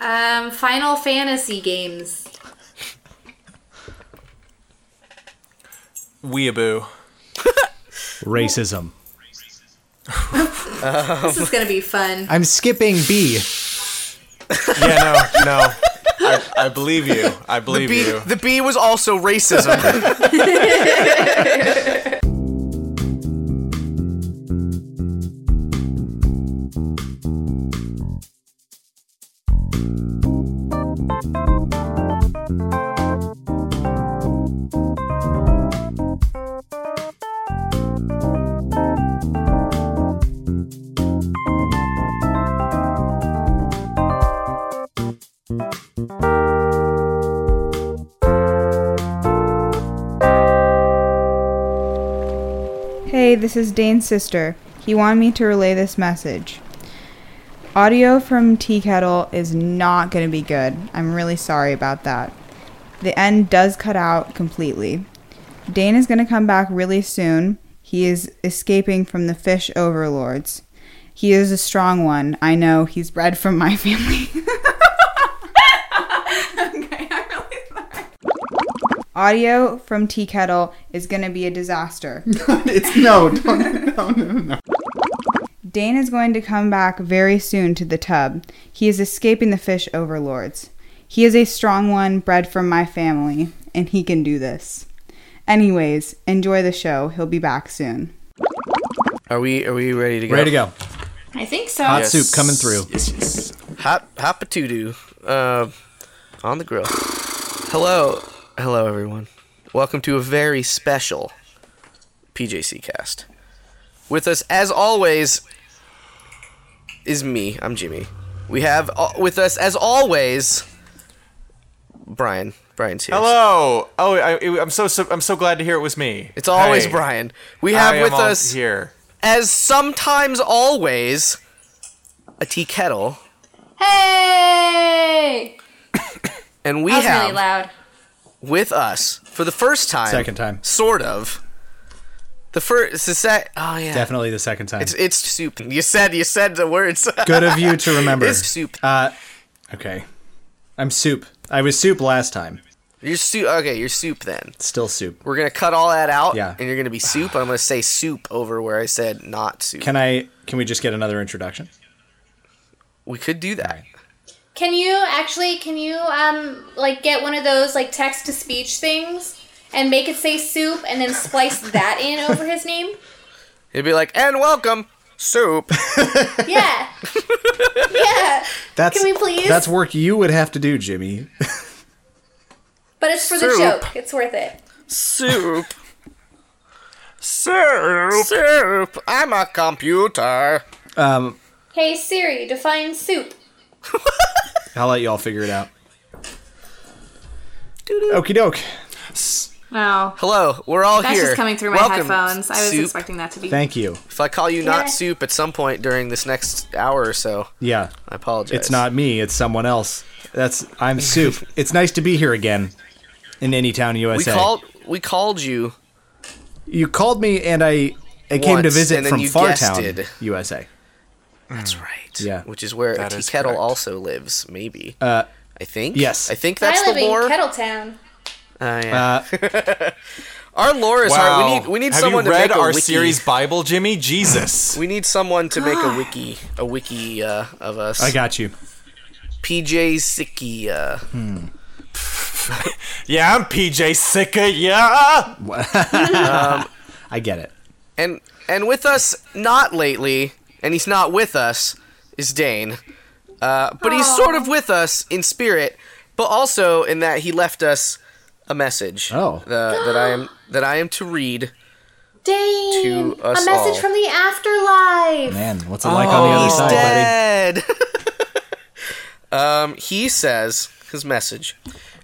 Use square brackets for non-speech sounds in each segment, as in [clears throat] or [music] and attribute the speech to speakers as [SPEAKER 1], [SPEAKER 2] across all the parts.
[SPEAKER 1] Um, Final Fantasy games.
[SPEAKER 2] Weeaboo.
[SPEAKER 3] Racism.
[SPEAKER 1] This
[SPEAKER 4] [laughs]
[SPEAKER 1] is gonna be fun.
[SPEAKER 3] I'm skipping B.
[SPEAKER 2] Yeah, no, no. I, I believe you. I believe
[SPEAKER 4] B,
[SPEAKER 2] you.
[SPEAKER 4] the B was also racism.
[SPEAKER 5] Hey, this is Dane's sister. He wanted me to relay this message. Audio from Tea Kettle is not going to be good. I'm really sorry about that. The end does cut out completely. Dane is going to come back really soon. He is escaping from the fish overlords. He is a strong one. I know he's bred from my [laughs] family. okay, I'm really sorry. Audio from Tea Kettle is going to be a disaster.
[SPEAKER 6] it's no, don't, no, no, no.
[SPEAKER 5] Dane is going to come back very soon to the tub. He is escaping the fish overlords. He is a strong one bred from my family, and he can do this. Anyways, enjoy the show. He'll be back soon.
[SPEAKER 4] are we are we ready to
[SPEAKER 3] [laughs]
[SPEAKER 4] go?
[SPEAKER 3] Ready to go.
[SPEAKER 1] I think so.
[SPEAKER 3] Hot soup coming through.
[SPEAKER 4] Yes, yes. Hop hop a doo uh, on the grill. Hello, hello everyone. Welcome to a very special PJC cast. With us, as always, is me. I'm Jimmy. We have uh, with us, as always, Brian. Brian's here.
[SPEAKER 2] Hello. Oh, I, I'm so, so I'm so glad to hear it was me.
[SPEAKER 4] It's always
[SPEAKER 2] Hey,
[SPEAKER 4] Brian. We have
[SPEAKER 2] I am
[SPEAKER 4] with
[SPEAKER 2] all
[SPEAKER 4] us
[SPEAKER 2] here.
[SPEAKER 4] as sometimes always, a tea kettle,
[SPEAKER 1] Hey!
[SPEAKER 4] and we
[SPEAKER 1] That was
[SPEAKER 4] have
[SPEAKER 1] really loud.
[SPEAKER 4] with us for the first time,
[SPEAKER 3] Second time.
[SPEAKER 4] sort of. The first, the sec. Oh yeah,
[SPEAKER 3] Definitely the second time.
[SPEAKER 4] It's, it's soup. You said you said the words. [laughs]
[SPEAKER 3] Good of you to remember. Uh,
[SPEAKER 4] it's soup.
[SPEAKER 3] Okay. I'm soup. I was soup last time.
[SPEAKER 4] you're soup. Okay, you're soup. Then
[SPEAKER 3] Still soup.
[SPEAKER 4] we're gonna cut all that out.
[SPEAKER 3] Yeah.
[SPEAKER 4] and you're gonna be soup. and I'm gonna say soup over where I said not soup.
[SPEAKER 3] Can I can we just get another introduction?
[SPEAKER 4] we could do that.
[SPEAKER 1] Can you actually? Can you um like get one of those like text to speech things and make it say soup and then splice that in over his name?
[SPEAKER 4] It'd be like, and welcome soup. [laughs]
[SPEAKER 1] Yeah. yeah.
[SPEAKER 3] That's
[SPEAKER 1] Can we please?
[SPEAKER 3] That's work you would have to do, Jimmy. [laughs]
[SPEAKER 1] But it's for the
[SPEAKER 4] Soup.
[SPEAKER 1] joke. It's worth it.
[SPEAKER 3] [laughs]
[SPEAKER 4] soup. Soup. Soup. I'm a computer.
[SPEAKER 1] Hey Siri, define soup.
[SPEAKER 3] I'll let y'all figure it out. Okie doke.
[SPEAKER 1] Wow.
[SPEAKER 4] Hello, we're all
[SPEAKER 1] That's
[SPEAKER 4] here.
[SPEAKER 1] just coming through my
[SPEAKER 4] Welcome,
[SPEAKER 1] headphones. I was
[SPEAKER 4] soup.
[SPEAKER 1] expecting that to be.
[SPEAKER 3] Thank you.
[SPEAKER 4] If I call you
[SPEAKER 1] Yeah.
[SPEAKER 4] not soup at some point during this next hour or so,
[SPEAKER 3] Yeah.
[SPEAKER 4] I apologize.
[SPEAKER 3] It's not me, it's someone else. That's I'm soup. it's nice to be here again in any town
[SPEAKER 4] We
[SPEAKER 3] USA.
[SPEAKER 4] called. We called you.
[SPEAKER 3] you called me and I I came to
[SPEAKER 4] Once,
[SPEAKER 3] visit
[SPEAKER 4] and then
[SPEAKER 3] from
[SPEAKER 4] you
[SPEAKER 3] Fartown,
[SPEAKER 4] guessed it.
[SPEAKER 3] USA.
[SPEAKER 4] That's right.
[SPEAKER 3] Yeah.
[SPEAKER 4] Which is where
[SPEAKER 2] That
[SPEAKER 4] Tea
[SPEAKER 2] is
[SPEAKER 4] Kettle
[SPEAKER 2] correct.
[SPEAKER 4] also lives, maybe. Uh, I think.
[SPEAKER 3] yes.
[SPEAKER 4] I think
[SPEAKER 1] I
[SPEAKER 4] that's
[SPEAKER 1] live
[SPEAKER 4] the lore.
[SPEAKER 1] in Kettletown.
[SPEAKER 4] Uh, yeah.
[SPEAKER 3] Uh,
[SPEAKER 4] [laughs] Our lore is hard. We need. We need
[SPEAKER 2] Have
[SPEAKER 4] someone
[SPEAKER 2] you read
[SPEAKER 4] to make
[SPEAKER 2] our
[SPEAKER 4] a wiki.
[SPEAKER 2] series Bible, Jimmy? Jesus.
[SPEAKER 4] We need someone to
[SPEAKER 1] [gasps]
[SPEAKER 4] make a wiki. A wiki uh, of us.
[SPEAKER 3] I got you.
[SPEAKER 4] PJ Sicky. Uh,
[SPEAKER 2] yeah, I'm PJ Sicker. Yeah.
[SPEAKER 3] I get it.
[SPEAKER 4] And and with us not lately, and he's not with us, is Dane. Uh, but he's sort of with us in spirit, but also in that he left us a message.
[SPEAKER 3] Oh.
[SPEAKER 4] uh, that I am that I am to read.
[SPEAKER 1] Dane,
[SPEAKER 4] To
[SPEAKER 1] a
[SPEAKER 4] us
[SPEAKER 1] message
[SPEAKER 4] all.
[SPEAKER 1] from the afterlife.
[SPEAKER 3] Man, what's it like on the other
[SPEAKER 4] He's
[SPEAKER 3] side, buddy?
[SPEAKER 4] dead. [laughs] um, he says his message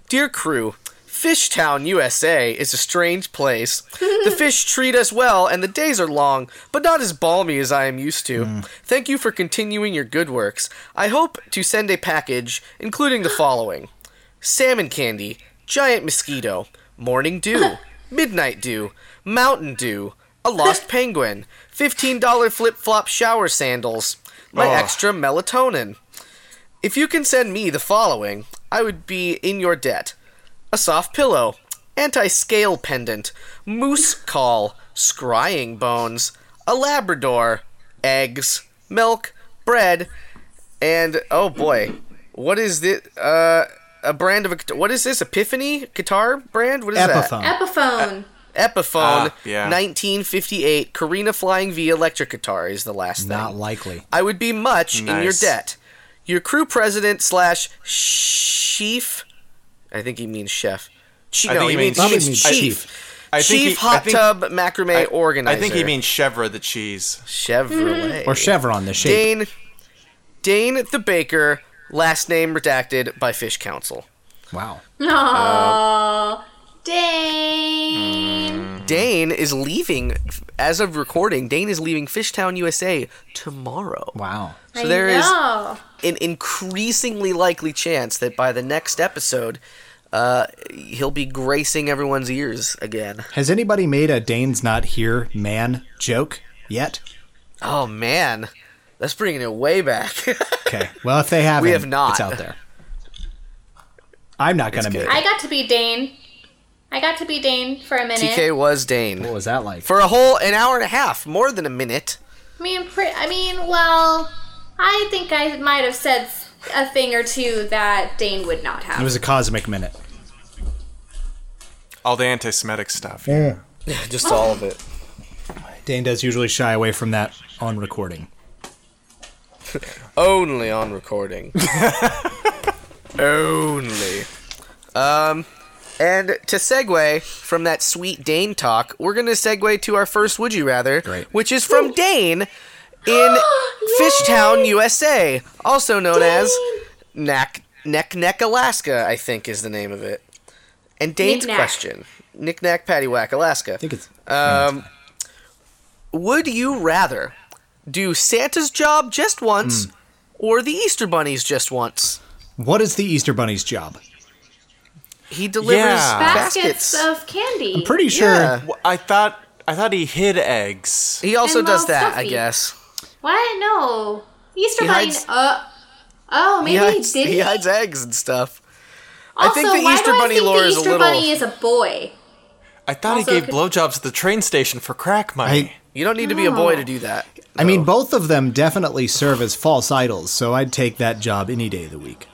[SPEAKER 4] Dear crew, Fishtown, USA is a strange place. the fish treat us well, and the days are long, but not as balmy as I am used to. Thank you for continuing your good works. I hope to send a package, including the following salmon candy, giant mosquito, morning dew, midnight dew, mountain dew, a lost penguin, $15 flip flop shower sandals, my extra melatonin. If you can send me the following, I would be in your debt a soft pillow, anti scale pendant, moose call, scrying bones, a Labrador, eggs, milk, bread, and oh boy, what is this? Uh, a brand of a, what is this? Epiphany guitar brand? What is
[SPEAKER 3] Epiphone.
[SPEAKER 1] Epiphone.
[SPEAKER 4] that? Epiphone,
[SPEAKER 2] Ah, yeah.
[SPEAKER 4] 1958. Karina Flying V electric guitar is the last
[SPEAKER 3] Not
[SPEAKER 4] thing.
[SPEAKER 3] likely.
[SPEAKER 4] I would be much in your
[SPEAKER 2] Nice.
[SPEAKER 4] debt. Your crew president slash chief. I think he means chef. Chi-
[SPEAKER 2] I
[SPEAKER 4] no,
[SPEAKER 2] think he
[SPEAKER 4] he means,
[SPEAKER 2] means-
[SPEAKER 4] chief.
[SPEAKER 2] I- I
[SPEAKER 4] Chief,
[SPEAKER 2] think he- I
[SPEAKER 4] hot
[SPEAKER 2] think-
[SPEAKER 4] tub macrame
[SPEAKER 2] I-
[SPEAKER 4] organizer.
[SPEAKER 2] I think he means Chevra the cheese.
[SPEAKER 4] Chevrolet
[SPEAKER 3] Or Chevron, the shape.
[SPEAKER 4] Dane. Dane the baker. Last name redacted by Fish Council.
[SPEAKER 3] Wow.
[SPEAKER 1] Aww. Dang.
[SPEAKER 4] Mm. Dane is leaving as of recording. Dane is leaving Fishtown, USA tomorrow.
[SPEAKER 3] Wow.
[SPEAKER 4] So there is
[SPEAKER 1] know.
[SPEAKER 4] an increasingly likely chance that by the next episode, uh, he'll be gracing everyone's ears again.
[SPEAKER 3] Has anybody made a Dane's not here man joke yet?
[SPEAKER 4] Oh man, that's bringing it way back. [laughs]
[SPEAKER 3] Okay. Well, if they haven't,
[SPEAKER 4] have not.
[SPEAKER 3] It's out there. I'm not going to make it.
[SPEAKER 1] I got to be Dane. I got to be Dane for a minute.
[SPEAKER 4] TK was Dane
[SPEAKER 3] What was that like?
[SPEAKER 4] for a whole an hour and a half, more than a minute.
[SPEAKER 1] I mean, pre- I mean, well, I think I might have said a thing or two that Dane would not have.
[SPEAKER 3] It was a cosmic minute.
[SPEAKER 2] All the anti-Semitic stuff.
[SPEAKER 4] [laughs] Just all of it.
[SPEAKER 3] Dane does usually shy away from that on recording.
[SPEAKER 4] Only on
[SPEAKER 3] [laughs]
[SPEAKER 4] recording. Only. Um, and to segue from that sweet Dane talk, we're gonna segue to our first Would You Rather,
[SPEAKER 3] Great.
[SPEAKER 4] which is from Dane in Fishtown, USA, also known as Knack Neck Neck, Alaska, I think is the name of it. And Dane's
[SPEAKER 1] Knick-knack.
[SPEAKER 4] question. Knick Knack Paddywhack, Alaska.
[SPEAKER 3] I think it's
[SPEAKER 4] Um, would you rather do Santa's job just once
[SPEAKER 3] Hmm.
[SPEAKER 4] or the Easter Bunny's just once?
[SPEAKER 3] what is the Easter Bunny's job?
[SPEAKER 4] He delivers
[SPEAKER 2] Yeah.
[SPEAKER 1] Baskets,
[SPEAKER 4] baskets.
[SPEAKER 1] of candy.
[SPEAKER 3] Pretty sure.
[SPEAKER 4] Yeah.
[SPEAKER 2] Well, I thought I thought he hid eggs.
[SPEAKER 4] He also
[SPEAKER 1] And
[SPEAKER 4] does
[SPEAKER 1] little
[SPEAKER 4] that, I
[SPEAKER 1] stuffy.
[SPEAKER 4] guess.
[SPEAKER 1] what? No. Easter
[SPEAKER 4] He
[SPEAKER 1] Bunny.
[SPEAKER 4] hides-
[SPEAKER 1] uh, oh, maybe
[SPEAKER 4] He
[SPEAKER 1] he,
[SPEAKER 4] hides,
[SPEAKER 1] did.
[SPEAKER 4] he
[SPEAKER 1] He
[SPEAKER 4] hides eggs and stuff.
[SPEAKER 1] also,
[SPEAKER 4] I think the
[SPEAKER 1] why
[SPEAKER 4] Easter
[SPEAKER 1] do
[SPEAKER 4] Bunny
[SPEAKER 1] I think
[SPEAKER 4] lore
[SPEAKER 1] the
[SPEAKER 4] is a
[SPEAKER 1] Easter
[SPEAKER 4] little-
[SPEAKER 1] Bunny is a boy.
[SPEAKER 2] I thought
[SPEAKER 1] Also,
[SPEAKER 2] he gave
[SPEAKER 1] could-
[SPEAKER 2] blowjobs at the train station for crack money.
[SPEAKER 3] I,
[SPEAKER 4] You don't need to be a boy to do that.
[SPEAKER 3] I
[SPEAKER 4] Oh.
[SPEAKER 3] mean, both of them definitely serve as false idols, so I'd take that job any day of the week.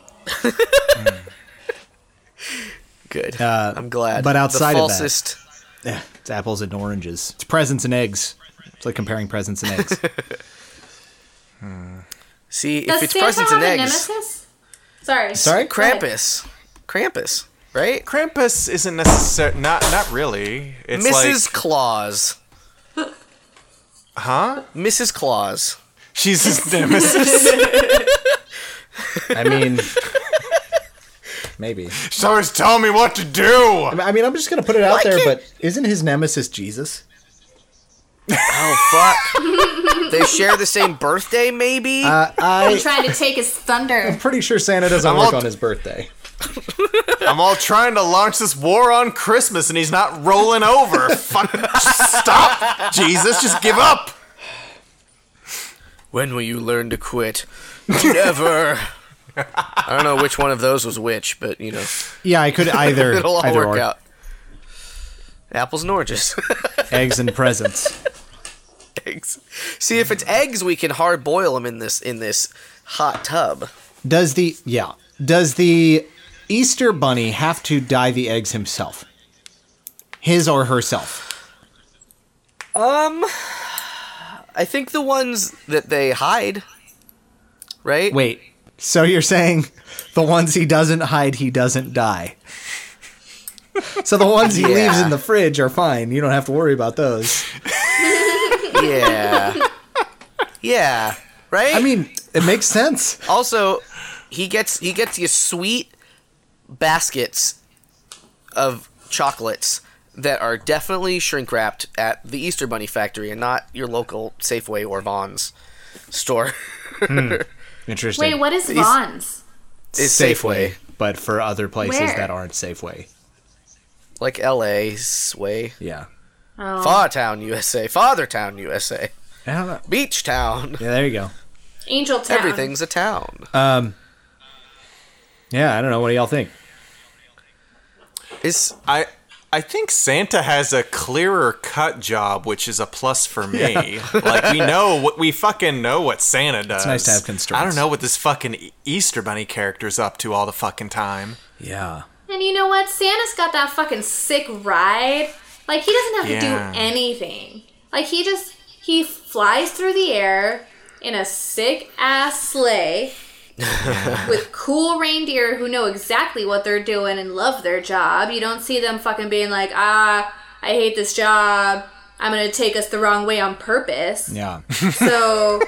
[SPEAKER 4] Good.
[SPEAKER 3] Uh,
[SPEAKER 4] I'm glad.
[SPEAKER 3] but outside
[SPEAKER 4] the
[SPEAKER 3] of that-
[SPEAKER 4] falsest,
[SPEAKER 3] Eh, It's apples and oranges. It's presents and eggs. It's like comparing presents and
[SPEAKER 4] [laughs]
[SPEAKER 3] eggs.
[SPEAKER 4] See, if
[SPEAKER 1] Does
[SPEAKER 4] it's
[SPEAKER 1] Santa
[SPEAKER 4] presents
[SPEAKER 1] have
[SPEAKER 4] and
[SPEAKER 1] a
[SPEAKER 4] eggs,
[SPEAKER 1] nemesis? Sorry.
[SPEAKER 3] Sorry?
[SPEAKER 1] Go ahead.
[SPEAKER 4] Krampus. Krampus, right?
[SPEAKER 2] Krampus isn't necessary. Not not really. It's
[SPEAKER 4] Mrs.
[SPEAKER 2] like
[SPEAKER 4] Claus.
[SPEAKER 2] huh?
[SPEAKER 4] Mrs. Claus.
[SPEAKER 2] She's his nemesis.
[SPEAKER 3] I mean, maybe.
[SPEAKER 2] Someone's telling me what to do.
[SPEAKER 3] I mean, I'm just gonna put it out
[SPEAKER 4] Why
[SPEAKER 3] there,
[SPEAKER 4] can't-
[SPEAKER 3] but isn't his nemesis Jesus?
[SPEAKER 4] Oh fuck! they share
[SPEAKER 2] [laughs]
[SPEAKER 4] the same birthday, maybe.
[SPEAKER 3] Uh,
[SPEAKER 1] I'm
[SPEAKER 3] I,
[SPEAKER 1] trying to take his thunder.
[SPEAKER 3] I'm pretty sure Santa doesn't
[SPEAKER 2] I'm
[SPEAKER 3] work
[SPEAKER 2] all-
[SPEAKER 3] on his birthday.
[SPEAKER 2] I'm all trying to launch this war on Christmas, and he's not rolling over. Fuck! Stop, Jesus! Just give up.
[SPEAKER 4] when will you learn to quit?
[SPEAKER 2] [laughs]
[SPEAKER 4] Never. I don't know which one of those was which, but you know,
[SPEAKER 3] Yeah, I could either
[SPEAKER 4] [laughs] it'll all
[SPEAKER 3] either
[SPEAKER 4] work
[SPEAKER 3] or
[SPEAKER 4] out. Apples and oranges. [laughs]
[SPEAKER 3] eggs and presents.
[SPEAKER 4] eggs. See, if it's eggs, we can hard boil them in this in this hot tub.
[SPEAKER 3] Does the yeah? Does the Easter Bunny have to dye the eggs himself? His or herself?
[SPEAKER 4] I think the ones that they hide, right?
[SPEAKER 3] Wait. So you're saying the ones he doesn't hide, he doesn't dye. So the ones he
[SPEAKER 4] Yeah.
[SPEAKER 3] leaves in the fridge are fine. You don't have to worry about those. [laughs]
[SPEAKER 4] Yeah. yeah. Right.
[SPEAKER 3] I mean, it makes sense.
[SPEAKER 4] Also, he gets he gets you sweet baskets of chocolates that are definitely shrink wrapped at the Easter Bunny factory and not your local Safeway or Vaughn's store. [laughs]
[SPEAKER 3] Interesting.
[SPEAKER 1] Wait, what is Vaughn's?
[SPEAKER 4] It's Safeway.
[SPEAKER 3] but for other places
[SPEAKER 1] Where?
[SPEAKER 3] that aren't Safeway.
[SPEAKER 4] Like LA's way.
[SPEAKER 3] Yeah.
[SPEAKER 1] Oh.
[SPEAKER 4] Fathertown, USA. Fathertown, USA.
[SPEAKER 3] I don't know.
[SPEAKER 4] Beach town.
[SPEAKER 3] Yeah, there you go.
[SPEAKER 1] Angel Town.
[SPEAKER 4] Everything's a town.
[SPEAKER 3] Yeah, I don't know. What do y'all think?
[SPEAKER 4] Is
[SPEAKER 2] I I think Santa has a clearer cut job, which is a plus for me. like we know what we fucking know what Santa does. It's
[SPEAKER 3] nice to have constraints.
[SPEAKER 2] I don't know what this fucking E- Easter Bunny character's up to all the fucking time.
[SPEAKER 3] Yeah.
[SPEAKER 1] And you know what? Santa's got that fucking sick ride. Like he doesn't have
[SPEAKER 2] Yeah.
[SPEAKER 1] to do anything. Like he just he flies through the air in a sick ass sleigh with cool reindeer who know exactly what they're doing and love their job. You don't see them fucking being like, "Ah, I hate this job. I'm going to take us the wrong way on purpose."
[SPEAKER 3] Yeah.
[SPEAKER 1] So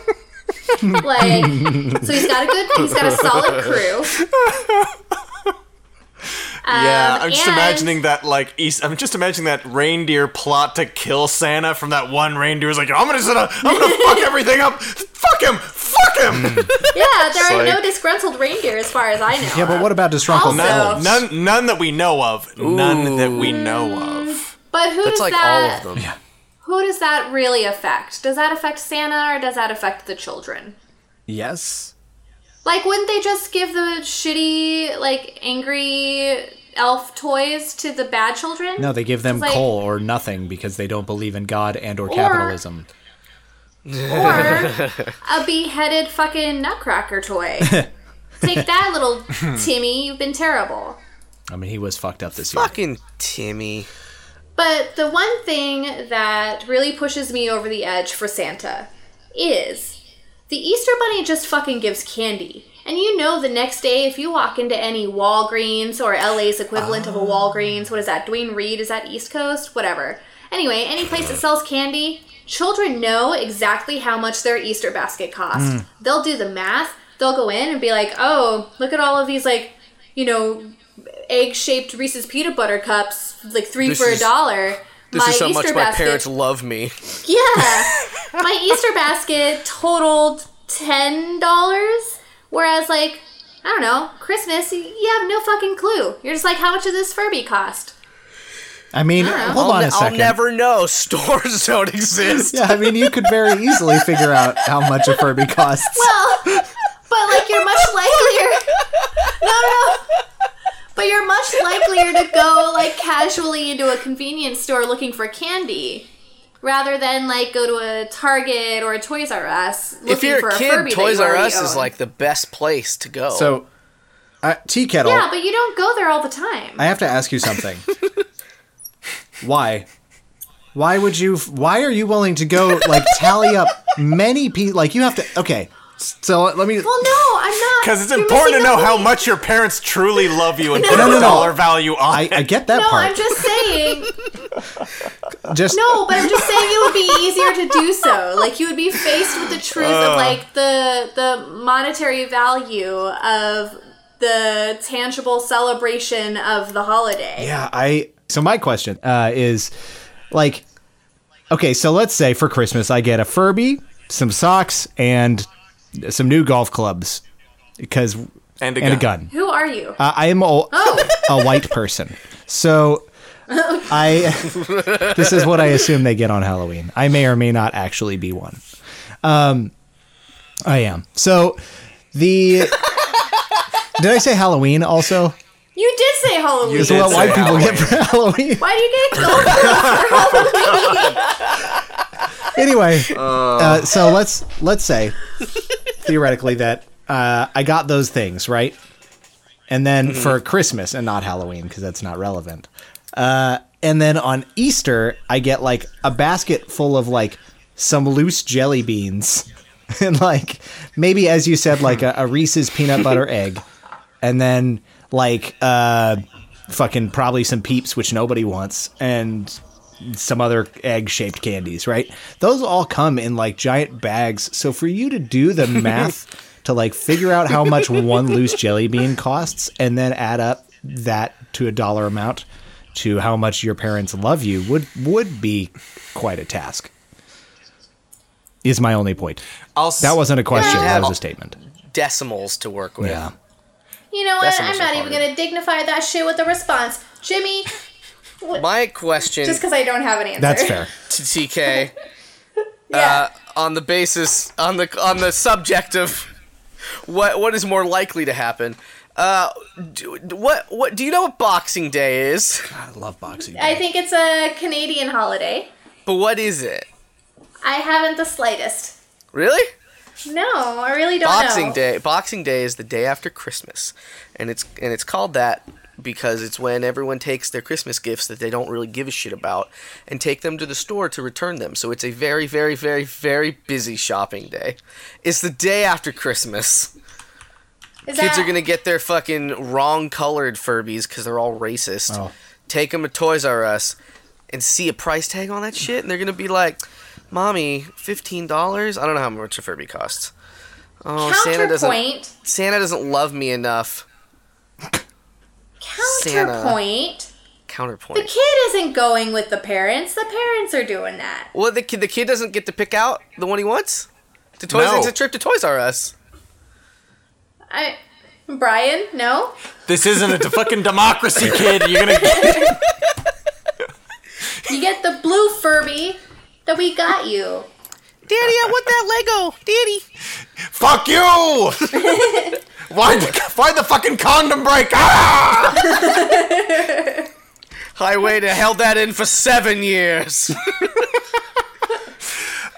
[SPEAKER 1] like so he's got a good he's got a solid crew.
[SPEAKER 2] yeah,
[SPEAKER 1] Um,
[SPEAKER 2] I'm just
[SPEAKER 1] and-
[SPEAKER 2] imagining that like East. I'm just imagining that reindeer plot to kill Santa from that one reindeer who's like, I'm gonna, just,
[SPEAKER 1] [laughs]
[SPEAKER 2] I'm gonna fuck everything up. Fuck him. Fuck him.
[SPEAKER 1] Yeah, there are
[SPEAKER 2] It's
[SPEAKER 1] no
[SPEAKER 2] like-
[SPEAKER 1] disgruntled reindeer as far as I know.
[SPEAKER 3] Yeah, but what about disgruntled
[SPEAKER 1] Also-
[SPEAKER 3] elves?
[SPEAKER 2] none, none, none that we know of. None that we know of.
[SPEAKER 1] But who
[SPEAKER 4] that's
[SPEAKER 1] does
[SPEAKER 4] like all
[SPEAKER 1] that
[SPEAKER 4] of them.
[SPEAKER 1] who does that really affect? Does that affect Santa or does that affect the children?
[SPEAKER 3] Yes.
[SPEAKER 1] Like wouldn't they just give the shitty like angry elf toys to the bad children?
[SPEAKER 3] No, they give them
[SPEAKER 1] It's like-
[SPEAKER 3] coal or nothing because they don't believe in God and or, capitalism.
[SPEAKER 1] or a beheaded fucking nutcracker toy.
[SPEAKER 3] [laughs]
[SPEAKER 1] Take that little Timmy, you've been terrible.
[SPEAKER 3] I mean, he was fucked up this year.
[SPEAKER 4] Fucking Timmy.
[SPEAKER 1] But the one thing that really pushes me over the edge for Santa is the Easter Bunny just fucking gives candy. And you know, the next day, if you walk into any Walgreens or LA's equivalent
[SPEAKER 4] Oh.
[SPEAKER 1] of a Walgreens, what is that? Dwayne Reed? Is that East Coast? Whatever. Anyway, any place that sells candy, children know exactly how much their Easter basket costs.
[SPEAKER 4] Hmm.
[SPEAKER 1] They'll do the math, they'll go in and be like, oh, look at all of these, like, you know, egg shaped Reese's peanut butter cups, like three
[SPEAKER 4] This
[SPEAKER 1] for
[SPEAKER 4] is-
[SPEAKER 1] a dollar.
[SPEAKER 4] This is how much my parents love me.
[SPEAKER 1] Yeah. My Easter basket totaled ten dollars, whereas like I don't know Christmas, y- you have no fucking clue. You're just like, how much did this Furby cost?
[SPEAKER 3] I mean,
[SPEAKER 1] Yeah.
[SPEAKER 3] hold on
[SPEAKER 4] I'll,
[SPEAKER 3] a second.
[SPEAKER 4] never know. [laughs] Stores don't exist.
[SPEAKER 3] Yeah, I mean, you could very easily figure out how much a Furby costs.
[SPEAKER 1] [laughs]
[SPEAKER 4] Oh.
[SPEAKER 1] Well, but like you're much likelier. No, no. But you're much likelier to go like casually into a convenience store looking for candy. Rather than like go to a Target or a Toys R Us looking
[SPEAKER 4] if you're
[SPEAKER 1] for
[SPEAKER 4] a
[SPEAKER 1] a
[SPEAKER 4] kid,
[SPEAKER 1] Furby
[SPEAKER 4] Toys
[SPEAKER 1] that you
[SPEAKER 4] R
[SPEAKER 1] already
[SPEAKER 4] Us is
[SPEAKER 1] own.
[SPEAKER 4] like the best place to go.
[SPEAKER 3] so, uh, Tea Kettle,
[SPEAKER 4] oh.
[SPEAKER 1] yeah, but you don't go there all the time.
[SPEAKER 3] I have to ask you something. why? Why would you? Why are you willing to go like tally up many people? Like you have to. Okay, so let me.
[SPEAKER 1] Well, no, I'm not.
[SPEAKER 2] Because it's
[SPEAKER 1] You're
[SPEAKER 2] important to
[SPEAKER 1] missing
[SPEAKER 2] know
[SPEAKER 1] the
[SPEAKER 2] how
[SPEAKER 1] point.
[SPEAKER 2] much your parents truly love you and
[SPEAKER 1] No.
[SPEAKER 2] put
[SPEAKER 1] No,
[SPEAKER 2] a
[SPEAKER 1] no, no.
[SPEAKER 2] dollar value on
[SPEAKER 3] I,
[SPEAKER 2] it.
[SPEAKER 3] I get that
[SPEAKER 1] No,
[SPEAKER 3] part.
[SPEAKER 1] I'm just saying.
[SPEAKER 3] just
[SPEAKER 1] No, but I'm just saying it would be easier to do so. Like you would be faced with the truth of like the the monetary value of the tangible celebration of the holiday.
[SPEAKER 3] Yeah, I. So my question uh, is, like, okay, so let's say for Christmas I get a Furby, some socks, and some new golf clubs, because
[SPEAKER 2] And a
[SPEAKER 3] and
[SPEAKER 2] gun.
[SPEAKER 3] a gun.
[SPEAKER 1] Who are you?
[SPEAKER 3] Uh, I am a,
[SPEAKER 1] oh,
[SPEAKER 3] a white person, so I. [laughs] this is what I assume they get on Halloween. I may or may not actually be one. Um, I am. So the. Did I say Halloween also?
[SPEAKER 1] you did say Halloween.
[SPEAKER 2] You
[SPEAKER 3] Is what
[SPEAKER 2] did
[SPEAKER 3] white
[SPEAKER 2] say
[SPEAKER 3] people get
[SPEAKER 2] Halloween.
[SPEAKER 3] for [laughs] Halloween?
[SPEAKER 1] Why do you get gold for Halloween?
[SPEAKER 3] anyway, uh, so let's let's say theoretically that uh, I got those things right, and then for Christmas and not Halloween because that's not relevant. Uh, and then on Easter, I get like a basket full of like some loose jelly beans, [laughs] and like maybe as you said, like a, a Reese's peanut butter egg, and then like uh, fucking probably some peeps which nobody wants, and some other egg shaped candies, right? Those all come in like giant bags. So for you to do [laughs] the math to like figure out how much one loose jelly bean costs and then add up that to a dollar amount to how much your parents love you would would be quite a task. Is my only point.
[SPEAKER 2] I'll s-
[SPEAKER 3] That wasn't a question,
[SPEAKER 4] Yeah.
[SPEAKER 3] that was a statement.
[SPEAKER 4] Decimals to work with.
[SPEAKER 3] Yeah.
[SPEAKER 1] You know what?
[SPEAKER 4] Decimals
[SPEAKER 1] I'm
[SPEAKER 4] are
[SPEAKER 1] not even
[SPEAKER 4] harder.
[SPEAKER 1] gonna dignify that shit with a response, Jimmy.
[SPEAKER 4] My question
[SPEAKER 1] Just because I don't have an answer.
[SPEAKER 3] That's fair.
[SPEAKER 4] to TK
[SPEAKER 1] Yeah.
[SPEAKER 4] uh, on the basis on the on the subject of what what is more likely to happen. Uh, do, what what do you know what Boxing Day is?
[SPEAKER 3] I love boxing.
[SPEAKER 1] I think it's a Canadian holiday.
[SPEAKER 4] But what is it?
[SPEAKER 1] I haven't the slightest.
[SPEAKER 4] Really?
[SPEAKER 1] No, I really don't
[SPEAKER 4] Boxing
[SPEAKER 1] know.
[SPEAKER 4] Day. Boxing Day is the day after Christmas, and it's and it's called that because it's when everyone takes their Christmas gifts that they don't really give a shit about and take them to the store to return them. So it's a very very very very busy shopping day. It's the day after Christmas.
[SPEAKER 1] Is
[SPEAKER 4] Kids
[SPEAKER 1] that-
[SPEAKER 4] are gonna get their fucking wrong colored Furbies because they're all racist.
[SPEAKER 3] Oh.
[SPEAKER 4] Take them to Toys R Us and see a price tag on that shit, and they're gonna be like, "Mommy, fifteen dollars? I don't know how much a Furby costs." Oh, Santa doesn't.
[SPEAKER 1] counterpoint.
[SPEAKER 4] Santa doesn't love me enough. Santa.
[SPEAKER 1] Counterpoint. The
[SPEAKER 4] Counterpoint.
[SPEAKER 1] kid isn't going with the parents. The parents are doing that.
[SPEAKER 4] well, the kid the kid doesn't get to pick out the one he wants. To Toys,
[SPEAKER 2] No.
[SPEAKER 4] it's a trip to Toys R Us.
[SPEAKER 1] I, Brian, no.
[SPEAKER 2] This isn't a d- fucking democracy, kid.
[SPEAKER 1] [laughs]
[SPEAKER 2] You're gonna.
[SPEAKER 1] You get the blue Furby that we got you.
[SPEAKER 4] Daddy, I want that Lego. Daddy.
[SPEAKER 1] [laughs]
[SPEAKER 2] Fuck you! why the, why the fucking condom break? Ah!
[SPEAKER 4] Highway to held that in for
[SPEAKER 3] [laughs]
[SPEAKER 4] seven years.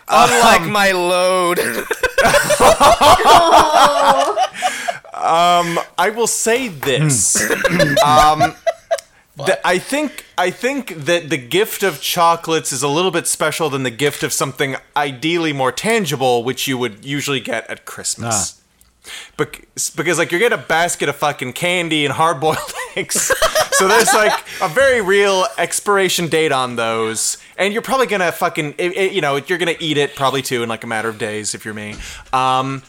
[SPEAKER 4] Unlike
[SPEAKER 3] Um,
[SPEAKER 4] my load.
[SPEAKER 2] I will say this. [laughs] um, th- I think I think that the gift of chocolates is a little bit special than the gift of something ideally more tangible, which you would usually get at Christmas. Bec- because like you get a basket of fucking candy and hard boiled [laughs] eggs, so there's like a very real expiration date on those, and you're probably gonna fucking i i you know you're gonna eat it probably too in like a matter of days if you're me. Um,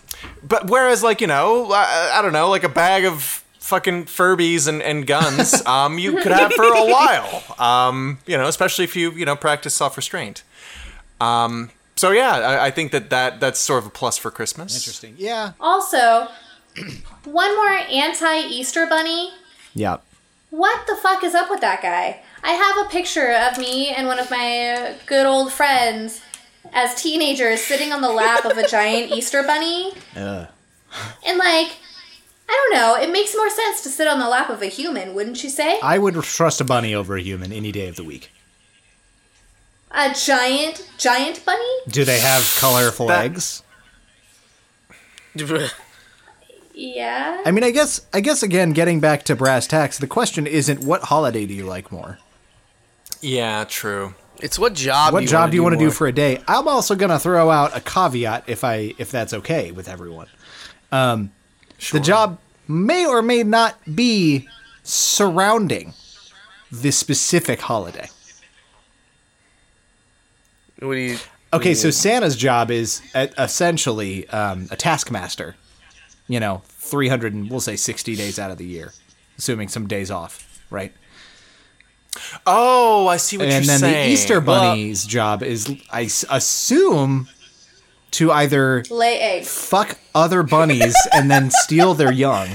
[SPEAKER 2] but whereas like you know I, I don't know like a bag of fucking Furbies and, and guns, um, you could have for a while. Um, you know, especially if you you know practice self restraint. Um, so yeah, I, I think that, that that's sort of a plus for Christmas.
[SPEAKER 3] Interesting. Yeah.
[SPEAKER 1] Also, one more anti Easter bunny.
[SPEAKER 3] Yeah.
[SPEAKER 1] What the fuck is up with that guy? I have a picture of me and one of my good old friends as teenagers sitting on the lap of a giant Easter bunny.
[SPEAKER 3] Ugh.
[SPEAKER 1] And, like, I don't know, it makes more sense to sit on the lap of a human, wouldn't you say?
[SPEAKER 3] I would trust a bunny over a human any day of the week.
[SPEAKER 1] A giant, giant bunny?
[SPEAKER 3] Do they have colorful
[SPEAKER 2] That-
[SPEAKER 3] eggs?
[SPEAKER 1] Yeah.
[SPEAKER 3] I mean, I guess, I guess again, getting back to brass tacks, the question isn't what holiday do you like more.
[SPEAKER 2] Yeah, true.
[SPEAKER 4] it's what job?
[SPEAKER 3] What job do you want to do
[SPEAKER 4] more?
[SPEAKER 3] for a day? I'm also gonna throw out a caveat if I if that's okay with everyone. Um,
[SPEAKER 2] Sure.
[SPEAKER 3] The job may or may not be surrounding this specific holiday.
[SPEAKER 4] What do you?
[SPEAKER 3] Okay, so Santa's job is e- essentially um, a taskmaster. You know, 300 and we'll say 60 days out of the year, assuming some days off, right?
[SPEAKER 2] Oh, I see what
[SPEAKER 3] and
[SPEAKER 2] you're
[SPEAKER 3] then
[SPEAKER 2] saying.
[SPEAKER 3] the Easter Bunny's job is, I s- assume, to either
[SPEAKER 1] Lay eggs.
[SPEAKER 3] fuck other bunnies and then steal their young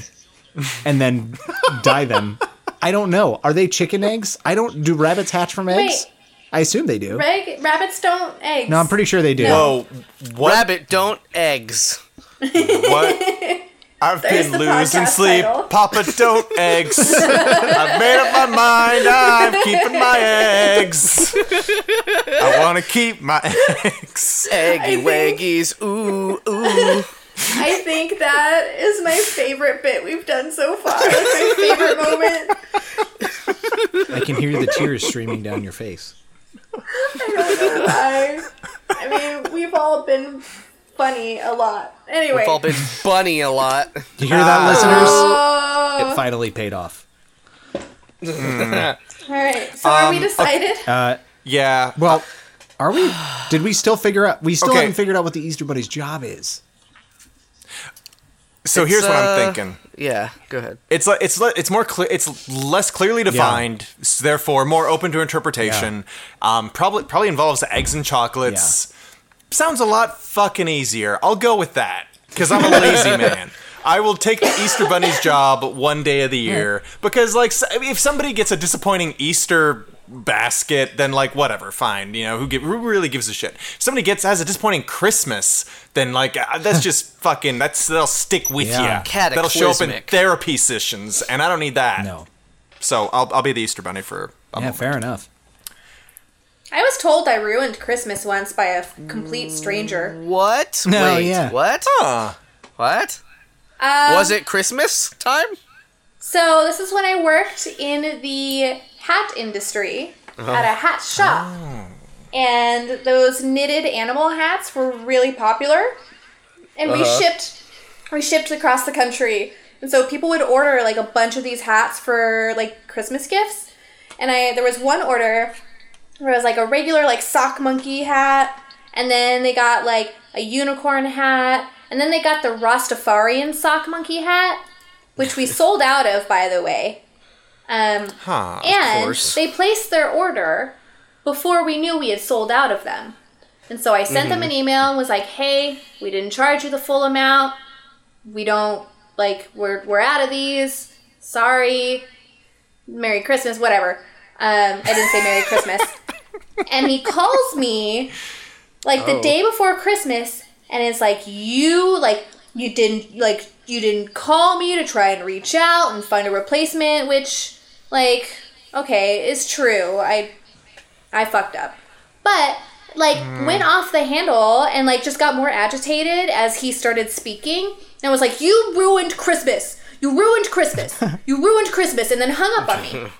[SPEAKER 3] and then dye them. I don't know. Are they chicken eggs? I don't. Do rabbits hatch from eggs?
[SPEAKER 1] Wait.
[SPEAKER 3] I assume they do.
[SPEAKER 1] Reg- rabbits don't eggs.
[SPEAKER 3] No, I'm pretty sure they do.
[SPEAKER 2] Whoa, what?
[SPEAKER 4] Rabbit don't eggs.
[SPEAKER 2] What?
[SPEAKER 1] [laughs]
[SPEAKER 2] I've
[SPEAKER 1] There's the
[SPEAKER 2] been losing
[SPEAKER 1] podcast
[SPEAKER 2] sleep.
[SPEAKER 1] title.
[SPEAKER 2] Papa, don't
[SPEAKER 1] [laughs]
[SPEAKER 2] eggs. I've made up my mind. I'm keeping my eggs. I want to keep my [laughs] eggs.
[SPEAKER 4] Eggy waggies. Ooh [laughs] ooh.
[SPEAKER 3] [laughs]
[SPEAKER 1] I think that is my favorite bit we've done so far. That's my favorite moment.
[SPEAKER 3] I can hear the tears streaming down your face.
[SPEAKER 1] I don't know why. I mean, we've all been funny a lot. Anyway.
[SPEAKER 4] We've all been bunny a lot.
[SPEAKER 3] You hear that, listeners?
[SPEAKER 1] Oh,
[SPEAKER 3] Ah. It finally paid off.
[SPEAKER 1] all right. So are
[SPEAKER 3] Um,
[SPEAKER 1] we decided?
[SPEAKER 3] Uh,
[SPEAKER 2] Yeah.
[SPEAKER 3] Well, are we? Did we still figure out? We still
[SPEAKER 2] Okay.
[SPEAKER 3] haven't figured out what the Easter Bunny's job is.
[SPEAKER 2] So here's what
[SPEAKER 4] uh,
[SPEAKER 2] I'm thinking.
[SPEAKER 4] Yeah, go ahead.
[SPEAKER 2] It's like it's le- it's more clear. It's less clearly defined. s- Therefore, more open to interpretation. Um, probably probably involves eggs and chocolates. Sounds a lot fucking easier. I'll go with that because I'm a lazy man. I will take the Easter Bunny's job one day of the year because, like, s- if somebody gets a disappointing Easter basket, then like whatever, fine. You know, who, give, who really gives a shit? If somebody gets has a disappointing Christmas, then like uh, that's just fucking that's that'll stick with
[SPEAKER 3] Yeah.
[SPEAKER 2] you. That'll show up in
[SPEAKER 4] Cataclysmic.
[SPEAKER 2] therapy sessions, and I don't need that.
[SPEAKER 3] No.
[SPEAKER 2] So I'll I'll be the Easter Bunny for. A
[SPEAKER 3] Yeah,
[SPEAKER 2] moment.
[SPEAKER 3] fair enough.
[SPEAKER 1] I was told I ruined Christmas once by a f- complete stranger.
[SPEAKER 4] What?
[SPEAKER 3] No,
[SPEAKER 4] Wait,
[SPEAKER 3] yeah.
[SPEAKER 4] What?
[SPEAKER 2] Huh.
[SPEAKER 4] What?
[SPEAKER 1] Um,
[SPEAKER 4] Was it Christmas time?
[SPEAKER 1] So this is when I worked in the hat industry at a hat shop. And those knitted animal hats were really popular. And we shipped we shipped across the country. And so people would order like a bunch of these hats for like Christmas gifts. And I there was one order where it was like a regular like sock monkey hat and then they got like a unicorn hat and then they got the Rastafarian sock monkey hat which we sold out of, by the way. Um,
[SPEAKER 2] Huh, of
[SPEAKER 1] and
[SPEAKER 2] course.
[SPEAKER 1] they placed their order before we knew we had sold out of them. And so I sent them an email and was like, "Hey, we didn't charge you the full amount. We don't like we're we're out of these. Sorry. Merry Christmas, whatever." Um, I didn't say Merry Christmas. And he calls me like the day before Christmas and it's like you like you didn't like you didn't call me to try and reach out and find a replacement which like okay is true I I fucked up but like went off the handle and like just got more agitated as he started speaking and was like you ruined Christmas you ruined Christmas you ruined Christmas and then hung up on me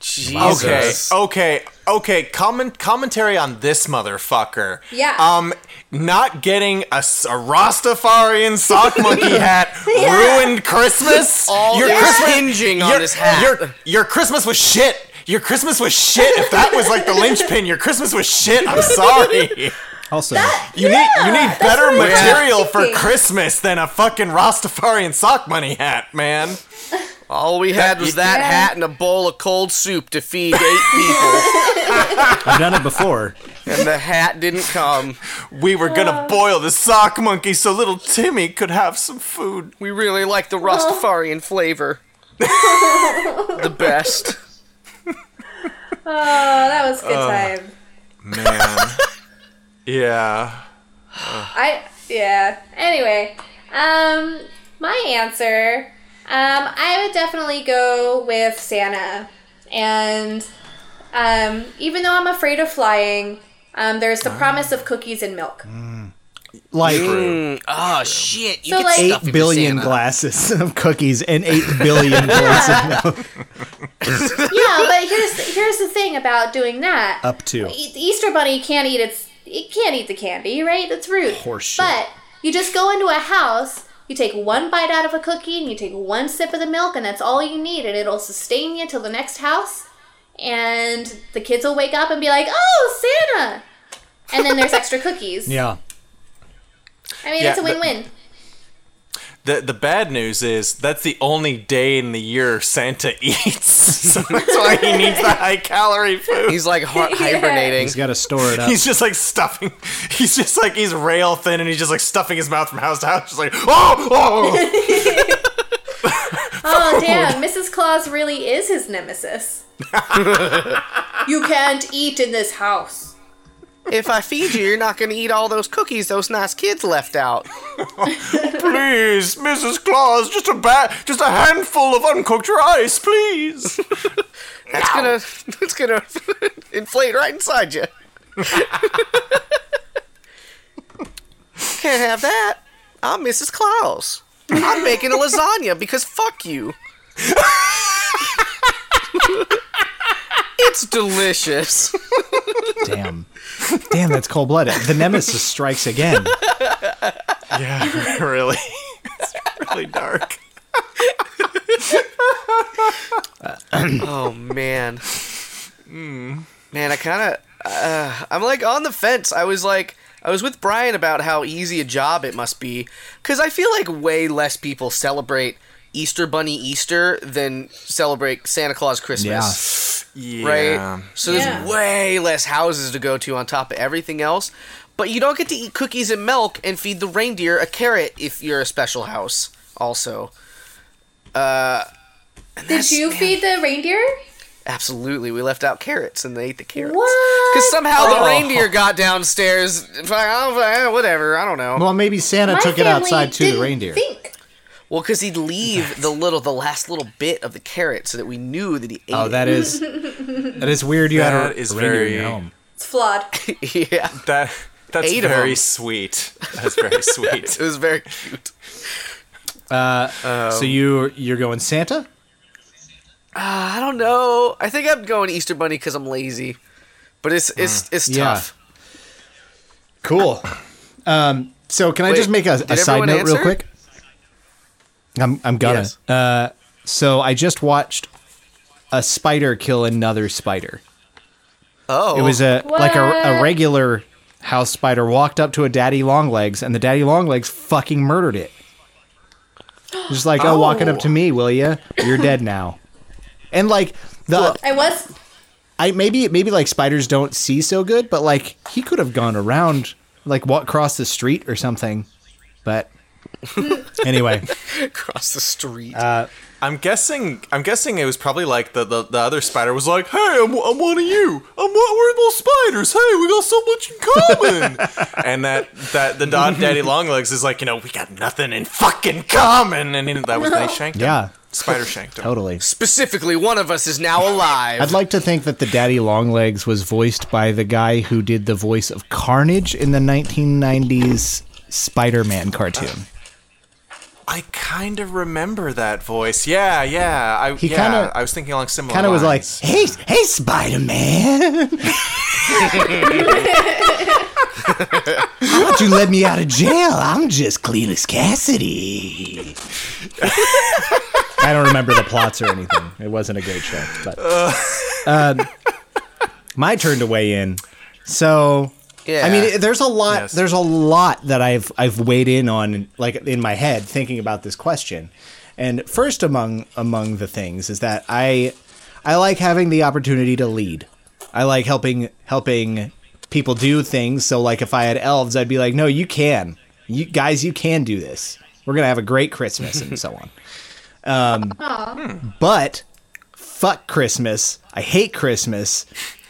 [SPEAKER 2] Okay,
[SPEAKER 4] Jesus.
[SPEAKER 2] okay, okay. Comment commentary on this motherfucker.
[SPEAKER 1] Yeah.
[SPEAKER 2] Um, not getting a, s- a Rastafarian sock monkey hat ruined Christmas.
[SPEAKER 4] All is hinging on
[SPEAKER 2] your-
[SPEAKER 4] this hat.
[SPEAKER 2] Your, your Christmas was shit. Your Christmas was shit. If that was like the linchpin, your Christmas was shit. I'm sorry.
[SPEAKER 3] Also,
[SPEAKER 2] You need you need better
[SPEAKER 1] what I was
[SPEAKER 2] material for
[SPEAKER 1] thinking.
[SPEAKER 2] Christmas than a fucking Rastafarian sock money hat, man.
[SPEAKER 4] All we had was that
[SPEAKER 1] Yeah.
[SPEAKER 4] hat and a bowl of cold soup to feed
[SPEAKER 1] [laughs]
[SPEAKER 4] eight people,
[SPEAKER 3] I've done it before.
[SPEAKER 4] and the hat didn't come.
[SPEAKER 2] We were gonna boil the sock monkey so little Timmy could have some food.
[SPEAKER 4] We really like the
[SPEAKER 1] [laughs]
[SPEAKER 4] Rastafarian flavor. the best.
[SPEAKER 1] oh that was a good time
[SPEAKER 2] Man. [laughs] yeah.
[SPEAKER 1] I yeah. Anyway, um, my answer, um, I would definitely go with Santa, and um, even though I'm afraid of flying, um, there's the promise of cookies and milk.
[SPEAKER 3] [laughs] Like
[SPEAKER 4] Oh shit! You
[SPEAKER 1] So,
[SPEAKER 4] get
[SPEAKER 1] like-
[SPEAKER 4] stuff
[SPEAKER 1] Eight
[SPEAKER 4] if you're
[SPEAKER 3] eight billion
[SPEAKER 4] Santa.
[SPEAKER 3] glasses of cookies and eight
[SPEAKER 2] [laughs]
[SPEAKER 3] billion glasses
[SPEAKER 1] yeah, but here's here's the thing about doing that.
[SPEAKER 3] up to.
[SPEAKER 1] E- the Easter Bunny can't eat its it can't eat the candy, right? That's rude.
[SPEAKER 3] Horseshit.
[SPEAKER 1] But you just go into a house, you take one bite out of a cookie, and you take one sip of the milk, and that's all you need, and it'll sustain you till the next house. And the kids will wake up and be like, "Oh, Santa!" And then there's extra cookies.
[SPEAKER 3] [laughs] Yeah.
[SPEAKER 1] I mean,
[SPEAKER 2] Yeah,
[SPEAKER 1] it's a
[SPEAKER 2] but-
[SPEAKER 1] win-win.
[SPEAKER 3] [laughs]
[SPEAKER 2] The the bad news is that's the only day in the year Santa [laughs] eats. So that's why he needs the high calorie food.
[SPEAKER 4] He's like
[SPEAKER 1] [laughs]
[SPEAKER 4] hi- hibernating.
[SPEAKER 3] He's got to store it up.
[SPEAKER 2] He's just like stuffing. [laughs] He's just like he's rail thin, and he's just like stuffing his mouth from house to house. Just like oh, oh.
[SPEAKER 1] Oh damn, Mrs. Claus really is his
[SPEAKER 3] [laughs]
[SPEAKER 1] nemesis. you can't eat in this house.
[SPEAKER 4] If I feed you, you're not gonna eat all those cookies those nice kids left out.
[SPEAKER 2] please, Mrs. Claus, just a ba- just a handful of uncooked rice, please.
[SPEAKER 4] It's gonna, [laughs] it's gonna inflate right inside you. [laughs] Can't have that. I'm Mrs. Claus. I'm making a lasagna because fuck you. [laughs] it's delicious.
[SPEAKER 3] Damn. Damn, that's cold blooded. The nemesis strikes again.
[SPEAKER 2] [laughs] yeah, [laughs] really, it's really dark.
[SPEAKER 4] Oh man, man, I kind of, uh, I'm like on the fence. I was like, I was with Brian about how easy a job it must be, because I feel like way less people celebrate Easter Bunny Easter than celebrate Santa Claus
[SPEAKER 3] Yeah.
[SPEAKER 4] Christmas, right?
[SPEAKER 2] Yeah.
[SPEAKER 4] So
[SPEAKER 1] Yeah.
[SPEAKER 4] there's way less houses to go to on top of everything else. But you don't get to eat cookies and milk and feed the reindeer a carrot if you're a special house. Also,
[SPEAKER 1] Did you feed the reindeer?
[SPEAKER 4] Absolutely, we left out carrots and they ate the carrots.
[SPEAKER 1] What?
[SPEAKER 4] Because somehow
[SPEAKER 2] Oh.
[SPEAKER 4] the reindeer got downstairs. Fuck, I don't- Whatever, I don't know.
[SPEAKER 3] Well, maybe Santa
[SPEAKER 1] My
[SPEAKER 3] took it
[SPEAKER 1] family
[SPEAKER 3] outside to the
[SPEAKER 1] didn't
[SPEAKER 3] reindeer.
[SPEAKER 1] think-
[SPEAKER 4] Well, because he'd leave the little, the last little bit of the carrot so that we knew that he ate
[SPEAKER 3] Oh,
[SPEAKER 4] it.
[SPEAKER 3] that is that is weird. You had
[SPEAKER 2] That
[SPEAKER 3] a
[SPEAKER 2] is
[SPEAKER 3] reindeer in your
[SPEAKER 2] very-
[SPEAKER 3] home.
[SPEAKER 1] it's flawed.
[SPEAKER 4] [laughs] yeah,
[SPEAKER 2] That that's
[SPEAKER 4] Eight of
[SPEAKER 2] very
[SPEAKER 4] them.
[SPEAKER 2] sweet. That's very sweet.
[SPEAKER 4] [laughs] it was very cute.
[SPEAKER 3] so you you're going Santa?
[SPEAKER 4] I don't know. I think I'm going Easter Bunny because I'm lazy, but it's it's it's
[SPEAKER 3] Uh, yeah.
[SPEAKER 4] tough.
[SPEAKER 3] Cool. Um, so can I
[SPEAKER 4] Wait,
[SPEAKER 3] just make a,
[SPEAKER 4] did
[SPEAKER 3] a side
[SPEAKER 4] everyone
[SPEAKER 3] note real
[SPEAKER 4] answer?
[SPEAKER 3] quick? I'm I'm gonna.
[SPEAKER 4] Yes.
[SPEAKER 3] Uh, so I just watched a spider kill another spider.
[SPEAKER 4] Oh,
[SPEAKER 3] It was a like a, a
[SPEAKER 1] What?
[SPEAKER 3] regular house spider walked up to a daddy longlegs and the daddy longlegs fucking murdered it. Just like, oh, walking up to me, will you? You're dead now. And like the
[SPEAKER 1] I was
[SPEAKER 3] I maybe maybe like spiders don't see so good, but like he could have gone around like walk across the street or something. But anyway,
[SPEAKER 4] across the street.
[SPEAKER 3] uh,
[SPEAKER 2] I'm guessing. I'm guessing it was probably like the, the, the other spider was like, "Hey, I'm, I'm one of you. I'm one, we're both spiders. Hey, we got so much in
[SPEAKER 4] [laughs]
[SPEAKER 2] common." and that that the Don Daddy Longlegs is like, you know, we got nothing in fucking common. And then that was they shanked him.
[SPEAKER 3] yeah,
[SPEAKER 2] Spider shanked him.
[SPEAKER 3] totally.
[SPEAKER 4] Specifically, one of us is now alive.
[SPEAKER 3] I'd like to think that the Daddy Longlegs was voiced by the guy who did the voice of Carnage in the 1990s Spider-Man cartoon.
[SPEAKER 2] I kind of remember that voice. Yeah, yeah. I
[SPEAKER 3] He
[SPEAKER 2] yeah,
[SPEAKER 3] kinda-
[SPEAKER 2] I was thinking along similar.
[SPEAKER 3] Kind of was like,
[SPEAKER 2] lines.
[SPEAKER 3] "Hey, hey, Spider-Man, [laughs] how about you let me out of jail? I'm just Cletus Cassidy." [laughs] I don't remember the plots or anything. It wasn't a great show, but
[SPEAKER 2] Uh.
[SPEAKER 3] um, my turn to weigh in. So
[SPEAKER 4] yeah,
[SPEAKER 3] I mean, there's a lot.
[SPEAKER 2] Yes.
[SPEAKER 3] There's a lot that I've I've weighed in on, like in my head, thinking about this question. And first among among the things is that I I like having the opportunity to lead. I like helping helping people do things. So like if I had elves, I'd be like, no, you can, you guys, you can do this. We're gonna have a great Christmas and so on. Um, but fuck Christmas. I hate Christmas.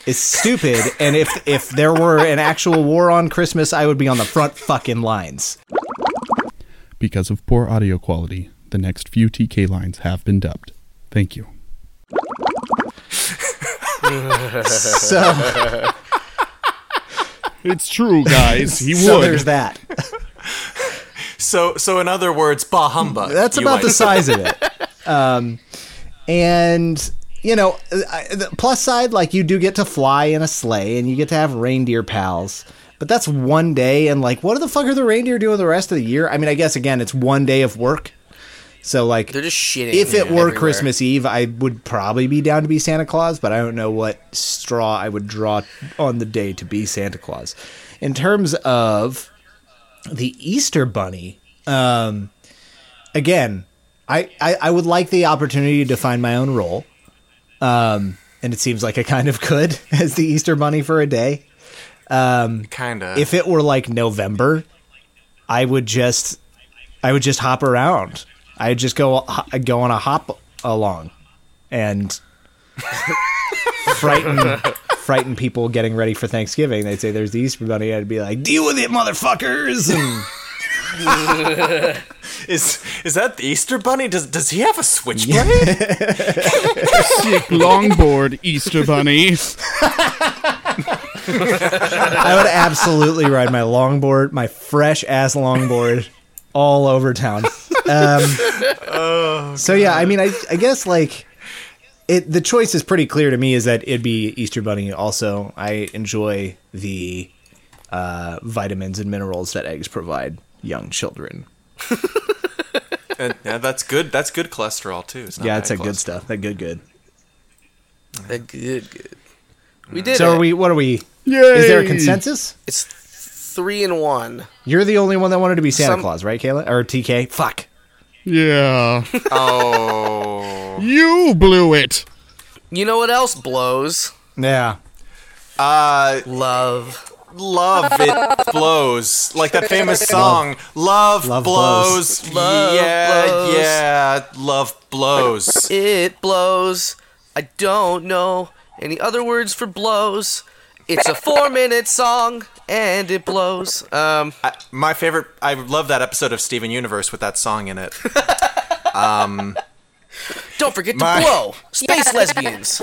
[SPEAKER 3] It's stupid. [laughs] and if if there were an actual war on Christmas, I would be on the front fucking lines.
[SPEAKER 7] Because of poor audio quality, the next few TK lines have been dubbed. Thank you.
[SPEAKER 3] So,
[SPEAKER 7] It's true, guys. He
[SPEAKER 3] so there's that.
[SPEAKER 2] so so. In other words, bah humbug.
[SPEAKER 3] That's
[SPEAKER 2] you like
[SPEAKER 3] about the
[SPEAKER 2] that.
[SPEAKER 3] size of it. Um, and you know, I, the plus side, like you do get to fly in a sleigh and you get to have reindeer pals. But that's one day, and like, what the fuck are the reindeer doing the rest of the year? I mean, I guess again, it's one day of work. So like,
[SPEAKER 4] they're just shitting.
[SPEAKER 3] if it were
[SPEAKER 4] everywhere.
[SPEAKER 3] Christmas Eve, I would probably be down to be Santa Claus, but I don't know what straw I would draw on the day to be Santa Claus. In terms of the Easter Bunny, um, again, I, I, I would like the opportunity to find my own role. Um, and it seems like I kind of could [laughs] as the Easter Bunny for a day
[SPEAKER 2] Kinda.
[SPEAKER 3] if it were like November, I would just I would just hop around. I'd just go I'd go on a hop along and frighten frighten people getting ready for Thanksgiving. They'd say there's the Easter bunny. I'd be like, "Deal with it, motherfuckers." And
[SPEAKER 2] Is is that the Easter Bunny? Does does he have a switchblade?
[SPEAKER 3] [laughs]
[SPEAKER 7] Sick longboard, Easter Bunny.
[SPEAKER 3] I would absolutely ride my longboard, my fresh ass longboard all over town. Um, so yeah, I mean, I, I guess like it. The choice is pretty clear to me is that it'd be Easter Bunny. Also, I enjoy the uh, vitamins and minerals that eggs provide young children.
[SPEAKER 2] And, yeah, that's good. That's good cholesterol too. It's not
[SPEAKER 3] yeah,
[SPEAKER 2] bad
[SPEAKER 3] it's that good
[SPEAKER 2] cholesterol.
[SPEAKER 3] stuff. That good, good.
[SPEAKER 4] They're good, good. We did
[SPEAKER 3] Uh, So
[SPEAKER 4] it.
[SPEAKER 3] are we? What are we?
[SPEAKER 7] Yay!
[SPEAKER 3] Is there a consensus?
[SPEAKER 4] It's three and one.
[SPEAKER 3] You're the only one that wanted to be Santa
[SPEAKER 4] Some-
[SPEAKER 3] Claus, right, Kayla or TK? Fuck.
[SPEAKER 7] Yeah.
[SPEAKER 2] Oh,
[SPEAKER 7] You blew it.
[SPEAKER 4] You know what else blows?
[SPEAKER 3] Yeah.
[SPEAKER 2] uh,
[SPEAKER 4] Love.
[SPEAKER 2] love it blows like that famous song. Love,
[SPEAKER 3] Love
[SPEAKER 2] blows.
[SPEAKER 4] Love
[SPEAKER 2] yeah,
[SPEAKER 4] blows.
[SPEAKER 2] yeah, love blows.
[SPEAKER 4] It blows. I don't know any other words for blows. It's a four minute song and it blows. Um,
[SPEAKER 2] I, my favorite. I love that episode of Steven Universe with that song in it.
[SPEAKER 4] don't forget to
[SPEAKER 2] My-
[SPEAKER 4] blow. Space
[SPEAKER 2] [laughs]
[SPEAKER 4] lesbians.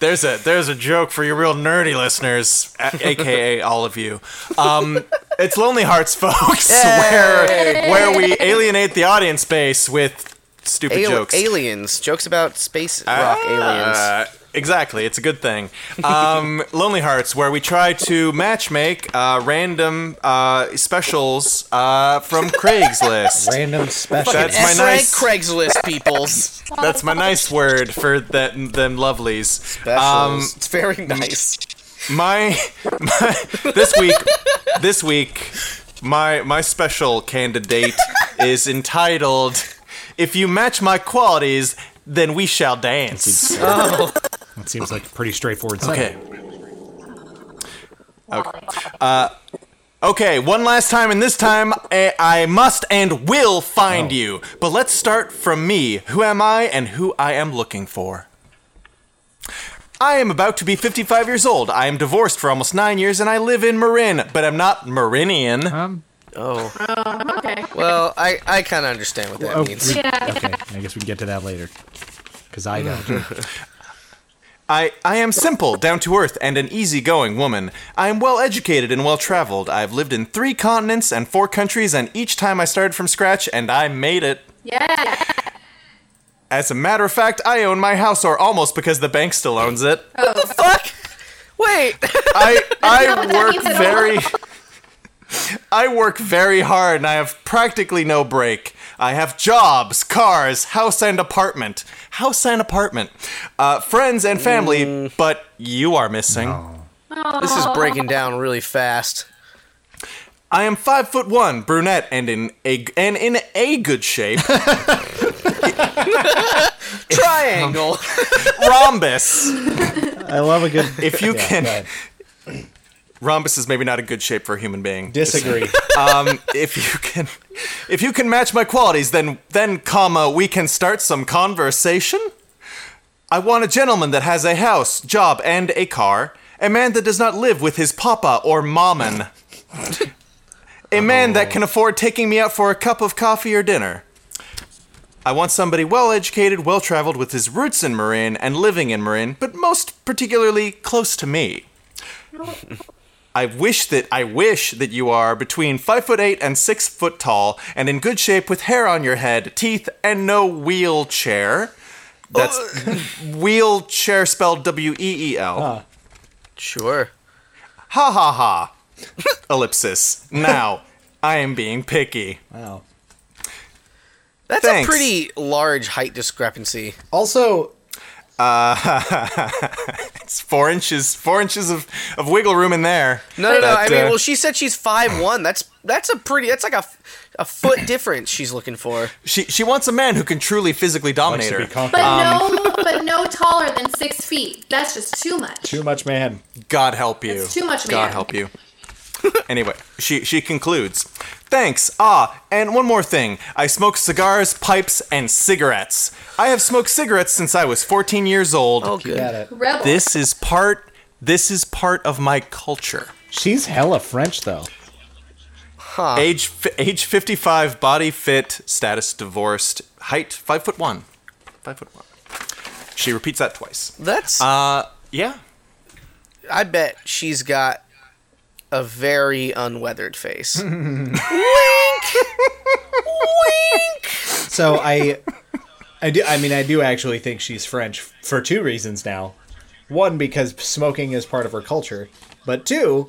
[SPEAKER 2] There's a there's a joke for your real nerdy listeners, a- aka all of you. Um, it's Lonely Hearts, folks, [laughs] where where we alienate the audience base with stupid
[SPEAKER 4] Al-
[SPEAKER 2] jokes.
[SPEAKER 4] Aliens. Jokes about space rock aliens.
[SPEAKER 2] Uh, exactly, it's a good thing. Um, [laughs] Lonely Hearts, where we try to matchmake uh, random uh, specials uh,
[SPEAKER 4] [laughs]
[SPEAKER 2] from Craigslist.
[SPEAKER 3] Random special.
[SPEAKER 2] That's my
[SPEAKER 4] S
[SPEAKER 2] nice.
[SPEAKER 4] rank
[SPEAKER 2] [laughs]
[SPEAKER 4] Craigslist peoples.
[SPEAKER 2] That's my nice word for that them lovelies. Um,
[SPEAKER 4] Specials. it's very nice.
[SPEAKER 2] my, my this week this week my my special candidate is entitled if you match my qualities then we shall dance
[SPEAKER 3] That seems like a pretty straightforward. Song.
[SPEAKER 2] okay Uh, Okay, one last time, and this time I, I must and will find you. But let's start from me. Who am I and who I am looking for? I am about to be 55 years old. I am divorced for almost nine years, and I live in Marin, but I'm not Marinian.
[SPEAKER 3] Um,
[SPEAKER 1] Okay.
[SPEAKER 4] Oh. Well, I, I kind of understand what that
[SPEAKER 3] Oh, we-
[SPEAKER 4] means.
[SPEAKER 3] okay. I guess we can get to that later. Because I don't.
[SPEAKER 2] I, I am simple, down to earth, and an easygoing woman. I am well educated and well traveled. I have lived in three continents and four countries, and each time I started from scratch, and I made it.
[SPEAKER 1] Yeah.
[SPEAKER 2] As a matter of fact, I own my house, or almost because the bank still owns it.
[SPEAKER 4] Fuck! Wait!
[SPEAKER 2] I
[SPEAKER 1] [laughs] know what
[SPEAKER 2] I
[SPEAKER 1] that
[SPEAKER 2] work
[SPEAKER 1] means at all.
[SPEAKER 2] very I work very hard and I have practically no break. I have jobs, cars, house and apartment. House and apartment. Uh, friends and family,
[SPEAKER 3] Mm.
[SPEAKER 2] but you are missing.
[SPEAKER 4] This is breaking down really fast.
[SPEAKER 2] I am five foot one, brunette, and in a and in a good shape. [laughs]
[SPEAKER 4] Triangle!
[SPEAKER 2] Rhombus.
[SPEAKER 3] [laughs] I love a good.
[SPEAKER 2] If you can
[SPEAKER 3] go ahead.
[SPEAKER 2] Rhombus is maybe not a good shape for a human being.
[SPEAKER 3] Disagree.
[SPEAKER 2] um, if you can if you can match my qualities then then comma we can start some conversation i want a gentleman that has a house job and a car a man that does not live with his papa or mammon a man that can afford taking me out for a cup of coffee or dinner I want somebody well educated, well traveled, with his roots in Marin and living in Marin, but most particularly close to me. I wish that I wish that you are between five foot eight and six foot tall, and in good shape with hair on your head, teeth, and no wheelchair.
[SPEAKER 3] [laughs]
[SPEAKER 2] That's wheelchair spelled W E E L.
[SPEAKER 4] Sure.
[SPEAKER 2] Ha ha ha. [laughs] Ellipsis. Now, I am being picky.
[SPEAKER 3] wow.
[SPEAKER 4] That's
[SPEAKER 2] Thanks.
[SPEAKER 4] a pretty large height discrepancy.
[SPEAKER 3] Also,
[SPEAKER 2] It's four inches, four inches of, of wiggle room in there.
[SPEAKER 4] No, no, no. I
[SPEAKER 2] That,
[SPEAKER 4] mean,
[SPEAKER 2] uh,
[SPEAKER 4] well, she said she's five one. That's that's a pretty. That's like a, a foot [coughs] difference she's looking for.
[SPEAKER 2] she she wants a man who can truly physically dominate
[SPEAKER 3] likes to be
[SPEAKER 2] her.
[SPEAKER 3] conquered.
[SPEAKER 1] But
[SPEAKER 2] Um,
[SPEAKER 1] no, but no taller than six feet. That's just too much.
[SPEAKER 3] Too much man.
[SPEAKER 2] God help you.
[SPEAKER 1] That's too much,
[SPEAKER 2] God
[SPEAKER 1] man.
[SPEAKER 2] help you. [laughs] anyway, she she concludes. Thanks. Ah, and one more thing. I smoke cigars, pipes, and cigarettes. I have smoked cigarettes since I was 14 years old.
[SPEAKER 4] Oh, good.
[SPEAKER 3] Got it.
[SPEAKER 1] Rebel.
[SPEAKER 2] This is part this is part of my culture.
[SPEAKER 3] She's hella French though.
[SPEAKER 4] Ah.
[SPEAKER 2] Age f- age 55, body fit, status divorced, height 5 foot 1. 5 foot 1. She repeats that twice.
[SPEAKER 4] That's.
[SPEAKER 2] Uh yeah.
[SPEAKER 4] I bet she's got a very unweathered [laughs] face.
[SPEAKER 3] So I, I do. I mean, I do actually think she's French for two reasons now. One, because smoking is part of her culture, but two,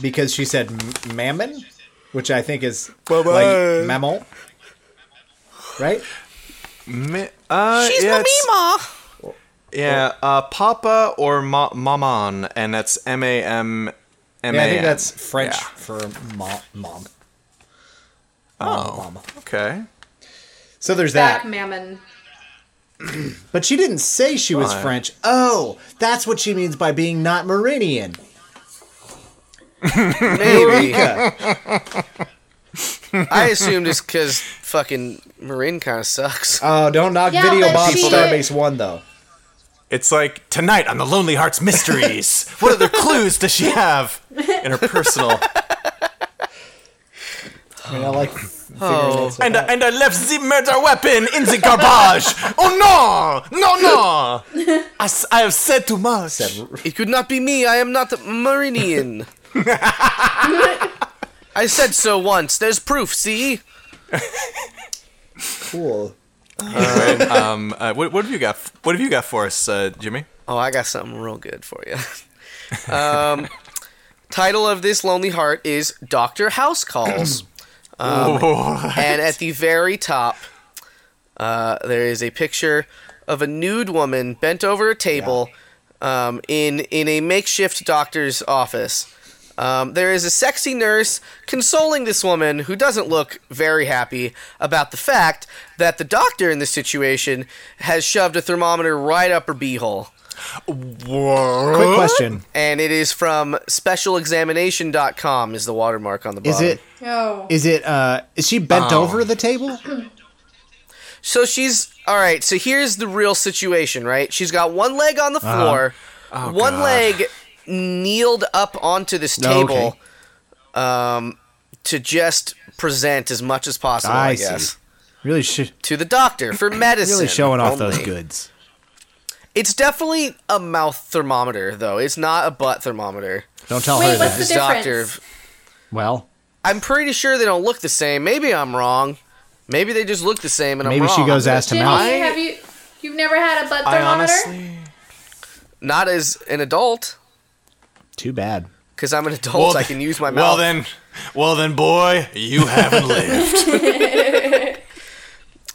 [SPEAKER 3] because she said m- mammon, which I think is like mammal, right?
[SPEAKER 2] Mi- uh,
[SPEAKER 4] she's
[SPEAKER 2] yeah,
[SPEAKER 4] my
[SPEAKER 2] it's-
[SPEAKER 4] [laughs] Mima.
[SPEAKER 2] Yeah, uh, Papa or Ma- Maman, and that's M A M M A N.
[SPEAKER 3] Yeah, I think that's French
[SPEAKER 2] Yeah.
[SPEAKER 3] for mom. Mom.
[SPEAKER 2] Oh.
[SPEAKER 3] Mom.
[SPEAKER 2] Okay.
[SPEAKER 3] So there's
[SPEAKER 1] back
[SPEAKER 3] that.
[SPEAKER 1] mammon.
[SPEAKER 3] But she didn't say she was
[SPEAKER 2] Right.
[SPEAKER 3] French. Oh, that's what she means by being not Meridian.
[SPEAKER 4] Maybe.
[SPEAKER 3] Eureka.
[SPEAKER 4] [laughs] I assumed it's because fucking Marin kind of sucks.
[SPEAKER 3] Oh, don't knock
[SPEAKER 1] Yeah,
[SPEAKER 3] Video
[SPEAKER 1] but
[SPEAKER 3] Bob
[SPEAKER 1] she-
[SPEAKER 3] Starbase 1, though.
[SPEAKER 2] It's like tonight on the Lonely Hearts [laughs] Mysteries. what other clues does she have in her personal?
[SPEAKER 3] I mean, I like figuring it
[SPEAKER 2] [laughs] and I, and I left the murder weapon in the garbage. [laughs] oh no, no, no! [laughs] I, s- I have said too much.
[SPEAKER 3] uh,
[SPEAKER 4] It could not be me. I am not [laughs] Marinian. I said so once. There's proof. See?
[SPEAKER 3] cool.
[SPEAKER 2] Alright, um, uh, what, what have you got? What have you got for us, uh, Jimmy?
[SPEAKER 4] Oh, I got something real good for you. [laughs] um, title of this lonely heart is Doctor House Calls. Um,
[SPEAKER 2] Oh,
[SPEAKER 4] and at the very top, uh, there is a picture of a nude woman bent over a table um, in in a makeshift doctor's office. Um, there is a sexy nurse consoling this woman who doesn't look very happy about the fact that the doctor in this situation has shoved a thermometer right up her beehole.
[SPEAKER 3] Quick question:
[SPEAKER 4] And it is from specialexamination.com is the watermark on the
[SPEAKER 3] Is
[SPEAKER 4] bottom.
[SPEAKER 3] it
[SPEAKER 5] No.
[SPEAKER 3] is it uh is she bent over the table?
[SPEAKER 4] So she's all right. So here's the real situation, right? She's got one leg on
[SPEAKER 3] Uh-huh.
[SPEAKER 4] the floor, one
[SPEAKER 2] God.
[SPEAKER 4] leg kneeled up onto this
[SPEAKER 3] Oh,
[SPEAKER 4] table, um, to just present as much as possible. I,
[SPEAKER 3] I see.
[SPEAKER 4] guess
[SPEAKER 3] Really, sh-
[SPEAKER 4] to the doctor for
[SPEAKER 3] [clears throat]
[SPEAKER 4] medicine.
[SPEAKER 3] really showing off those
[SPEAKER 4] only.
[SPEAKER 3] goods.
[SPEAKER 4] It's definitely a mouth thermometer, though. It's not a butt thermometer.
[SPEAKER 3] Don't tell
[SPEAKER 1] Wait,
[SPEAKER 3] her
[SPEAKER 1] what's
[SPEAKER 3] that.
[SPEAKER 1] the
[SPEAKER 4] This doctor,
[SPEAKER 1] difference?
[SPEAKER 3] well,
[SPEAKER 4] I'm pretty sure they don't look the same. Maybe I'm wrong. Maybe they just look the same, and
[SPEAKER 3] maybe
[SPEAKER 4] I'm wrong.
[SPEAKER 3] she goes ass to
[SPEAKER 1] Jimmy,
[SPEAKER 3] mouth.
[SPEAKER 1] have you? You've never had a butt
[SPEAKER 2] I
[SPEAKER 1] thermometer?
[SPEAKER 2] honestly.
[SPEAKER 4] Not as an adult,
[SPEAKER 3] Too bad.
[SPEAKER 4] because I'm an adult. I can use my mouth.
[SPEAKER 2] Well then, well then, boy, you [laughs] haven't lived.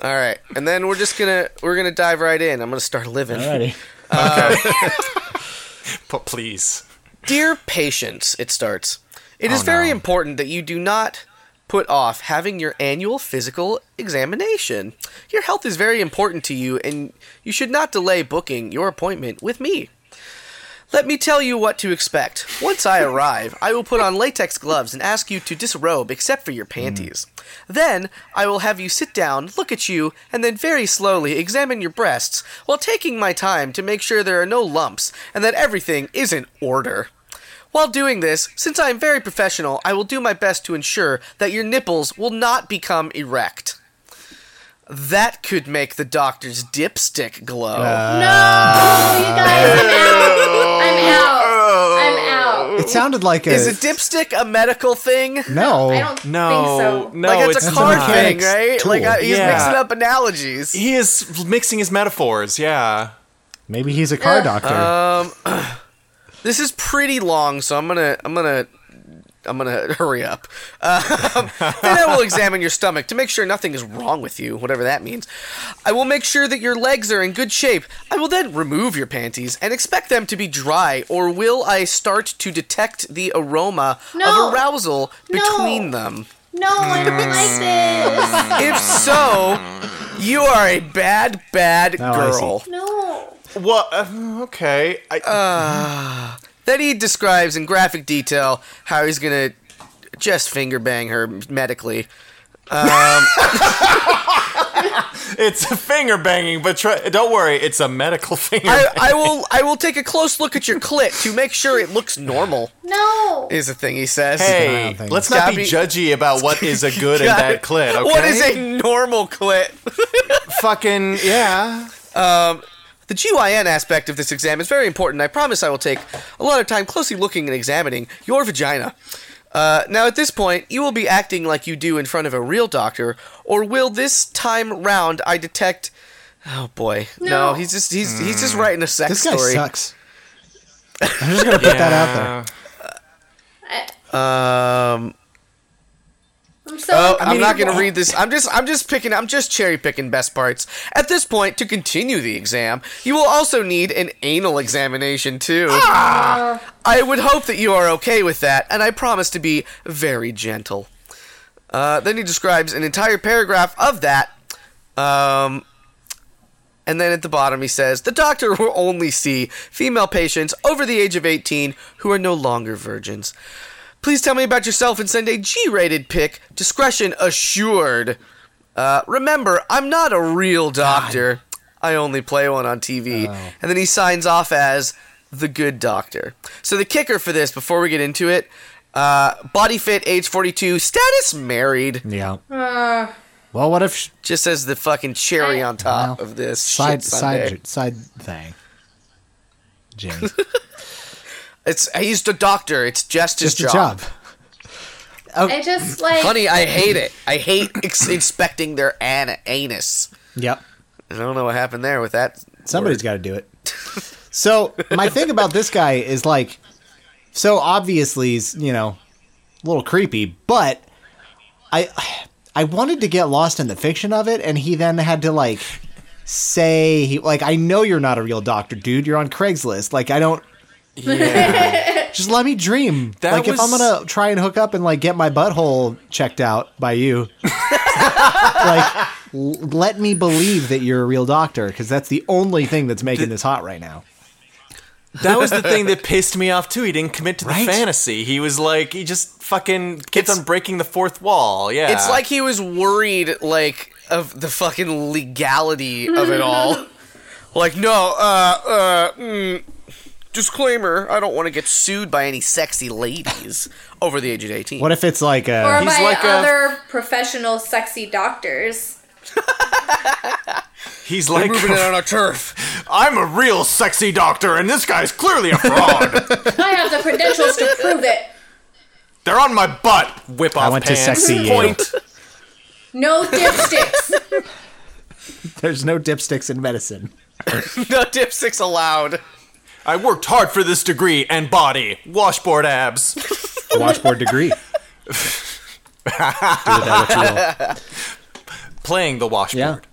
[SPEAKER 4] All right, and then we're just gonna we're gonna dive right in. I'm gonna start living.
[SPEAKER 3] Alrighty.
[SPEAKER 2] but please,
[SPEAKER 4] Dear patients, it starts. It is very important that you do not put off having your annual physical examination. Your health is very important to you, and you should not delay booking your appointment with me. Let me tell you what to expect. Once I arrive, I will put on latex gloves and ask you to disrobe except for your panties. Then, I will have you sit down, look at you, and then very slowly examine your breasts while taking my time to make sure there are no lumps and that everything is in order. While doing this, since I am very professional, I will do my best to ensure that your nipples will not become erect. That could make the doctor's dipstick glow.
[SPEAKER 2] Uh,
[SPEAKER 1] No, you guys, I'm out. I'm
[SPEAKER 2] [laughs]
[SPEAKER 1] out. I'm out.
[SPEAKER 3] It sounded like a,
[SPEAKER 4] is a dipstick a medical thing?
[SPEAKER 3] no.
[SPEAKER 1] I don't
[SPEAKER 2] no,
[SPEAKER 1] think so.
[SPEAKER 2] no,
[SPEAKER 4] like it's, a
[SPEAKER 2] it's
[SPEAKER 4] car
[SPEAKER 2] not.
[SPEAKER 4] thing,
[SPEAKER 3] Mechanics
[SPEAKER 4] right?
[SPEAKER 3] tool.
[SPEAKER 4] Like I, he's
[SPEAKER 2] Yeah.
[SPEAKER 4] mixing up analogies.
[SPEAKER 2] He is mixing his metaphors. Yeah.
[SPEAKER 3] Maybe he's a car
[SPEAKER 1] Ugh.
[SPEAKER 3] doctor.
[SPEAKER 4] This is pretty long, so I'm gonna I'm gonna I'm gonna [laughs] hurry up. Um, then
[SPEAKER 3] [laughs]
[SPEAKER 4] I will examine your stomach to make sure nothing is wrong with you, whatever that means. I will make sure that your legs are in good shape. I will then remove your panties and expect them to be dry, or will I start to detect the aroma
[SPEAKER 1] No.
[SPEAKER 4] of arousal
[SPEAKER 1] No.
[SPEAKER 4] between them?
[SPEAKER 1] No, I don't
[SPEAKER 2] Mm.
[SPEAKER 1] like this.
[SPEAKER 4] If so, you are a bad, bad
[SPEAKER 3] I see.
[SPEAKER 4] girl.
[SPEAKER 1] No.
[SPEAKER 2] Well, uh, okay. I,
[SPEAKER 4] Uh, Then he describes in graphic detail how he's gonna just finger bang her medically. Um,
[SPEAKER 2] [laughs] it's a finger banging, but try, don't worry, it's a medical [laughs] finger.
[SPEAKER 4] I, I will I will take a close look at your clit to make sure it looks normal.
[SPEAKER 1] No.
[SPEAKER 4] Is the thing he says.
[SPEAKER 3] I
[SPEAKER 2] hey,
[SPEAKER 3] don't think-
[SPEAKER 2] let's not be
[SPEAKER 4] Gabby-
[SPEAKER 2] judgy about what is a good
[SPEAKER 4] [laughs]
[SPEAKER 2] and
[SPEAKER 4] God,
[SPEAKER 2] bad clit. Okay?
[SPEAKER 4] What is a normal clit?
[SPEAKER 2] Fucking yeah.
[SPEAKER 4] The GYN aspect of this exam is very important. I promise I will take a lot of time closely looking and examining your vagina. Uh, now, at this point, you will be acting like you do in front of a real doctor, or will this time round I detect? Oh boy, no,
[SPEAKER 1] No.
[SPEAKER 4] he's just he's he's just writing a sex
[SPEAKER 3] Hmm. this guy
[SPEAKER 4] story.
[SPEAKER 3] sucks. I'm just gonna put that out
[SPEAKER 2] Uh,
[SPEAKER 3] there.
[SPEAKER 4] Um,
[SPEAKER 1] I'm so.
[SPEAKER 4] Oh, I'm
[SPEAKER 1] uncomfortable.
[SPEAKER 4] not going to read this. I'm just I'm just picking I'm just cherry picking best parts. At this point, to continue the exam, you will also need an anal examination too. Ah. I would hope that you are okay with that, and I promise to be very gentle. Uh, then he describes an entire paragraph of that. Um, and then at the bottom, he says the doctor will only see female patients over the age of 18 who are no longer virgins. Please tell me about yourself and send a G rated pic, discretion assured. Uh, remember, I'm not a real doctor. I only play one on
[SPEAKER 3] Oh.
[SPEAKER 4] TV. And then he signs off as the good doctor. So the kicker for this, before we get into it, uh, body fit, age 42, status married.
[SPEAKER 3] Yeah. well, what if sh-
[SPEAKER 4] Just as the fucking cherry on top
[SPEAKER 3] Well,
[SPEAKER 4] of this
[SPEAKER 3] side
[SPEAKER 4] shit Sunday.
[SPEAKER 3] side side thing? [laughs] James,
[SPEAKER 4] It's he's the doctor. It's just his
[SPEAKER 3] just a job.
[SPEAKER 2] oh,
[SPEAKER 1] I
[SPEAKER 2] [laughs]
[SPEAKER 1] just like
[SPEAKER 4] Honey, I hate it. I hate ex- inspecting their an- anus.
[SPEAKER 3] Yep.
[SPEAKER 4] I don't know what happened there with that.
[SPEAKER 3] Somebody's got to do it. So my thing about this guy is like, so obviously he's you know a little creepy, but I I wanted to get lost in the fiction of it, and he then had to like say he like I know you're not a real doctor, dude. You're on Craigslist. Like I don't. [laughs] Just let me dream.
[SPEAKER 2] That
[SPEAKER 3] like if I'm
[SPEAKER 2] was-
[SPEAKER 3] gonna try and hook up and like get my butthole checked out by you, [laughs] like l- let me believe that you're a real doctor because that's the only thing that's making this hot right now.
[SPEAKER 2] That was the thing that pissed me off too. He didn't commit to the
[SPEAKER 3] Right?
[SPEAKER 2] fantasy. He was like, he just fucking kept
[SPEAKER 4] It's-
[SPEAKER 2] on breaking the fourth wall. Yeah,
[SPEAKER 4] It's like he was worried, like, of the fucking legality of it all. like, no, uh, uh, mm, disclaimer, I don't want to get sued by any
[SPEAKER 3] [laughs]
[SPEAKER 4] sexy ladies over the age of 18.
[SPEAKER 3] What if it's like a
[SPEAKER 1] or
[SPEAKER 2] He's
[SPEAKER 1] by
[SPEAKER 2] like a-
[SPEAKER 1] other professional sexy doctors.
[SPEAKER 2] he's like, [laughs]
[SPEAKER 4] Moving it on our turf. [laughs]
[SPEAKER 2] I'm a real sexy doctor, and this guy's clearly a fraud.
[SPEAKER 1] I have the credentials to prove it.
[SPEAKER 2] They're on my butt. Whip off
[SPEAKER 3] went to E
[SPEAKER 2] pants.
[SPEAKER 3] sexy you.
[SPEAKER 2] point.
[SPEAKER 1] No dipsticks.
[SPEAKER 3] [laughs] there's no dipsticks in medicine?
[SPEAKER 4] no dipsticks allowed.
[SPEAKER 2] I worked hard for this degree and body. Washboard abs.
[SPEAKER 3] Washboard degree. [laughs] Do with that what you will.
[SPEAKER 2] Playing the
[SPEAKER 3] Yeah.
[SPEAKER 2] washboard.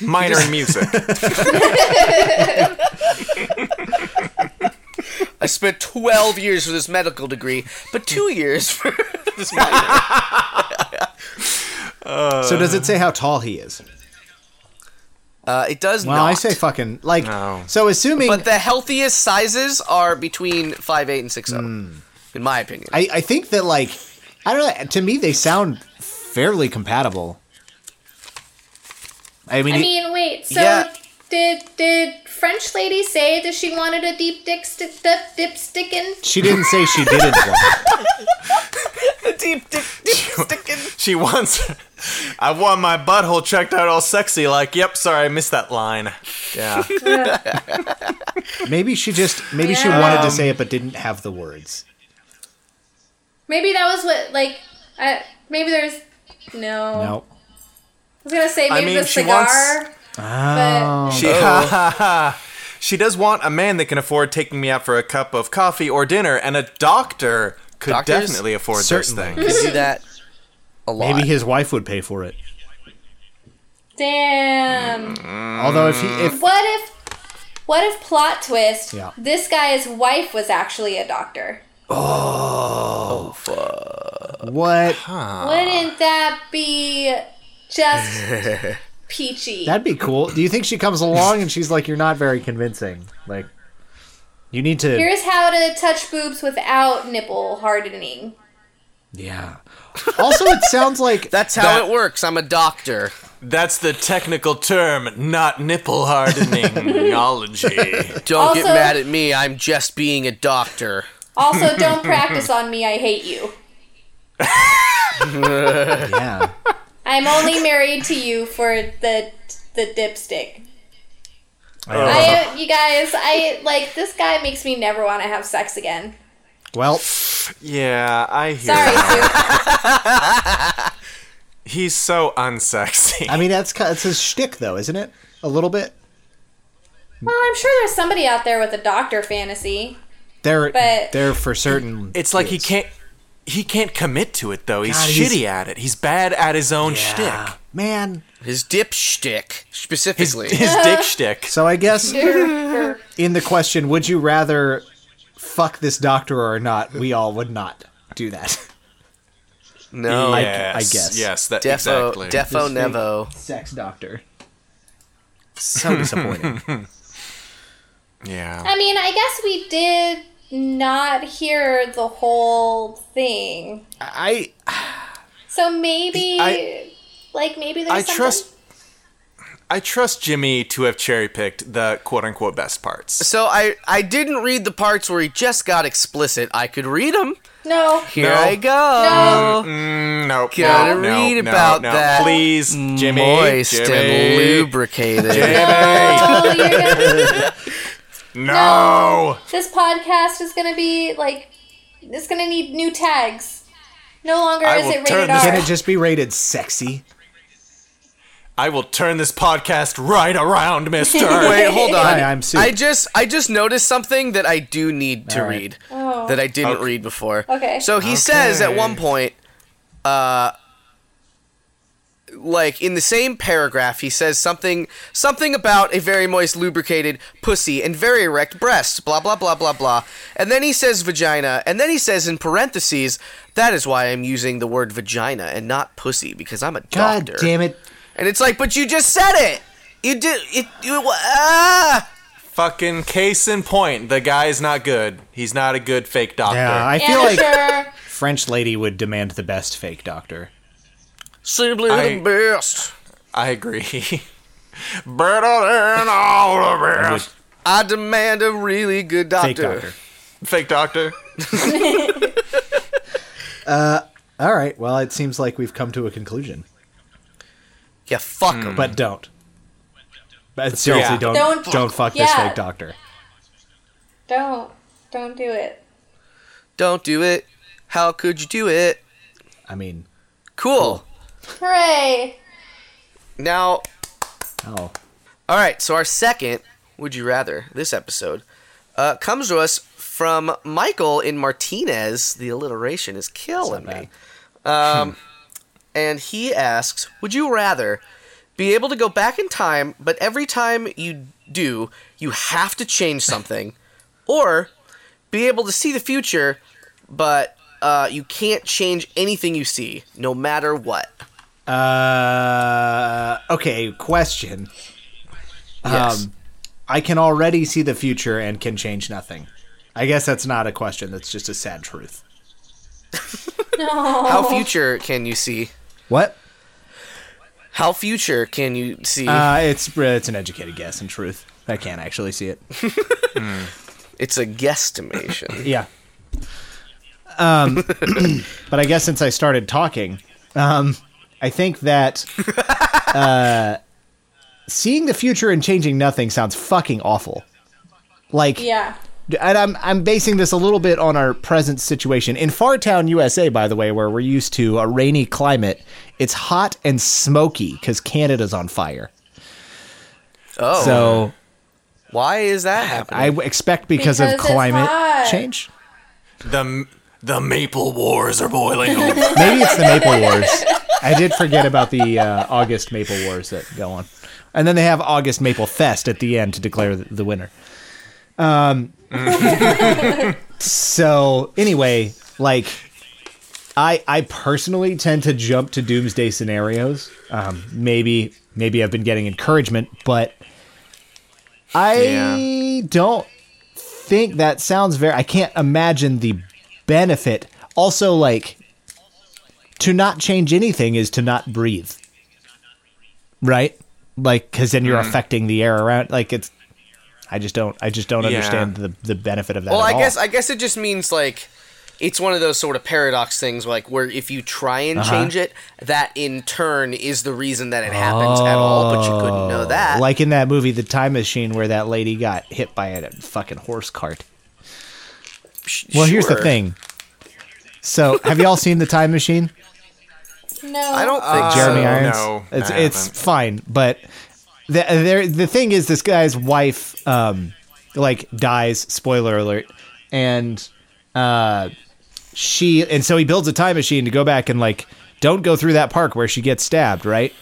[SPEAKER 2] Minor in
[SPEAKER 3] [laughs]
[SPEAKER 2] music.
[SPEAKER 4] I spent 12 years for this medical degree, but two years for [laughs] this minor.
[SPEAKER 3] So does it say how tall he is?
[SPEAKER 4] Uh, it does
[SPEAKER 3] Well,
[SPEAKER 4] not.
[SPEAKER 3] I say fucking like.
[SPEAKER 2] No.
[SPEAKER 3] So assuming
[SPEAKER 4] But the healthiest sizes are between five eight and six zero,
[SPEAKER 2] Hmm.
[SPEAKER 4] in my opinion.
[SPEAKER 3] I, I think that like I don't know. To me, they sound fairly compatible. I mean,
[SPEAKER 1] I
[SPEAKER 3] he-
[SPEAKER 1] mean, wait. So
[SPEAKER 4] Yeah.
[SPEAKER 1] did did French lady say that she wanted a deep dick stick dip, dip stickin'?
[SPEAKER 3] she didn't say she didn't. want.
[SPEAKER 4] deep, deep, deep sticking.
[SPEAKER 2] she wants. I want my butthole checked out all sexy. Like, yep, sorry, I missed that line. Yeah.
[SPEAKER 3] Maybe she just maybe she
[SPEAKER 1] Yeah.
[SPEAKER 3] wanted to say it but didn't have the words.
[SPEAKER 1] Maybe that was what like. I maybe there's no.
[SPEAKER 3] No.
[SPEAKER 1] I was gonna say maybe
[SPEAKER 2] mean,
[SPEAKER 1] the
[SPEAKER 2] she
[SPEAKER 1] cigar.
[SPEAKER 2] wants-
[SPEAKER 3] Oh,
[SPEAKER 2] Oh.
[SPEAKER 1] But
[SPEAKER 2] She, she does want a man that can afford taking me out for a cup of coffee or dinner, and a doctor could
[SPEAKER 4] Doctors?
[SPEAKER 2] definitely afford
[SPEAKER 3] Certainly.
[SPEAKER 2] those things.
[SPEAKER 4] do that a lot.
[SPEAKER 3] Maybe his wife would pay for it.
[SPEAKER 1] damn.
[SPEAKER 3] Although if he if
[SPEAKER 1] What if? What if plot twist?
[SPEAKER 3] Yeah.
[SPEAKER 1] This guy's wife was actually a doctor.
[SPEAKER 3] oh, what
[SPEAKER 1] Wouldn't that be just peachy?
[SPEAKER 3] that'd be cool. Do you think she comes along and she's like, "You're not very convincing. Like, you need to."
[SPEAKER 1] Here's how to touch boobs without nipple hardening.
[SPEAKER 3] yeah. Also, it sounds like
[SPEAKER 4] That's
[SPEAKER 2] [laughs]
[SPEAKER 4] how
[SPEAKER 2] That-
[SPEAKER 4] it works. I'm a doctor.
[SPEAKER 2] That's the technical term, not nipple
[SPEAKER 3] [laughs]
[SPEAKER 2] hardeningology.
[SPEAKER 4] Don't get
[SPEAKER 1] Also-
[SPEAKER 4] mad at me. I'm just being a doctor.
[SPEAKER 1] Also, don't practice on me. I hate you.
[SPEAKER 3] yeah.
[SPEAKER 1] I'm only married to you for the the dipstick. I, you guys, I like this guy makes me never want to have sex again.
[SPEAKER 3] Well,
[SPEAKER 2] yeah, I hear.
[SPEAKER 1] Sorry,
[SPEAKER 2] that.
[SPEAKER 1] Sue.
[SPEAKER 2] He's so unsexy.
[SPEAKER 3] I mean that's ki- that's his shtick though, isn't it? A little bit.
[SPEAKER 1] Well, I'm sure there's somebody out there with a doctor fantasy.
[SPEAKER 3] They're
[SPEAKER 1] But-
[SPEAKER 3] they're for certain.
[SPEAKER 2] It's like he
[SPEAKER 3] kids.
[SPEAKER 2] can't he can't commit to it though. He's
[SPEAKER 3] God, he's-
[SPEAKER 2] shitty at it. He's bad at his own shtick.
[SPEAKER 3] Man.
[SPEAKER 4] His dipstick, specifically.
[SPEAKER 2] His
[SPEAKER 4] [laughs]
[SPEAKER 2] dick shtick.
[SPEAKER 3] So I guess in the question, would you rather fuck this doctor or not? We all would not do that.
[SPEAKER 2] [laughs]
[SPEAKER 4] no.
[SPEAKER 3] I-
[SPEAKER 2] yes,
[SPEAKER 3] I guess.
[SPEAKER 2] Yes, that
[SPEAKER 4] defo,
[SPEAKER 2] exactly.
[SPEAKER 4] defo, nevo.
[SPEAKER 3] Sex doctor. So disappointing.
[SPEAKER 2] yeah.
[SPEAKER 1] I mean, I guess we did not hear the whole thing,
[SPEAKER 3] [laughs] I
[SPEAKER 1] so maybe,
[SPEAKER 2] I-
[SPEAKER 1] like, maybe there's.
[SPEAKER 2] I
[SPEAKER 1] something-
[SPEAKER 2] trust I trust Jimmy to have cherry picked the quote unquote best parts.
[SPEAKER 4] So I I didn't read the parts where he just got explicit. I could read them.
[SPEAKER 1] No.
[SPEAKER 4] Here
[SPEAKER 2] No.
[SPEAKER 4] I go.
[SPEAKER 1] No.
[SPEAKER 2] Mm, no,
[SPEAKER 4] Gotta
[SPEAKER 2] no, no,
[SPEAKER 4] read
[SPEAKER 2] no,
[SPEAKER 4] about
[SPEAKER 2] no.
[SPEAKER 4] that.
[SPEAKER 2] Please, Jimmy.
[SPEAKER 4] Moist
[SPEAKER 2] Jimmy,
[SPEAKER 4] and lubricated.
[SPEAKER 2] Jimmy.
[SPEAKER 1] Oh, you're gonna,
[SPEAKER 2] no.
[SPEAKER 1] this podcast is gonna be like it's gonna need new tags. No longer
[SPEAKER 2] I
[SPEAKER 1] is
[SPEAKER 2] will
[SPEAKER 1] it
[SPEAKER 2] turn
[SPEAKER 1] rated
[SPEAKER 2] this-
[SPEAKER 3] Can
[SPEAKER 1] R.
[SPEAKER 3] it just be rated sexy?
[SPEAKER 2] I will turn this podcast right around, Mister.
[SPEAKER 4] [laughs] Wait, hold on.
[SPEAKER 3] Hi, I'm Sue.
[SPEAKER 4] I just I just noticed something that I do need to
[SPEAKER 3] right.
[SPEAKER 4] read that I didn't read before.
[SPEAKER 1] Oh. Okay.
[SPEAKER 4] So he says at one
[SPEAKER 2] Okay.
[SPEAKER 4] point, uh, like in the same paragraph, he says something something about a very moist, lubricated pussy and very erect breasts. Blah blah blah blah blah. And then he says vagina, and then he says in parentheses. That is why I'm using the word vagina and not pussy because I'm a
[SPEAKER 3] God
[SPEAKER 4] doctor.
[SPEAKER 3] damn it.
[SPEAKER 4] And it's like, but you just said it. You did it. You, ah!
[SPEAKER 2] Fucking case in point, the guy's not good. He's not a good fake doctor.
[SPEAKER 3] Yeah, I feel like
[SPEAKER 1] Amateur.
[SPEAKER 3] French lady would demand the best fake doctor.
[SPEAKER 4] Simply
[SPEAKER 2] I-
[SPEAKER 4] the best.
[SPEAKER 2] I agree. [laughs] Better than all the
[SPEAKER 3] Would-
[SPEAKER 2] rest.
[SPEAKER 4] I demand a really good doctor.
[SPEAKER 3] fake doctor.
[SPEAKER 2] Fake doctor.
[SPEAKER 3] All right. Well, it seems like we've come to a conclusion.
[SPEAKER 4] Yeah, fuck him.
[SPEAKER 3] Hmm. But don't. But seriously,
[SPEAKER 2] Yeah.
[SPEAKER 3] don't
[SPEAKER 1] Don't
[SPEAKER 3] don't
[SPEAKER 1] fuck.
[SPEAKER 3] fuck, this
[SPEAKER 1] Yeah.
[SPEAKER 3] fake doctor.
[SPEAKER 1] don't don't do it.
[SPEAKER 4] Don't do it. How could you do it?
[SPEAKER 3] I mean,
[SPEAKER 4] Cool.
[SPEAKER 1] Hooray!
[SPEAKER 4] Now,
[SPEAKER 3] oh,
[SPEAKER 4] all right. So our second would you rather this episode uh, comes to us from Michael in Martinez. The alliteration is killing me. Um, and he asks, would you rather be able to go back in time, but every time you do, you have to change something, or be able to see the future, but uh, you can't change anything you see, no matter what.
[SPEAKER 3] Uh, okay, question.
[SPEAKER 4] Yes.
[SPEAKER 3] Um, I can already see the future and can change nothing. I guess that's not a question. That's just a sad truth.
[SPEAKER 1] No.
[SPEAKER 4] How future can you see?
[SPEAKER 3] What?
[SPEAKER 4] How future can you see?
[SPEAKER 3] Uh, it's it's an educated guess in truth. I can't actually see it.
[SPEAKER 4] it's a
[SPEAKER 3] [laughs]
[SPEAKER 4] guesstimation.
[SPEAKER 3] Yeah.
[SPEAKER 1] [coughs]
[SPEAKER 3] Um, [clears throat] but I guess since I started talking, um, I think
[SPEAKER 1] [laughs]
[SPEAKER 3] that uh, seeing the future and changing nothing sounds fucking awful. Like,
[SPEAKER 1] Yeah.
[SPEAKER 3] and I'm I'm basing this a little bit on our present situation in Fartown, USA. By the way, where we're used to a rainy climate, it's hot and smoky because Canada's on fire.
[SPEAKER 4] oh,
[SPEAKER 3] So
[SPEAKER 4] why is that
[SPEAKER 3] I
[SPEAKER 4] happening?
[SPEAKER 3] w- expect because,
[SPEAKER 1] Because
[SPEAKER 3] of
[SPEAKER 1] it's
[SPEAKER 3] climate
[SPEAKER 1] hot.
[SPEAKER 3] change.
[SPEAKER 2] The the Maple Wars are boiling over.
[SPEAKER 3] Maybe it's the Maple Wars. I did forget about the uh, August Maple Wars that go on, and then they have August Maple Fest at the end to declare the, the winner. Um, [laughs] so anyway, like I I personally tend to jump to doomsday scenarios. Um, maybe maybe I've been getting encouragement, but I don't think that sounds very. I can't imagine the benefit. Also, like to not change anything is to not breathe right like because then you're affecting the air around like it's i just don't i just don't
[SPEAKER 2] Yeah.
[SPEAKER 3] understand the, the benefit of that
[SPEAKER 4] well,
[SPEAKER 3] at
[SPEAKER 4] I guess
[SPEAKER 3] all.
[SPEAKER 4] I guess it just means like it's one of those sort of paradox things, like where if you try
[SPEAKER 3] Uh-huh.
[SPEAKER 4] and change it, that in turn is the reason that it happens at all. But you couldn't know that.
[SPEAKER 3] Oh, like in that movie the time machine where that lady got hit by a fucking horse cart
[SPEAKER 4] Sh-
[SPEAKER 3] well here's the
[SPEAKER 4] sure.
[SPEAKER 3] thing so have y'all seen the time machine
[SPEAKER 1] No.
[SPEAKER 4] I don't think so.
[SPEAKER 3] Jeremy
[SPEAKER 2] So,
[SPEAKER 3] Irons.
[SPEAKER 2] Uh, no, I
[SPEAKER 3] it's
[SPEAKER 2] haven't.
[SPEAKER 3] it's fine, but the uh, there the thing is this guy's wife um like dies, spoiler alert, and uh she and so he builds a time machine to go back and like don't go through that park where she gets stabbed, right?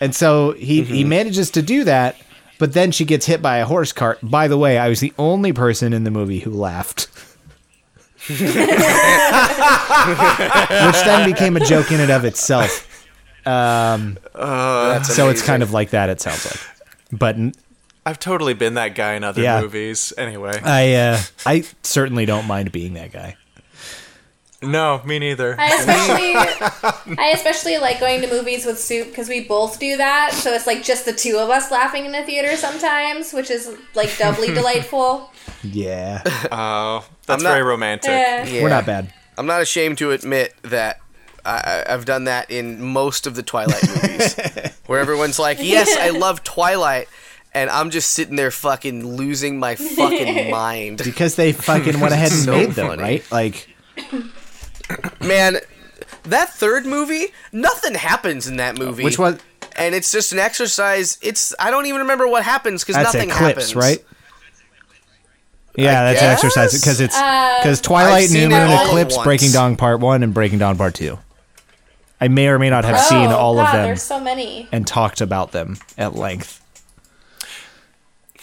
[SPEAKER 3] And so he he manages to do that, but then she gets hit by a horse cart. By the way, I was the only person in the movie who laughed. [laughs] Which then became a joke in and of itself
[SPEAKER 4] That's
[SPEAKER 3] Uh, so it's
[SPEAKER 4] amazing.
[SPEAKER 3] kind of like that it sounds like but n-
[SPEAKER 2] [laughs] I've totally been that guy in other
[SPEAKER 3] Yeah.
[SPEAKER 2] movies. Anyway,
[SPEAKER 3] i uh i certainly don't mind being that guy
[SPEAKER 2] No, me neither.
[SPEAKER 1] I especially, I especially like going to movies with soup because we both do that. So it's like just the two of us laughing in the theater sometimes, which is like doubly delightful.
[SPEAKER 3] Yeah.
[SPEAKER 2] Oh, that's
[SPEAKER 4] not-
[SPEAKER 2] very romantic.
[SPEAKER 1] Yeah.
[SPEAKER 4] Yeah.
[SPEAKER 3] We're not bad.
[SPEAKER 4] I'm not ashamed to admit that I, I- I've done that in most of the Twilight movies, where everyone's like, "Yes, I love Twilight," and I'm just sitting there fucking losing my fucking mind.
[SPEAKER 3] Because they fucking went ahead and
[SPEAKER 4] [laughs] So
[SPEAKER 3] made them,
[SPEAKER 4] funny.
[SPEAKER 3] right? Like
[SPEAKER 4] Man, that third movie, nothing happens in that movie.
[SPEAKER 3] which was
[SPEAKER 4] And it's just an exercise. It's I don't even remember what happens because
[SPEAKER 3] that's
[SPEAKER 4] nothing
[SPEAKER 3] eclipse,
[SPEAKER 4] happens.
[SPEAKER 3] right? Yeah, that's an exercise because it's because Twilight,
[SPEAKER 4] Uh, I've
[SPEAKER 3] New
[SPEAKER 4] seen
[SPEAKER 3] Moon,
[SPEAKER 4] it all
[SPEAKER 3] Eclipse,
[SPEAKER 4] once.
[SPEAKER 3] Breaking Dawn Part One, and Breaking Dawn Part Two. I may or may not have seen
[SPEAKER 1] Oh,
[SPEAKER 3] all
[SPEAKER 1] God,
[SPEAKER 3] of them
[SPEAKER 1] There's so many.
[SPEAKER 3] and talked about them at length.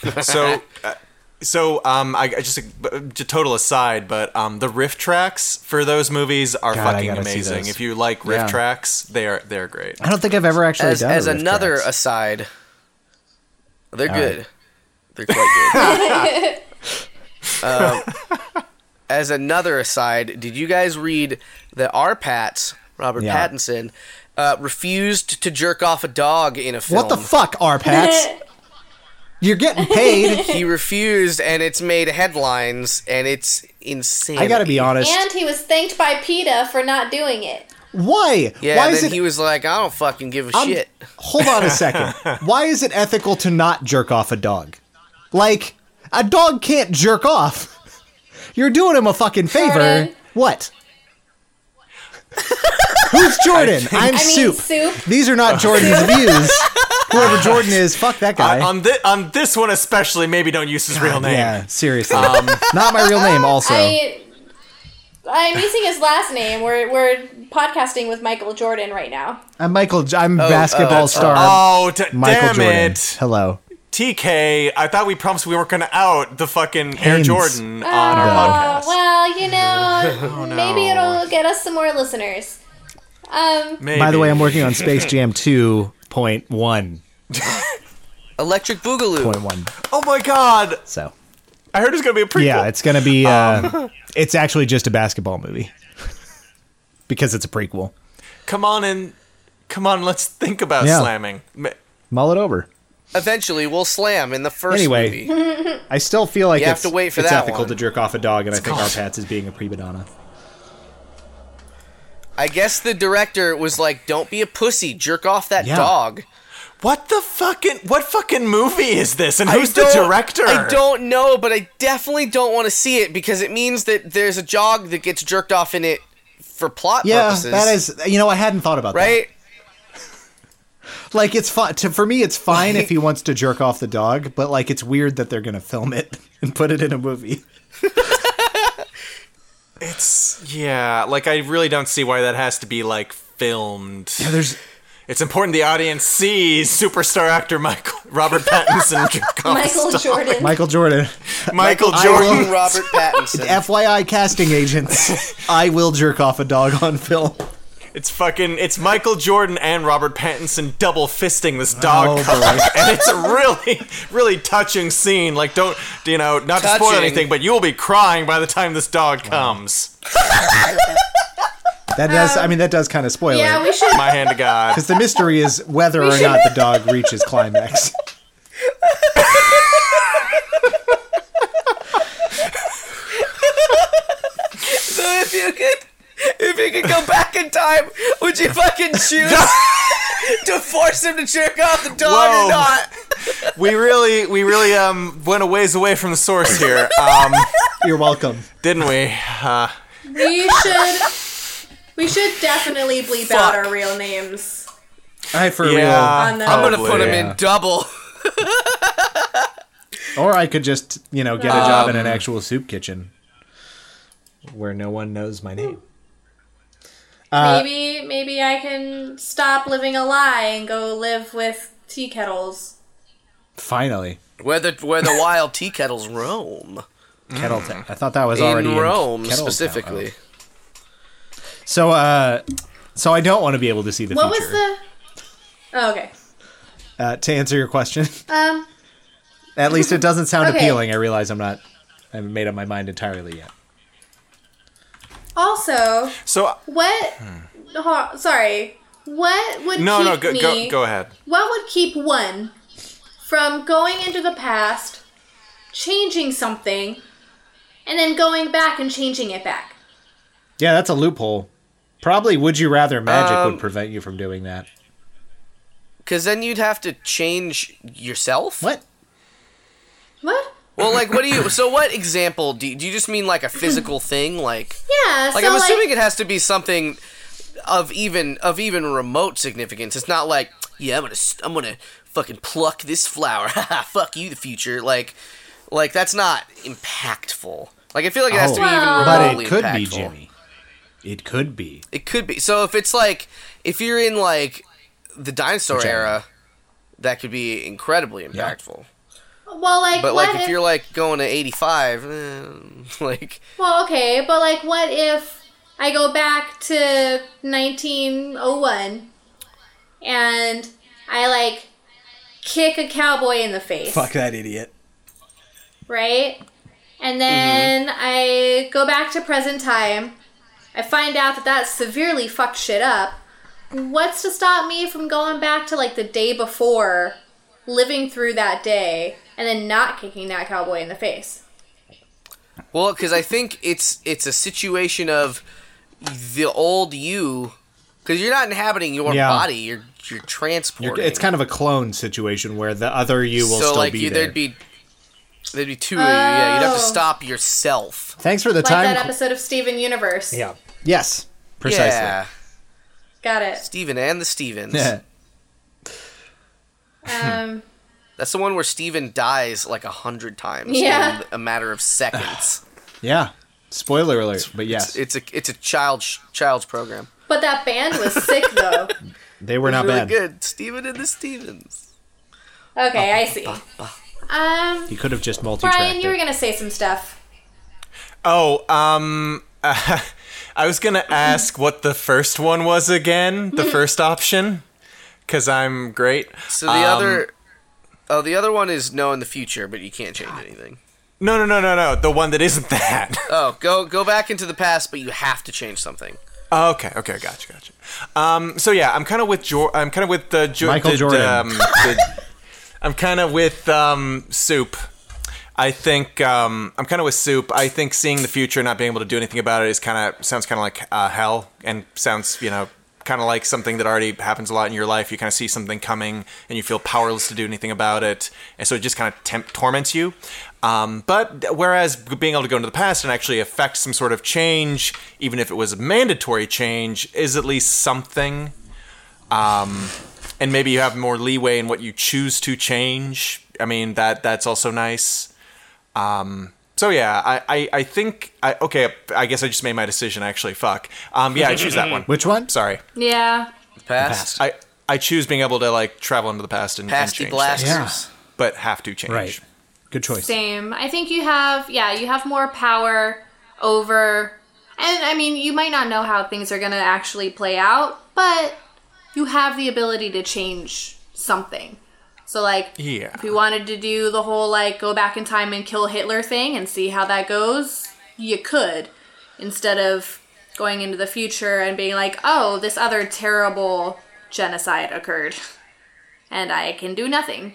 [SPEAKER 2] [laughs] so uh, so um I, I just uh, j- total aside but um the riff tracks for those movies are
[SPEAKER 3] God, I
[SPEAKER 2] fucking
[SPEAKER 3] gotta see
[SPEAKER 2] amazing
[SPEAKER 3] those.
[SPEAKER 2] if you like riff
[SPEAKER 3] Yeah.
[SPEAKER 2] tracks they are they're great
[SPEAKER 3] I don't think I've ever actually
[SPEAKER 4] As,
[SPEAKER 3] done a
[SPEAKER 4] as
[SPEAKER 3] riff
[SPEAKER 4] another
[SPEAKER 3] tracks.
[SPEAKER 4] aside, they're
[SPEAKER 3] All right.
[SPEAKER 4] good. They're quite good. as another aside, did you guys read that our Pats, Robert
[SPEAKER 3] Yeah.
[SPEAKER 4] Pattinson, uh, refused to jerk off a dog in a film?
[SPEAKER 3] What the fuck, R
[SPEAKER 4] [laughs]
[SPEAKER 3] Pats? You're getting paid.
[SPEAKER 4] He refused, and it's made headlines, and it's insane.
[SPEAKER 3] I gotta be honest.
[SPEAKER 1] and he was thanked by PETA for not doing it.
[SPEAKER 3] Why?
[SPEAKER 4] Yeah,
[SPEAKER 3] Why
[SPEAKER 4] and
[SPEAKER 3] is
[SPEAKER 4] then
[SPEAKER 3] it?
[SPEAKER 4] he was like, "I don't fucking give a
[SPEAKER 3] I'm-
[SPEAKER 4] shit."
[SPEAKER 3] [laughs] Hold on a second. Why is it ethical to not jerk off a dog? Like a dog can't jerk off. [laughs] You're doing him a fucking favor.
[SPEAKER 1] Jordan.
[SPEAKER 3] What? Who's Jordan? I'm
[SPEAKER 1] I mean,
[SPEAKER 3] soup.
[SPEAKER 1] soup.
[SPEAKER 3] These are not Jordan's views. Whoever Jordan is, fuck that guy.
[SPEAKER 2] I- on this on this one especially maybe don't use his real name
[SPEAKER 3] yeah, seriously. not my real name.
[SPEAKER 1] [laughs]
[SPEAKER 3] Also,
[SPEAKER 1] I, I'm using his last name. We're we're podcasting with Michael Jordan right now.
[SPEAKER 3] I'm Michael. J- I'm basketball star
[SPEAKER 2] oh d-
[SPEAKER 3] Um, Michael
[SPEAKER 2] damn
[SPEAKER 3] Jordan.
[SPEAKER 2] it
[SPEAKER 3] Hello.
[SPEAKER 2] tk i thought we promised we weren't gonna out the fucking air
[SPEAKER 3] Haynes.
[SPEAKER 2] jordan on our
[SPEAKER 1] Uh,
[SPEAKER 2] podcast
[SPEAKER 1] well, you
[SPEAKER 3] [laughs]
[SPEAKER 1] know,
[SPEAKER 3] Oh,
[SPEAKER 1] maybe it'll get us some more listeners. Um,
[SPEAKER 2] Maybe.
[SPEAKER 3] By the way, I'm working on Space Jam 2.1.1.
[SPEAKER 4] Electric Boogaloo.
[SPEAKER 2] oh my god
[SPEAKER 3] So.
[SPEAKER 2] i heard it's gonna be a prequel
[SPEAKER 3] Yeah, it's gonna be. Uh,
[SPEAKER 2] Um.
[SPEAKER 3] It's actually just a basketball movie because it's a prequel.
[SPEAKER 2] come on and come on let's think about
[SPEAKER 3] Yeah.
[SPEAKER 2] slamming Ma-
[SPEAKER 3] Mull it over.
[SPEAKER 4] Eventually, we'll slam in the first
[SPEAKER 3] Anyway.
[SPEAKER 4] movie.
[SPEAKER 3] I still feel like
[SPEAKER 4] You have
[SPEAKER 3] it's,
[SPEAKER 4] to wait for
[SPEAKER 3] it's
[SPEAKER 4] that
[SPEAKER 3] ethical
[SPEAKER 4] one.
[SPEAKER 3] to jerk off a dog, and I think
[SPEAKER 2] called-
[SPEAKER 3] our Pats is being a pre Madonna.
[SPEAKER 4] I guess the director was like, "Don't be a pussy. Jerk off that
[SPEAKER 3] Yeah.
[SPEAKER 4] dog."
[SPEAKER 2] what the fucking what fucking movie is this and who's the
[SPEAKER 4] don't-
[SPEAKER 2] director
[SPEAKER 4] I don't know, but I definitely don't want to see it because it means that there's a dog that gets jerked off in it for plot
[SPEAKER 3] Yeah,
[SPEAKER 4] purposes.
[SPEAKER 3] that is. You know, I hadn't thought about
[SPEAKER 4] right.
[SPEAKER 3] that. Like, it's fine. To, for me, it's fine
[SPEAKER 4] [laughs]
[SPEAKER 3] if he wants to jerk off the dog, but like, it's weird that they're gonna film it [laughs] and put it in a movie.
[SPEAKER 2] It's yeah, like I really don't see why that has to be like filmed.
[SPEAKER 3] There's
[SPEAKER 2] It's important the audience sees superstar actor Michael Robert
[SPEAKER 1] [laughs]
[SPEAKER 2] Pattinson jerk off
[SPEAKER 1] Michael
[SPEAKER 2] stuff.
[SPEAKER 1] Jordan.
[SPEAKER 3] Oh, Michael Jordan,
[SPEAKER 2] Michael
[SPEAKER 4] Fucking
[SPEAKER 2] Jordan.
[SPEAKER 4] Robert
[SPEAKER 3] [laughs]
[SPEAKER 4] Pattinson.
[SPEAKER 3] FYI, casting [laughs] agents. I will jerk off a dog on film.
[SPEAKER 2] It's fucking it's Michael Jordan and Robert Pattinson double fisting this dog
[SPEAKER 3] Oh,
[SPEAKER 2] cover. [laughs] and it's a really really touching scene. Like don't you know, not to spoil
[SPEAKER 4] Touching.
[SPEAKER 2] anything, but you'll be crying by the time this dog comes.
[SPEAKER 3] That does. I mean, that does kind of spoil it.
[SPEAKER 1] yeah, we should.
[SPEAKER 2] My hand to God.
[SPEAKER 3] Because the mystery
[SPEAKER 1] [laughs]
[SPEAKER 3] is whether or not the dog reaches climax.
[SPEAKER 4] So if you could, if you could go back in time, would you fucking choose [laughs] to force him to jerk off the dog
[SPEAKER 2] Whoa.
[SPEAKER 4] or not?
[SPEAKER 2] [laughs] We really we really um went a ways away from the source here. Um
[SPEAKER 3] You're welcome.
[SPEAKER 2] didn't we? Uh
[SPEAKER 1] We should. We should definitely bleep out our real names.
[SPEAKER 3] I for
[SPEAKER 2] Yeah,
[SPEAKER 1] On the-
[SPEAKER 4] I'm gonna put
[SPEAKER 2] probably.
[SPEAKER 4] him in double.
[SPEAKER 3] real. Or I could just, you know, get a job in an actual soup kitchen Um, where no one knows my name. Uh,
[SPEAKER 1] maybe, maybe I can stop living a lie and go live with tea kettles.
[SPEAKER 3] Finally,
[SPEAKER 4] Where the where the wild tea kettles roam
[SPEAKER 3] Kettle Town. I thought that was already
[SPEAKER 4] in Rome
[SPEAKER 3] Kettle Town.
[SPEAKER 4] specifically.
[SPEAKER 3] Oh. So, uh, so I don't want to be able to see the
[SPEAKER 1] What
[SPEAKER 3] future.
[SPEAKER 1] was the? Oh, okay.
[SPEAKER 3] uh, to answer your question, [laughs]
[SPEAKER 1] Um.
[SPEAKER 3] at least it doesn't sound
[SPEAKER 1] Okay.
[SPEAKER 3] appealing. I realize I'm not. I haven't made up my mind entirely yet.
[SPEAKER 1] Also,
[SPEAKER 2] So
[SPEAKER 1] what? ho- sorry. What would
[SPEAKER 2] no,
[SPEAKER 1] keep
[SPEAKER 2] no, go,
[SPEAKER 1] me?
[SPEAKER 2] go, go ahead.
[SPEAKER 1] What would keep one from going into the past, changing something, and then going back and changing it back?
[SPEAKER 3] Yeah, that's a loophole. Probably would you rather magic
[SPEAKER 4] Um,
[SPEAKER 3] would prevent you from doing that.
[SPEAKER 4] Because then you'd have to change yourself.
[SPEAKER 3] What?
[SPEAKER 1] What?
[SPEAKER 4] Well, like, what do
[SPEAKER 3] [laughs]
[SPEAKER 4] you? So, what example do you, do you just mean like a physical thing, like?
[SPEAKER 1] Yeah.
[SPEAKER 4] Like,
[SPEAKER 1] so
[SPEAKER 4] I'm assuming
[SPEAKER 1] like,
[SPEAKER 4] it has to be something of even of even remote significance. It's not like, yeah, I'm gonna s- I'm gonna fucking pluck this flower. [laughs] Fuck you, the future. Like, like that's not impactful. Like, I feel like it has to be even
[SPEAKER 1] Well-
[SPEAKER 3] but
[SPEAKER 4] remotely
[SPEAKER 3] it could be,
[SPEAKER 4] impactful.
[SPEAKER 3] Jimmy. It could be.
[SPEAKER 4] It could be. So if it's like if you're in like the dinosaur
[SPEAKER 3] Which era?
[SPEAKER 4] era, that could be incredibly impactful.
[SPEAKER 1] well, like,
[SPEAKER 4] But
[SPEAKER 1] what
[SPEAKER 4] like if you're like going to 85, eh, [laughs] like
[SPEAKER 1] Well, okay, but like, what if I go back to 1901 and I like kick a cowboy in the face,
[SPEAKER 3] Fuck that idiot.
[SPEAKER 1] right? And then
[SPEAKER 3] Mm-hmm.
[SPEAKER 1] I go back to present time. I find out that that severely fucked shit up. What's to stop me from going back to like the day before, living through that day, and then not kicking that cowboy in the face?
[SPEAKER 4] Well, because I think it's it's a situation of the old you, because you're not inhabiting your
[SPEAKER 3] Yeah.
[SPEAKER 4] body. You're you're transporting.
[SPEAKER 3] It's kind of a clone situation where the other you will
[SPEAKER 4] so
[SPEAKER 3] still
[SPEAKER 4] like
[SPEAKER 3] be
[SPEAKER 4] you,
[SPEAKER 3] there.
[SPEAKER 4] there'd be there'd be two of you. Yeah, you'd have to
[SPEAKER 1] Oh.
[SPEAKER 4] stop yourself.
[SPEAKER 3] Thanks for the
[SPEAKER 1] Like
[SPEAKER 3] time.
[SPEAKER 1] that episode of Steven Universe.
[SPEAKER 3] yeah. Yes. Precisely.
[SPEAKER 4] Yeah,
[SPEAKER 1] Got
[SPEAKER 4] [laughs]
[SPEAKER 1] it.
[SPEAKER 4] Steven and the Stevens.
[SPEAKER 1] Um.
[SPEAKER 4] That's the one where Steven dies like a hundred times
[SPEAKER 1] Yeah.
[SPEAKER 4] in a matter of seconds.
[SPEAKER 3] [laughs] Yeah. Spoiler alert, but [sighs] yes,
[SPEAKER 4] it's a it's a child child's program.
[SPEAKER 1] But that band was sick though.
[SPEAKER 3] they were not
[SPEAKER 4] really
[SPEAKER 3] bad.
[SPEAKER 4] good. Steven and the Stevens.
[SPEAKER 1] Okay, I see. Um,
[SPEAKER 3] You could have just multi-tracked
[SPEAKER 1] Brian, you
[SPEAKER 3] it.
[SPEAKER 1] were gonna say some stuff.
[SPEAKER 2] Oh, um, [laughs] I was gonna ask what the first one was again, the first option, because I'm great.
[SPEAKER 4] So the
[SPEAKER 2] Um,
[SPEAKER 4] other Oh, the other one is no in the future, but you can't change anything.
[SPEAKER 2] No, no, no, no, no. The one that isn't [laughs] that.
[SPEAKER 4] Oh, go go back into the past, but you have to change something.
[SPEAKER 2] Oh, okay, okay, gotcha, gotcha. Um, so yeah, I'm kind of with Jor- I'm kind of with the jo-
[SPEAKER 3] Michael
[SPEAKER 2] the-
[SPEAKER 3] Jordan.
[SPEAKER 2] Um, the- I'm kind of with um, soup. I think um, I'm kind of with soup. I think seeing the future, and not being able to do anything about it, is kind of sounds kind of like uh, hell, and sounds you know kind of like something that already happens a lot in your life. You kind of see something coming, and you feel powerless to do anything about it, and so it just kind of temp- torments you. Um, but whereas being able to go into the past and actually affect some sort of change, even if it was a mandatory change, is at least something and maybe you have more leeway in what you choose to change. I mean that that's also nice. Um, so yeah, I, I, I think I okay. I guess I just made my decision. Actually, fuck. Um, yeah, I choose that
[SPEAKER 3] [laughs]
[SPEAKER 2] one.
[SPEAKER 3] Which one?
[SPEAKER 2] Sorry,
[SPEAKER 1] Yeah.
[SPEAKER 4] Past,
[SPEAKER 2] I I choose being able to like travel into the past and, and
[SPEAKER 4] pasty
[SPEAKER 2] change
[SPEAKER 4] blasters.
[SPEAKER 2] things, but have to change.
[SPEAKER 3] Right. Good choice.
[SPEAKER 1] Same. I think you have. Yeah, you have more power over. And I mean, you might not know how things are gonna actually play out, but you have the ability to change something. So like,
[SPEAKER 2] Yeah.
[SPEAKER 1] if you wanted to do the whole like go back in time and kill Hitler thing and see how that goes, you could instead of going into the future and being like, oh, this other terrible genocide occurred, and I can do nothing.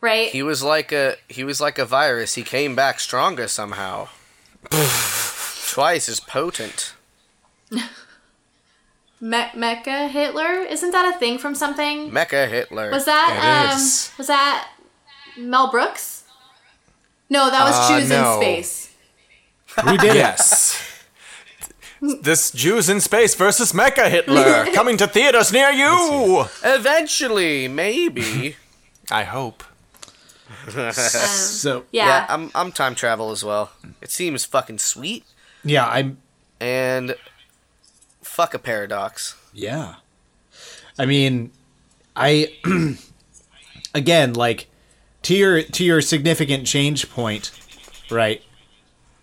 [SPEAKER 1] Right?
[SPEAKER 4] He was like a he was like a virus. He came back stronger somehow. Twice as potent.
[SPEAKER 1] Me- Mecca Hitler? Isn't that a thing from something?
[SPEAKER 4] Mecha Hitler.
[SPEAKER 1] Was that
[SPEAKER 2] It
[SPEAKER 1] um,
[SPEAKER 2] is.
[SPEAKER 1] was that Mel Brooks? No, that was
[SPEAKER 2] Uh,
[SPEAKER 1] Jews
[SPEAKER 2] no.
[SPEAKER 1] in Space.
[SPEAKER 3] We did it.
[SPEAKER 2] Yes. this Jews in space versus Mecha [laughs] Hitler coming to theaters near you. [laughs]
[SPEAKER 4] Eventually, maybe.
[SPEAKER 2] I hope.
[SPEAKER 3] So
[SPEAKER 1] Um, Yeah.
[SPEAKER 4] yeah, uh, I'm I'm time travel as well. It seems fucking sweet
[SPEAKER 3] yeah, I'm
[SPEAKER 4] and fuck a paradox.
[SPEAKER 3] Yeah. I mean, I [clears throat] again like to your to your significant change point, right?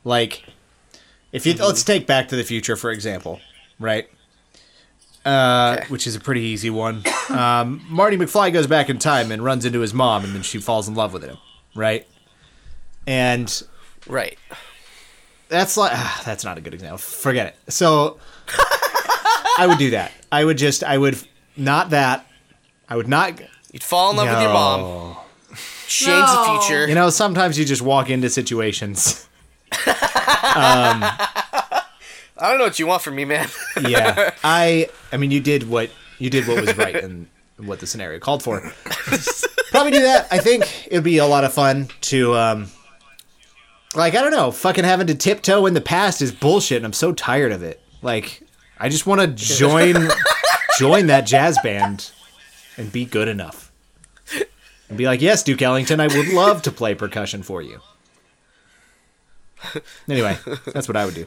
[SPEAKER 3] Like if you let's take back to the future for example, right? Uh, which is a pretty easy one. Um, Marty McFly goes back in time and runs into his mom and then she falls in love with him, right? And
[SPEAKER 4] Right.
[SPEAKER 3] that's like ah, that's not a good example. Forget it. So I would do that. I would just I would not that. I would not.
[SPEAKER 4] You'd fall in love with your mom,
[SPEAKER 3] No.
[SPEAKER 4] change
[SPEAKER 1] No.
[SPEAKER 4] the future.
[SPEAKER 3] You know, sometimes you just walk into situations.
[SPEAKER 4] I don't know what you want from me, man. [laughs]
[SPEAKER 3] Yeah, I. I mean, you did what you did what was right and what the scenario called for. Probably do that. I think it'd be a lot of fun to, um, like, I don't know, fucking having to tiptoe in the past is bullshit, and I'm so tired of it. Like, I just want to join join that jazz band and be good enough. And be like, yes, Duke Ellington, I would love to play percussion for you. Anyway, that's what I would do.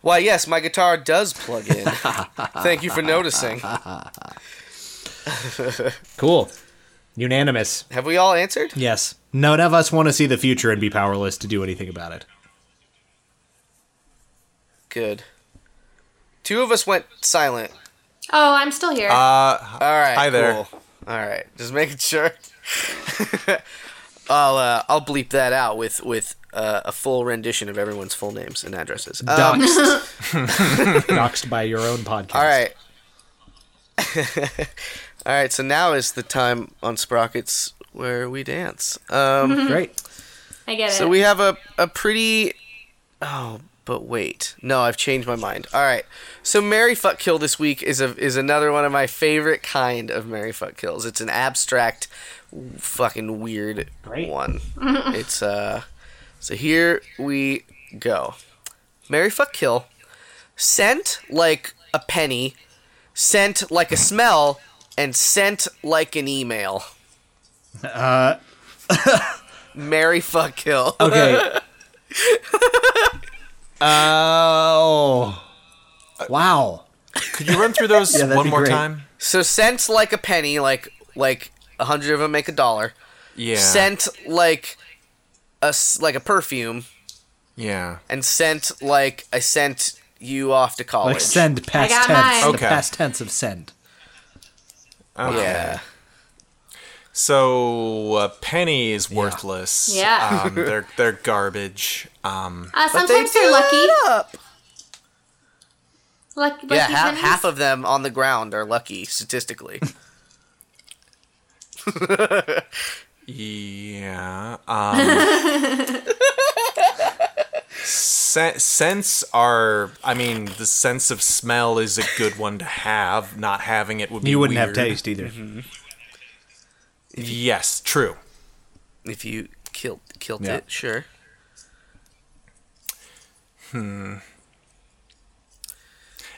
[SPEAKER 4] Why, yes, my guitar does
[SPEAKER 2] [laughs]
[SPEAKER 4] plug in. Thank you for noticing.
[SPEAKER 3] Cool. Unanimous.
[SPEAKER 4] Have we all answered?
[SPEAKER 3] Yes. None of us want to see the future and be powerless to do anything about it.
[SPEAKER 4] Good. Two of us went silent.
[SPEAKER 1] Oh, I'm still here.
[SPEAKER 2] Uh,
[SPEAKER 4] All right.
[SPEAKER 2] Hi there.
[SPEAKER 4] Cool. All right. Just making sure. [laughs] I'll uh, I'll bleep that out with with uh, a full rendition of everyone's full names and addresses. Um,
[SPEAKER 3] Uh, Doxed. [laughs] Doxed by your own podcast.
[SPEAKER 4] all right. [laughs] all right. So now is the time on Sprockets where we dance. Um,
[SPEAKER 3] [laughs] Great.
[SPEAKER 1] I get it.
[SPEAKER 4] so we have a a pretty. Oh, but wait. No, I've changed my mind. All right. So Mary Fuck Kill this week is a is another one of my favorite kind of Mary Fuck Kills. It's an abstract, fucking weird one. it's uh. So here we go. Mary Fuck Kill. Scent like a penny. Scent like a smell. And scent like an email.
[SPEAKER 3] [laughs]
[SPEAKER 4] Uh. Mary Fuck Kill.
[SPEAKER 3] [laughs] Okay. Oh. Wow.
[SPEAKER 2] could you run through
[SPEAKER 3] [laughs]
[SPEAKER 2] those
[SPEAKER 3] that'd
[SPEAKER 2] one
[SPEAKER 3] be
[SPEAKER 2] more
[SPEAKER 3] great.
[SPEAKER 2] time?
[SPEAKER 4] So cents like a penny, like like a hundred of them make a dollar.
[SPEAKER 2] Yeah.
[SPEAKER 4] Scent like a s- like a perfume,
[SPEAKER 2] Yeah.
[SPEAKER 4] and scent like I sent you off to college.
[SPEAKER 3] Like send past
[SPEAKER 1] got
[SPEAKER 3] tense.
[SPEAKER 1] mine.
[SPEAKER 3] The
[SPEAKER 2] Okay.
[SPEAKER 3] past tense of send.
[SPEAKER 2] Okay.
[SPEAKER 4] Yeah.
[SPEAKER 2] So a penny is worthless.
[SPEAKER 1] Yeah.
[SPEAKER 2] Um, they're they're garbage. Um,
[SPEAKER 1] uh,
[SPEAKER 4] But
[SPEAKER 1] sometimes
[SPEAKER 4] they
[SPEAKER 1] they are lucky.
[SPEAKER 4] fill it up.
[SPEAKER 1] Lucky, lucky
[SPEAKER 4] Yeah, half,
[SPEAKER 1] pennies.
[SPEAKER 4] half of them on the ground are
[SPEAKER 2] [laughs]
[SPEAKER 4] lucky statistically.
[SPEAKER 2] yeah. Um, sen- scents are. I mean, the sense of smell is a good one to have. Not having it would be.
[SPEAKER 3] You wouldn't have
[SPEAKER 2] weird.
[SPEAKER 3] taste either.
[SPEAKER 2] Yes. True.
[SPEAKER 4] if you killed killed
[SPEAKER 3] Yeah.
[SPEAKER 4] it, sure.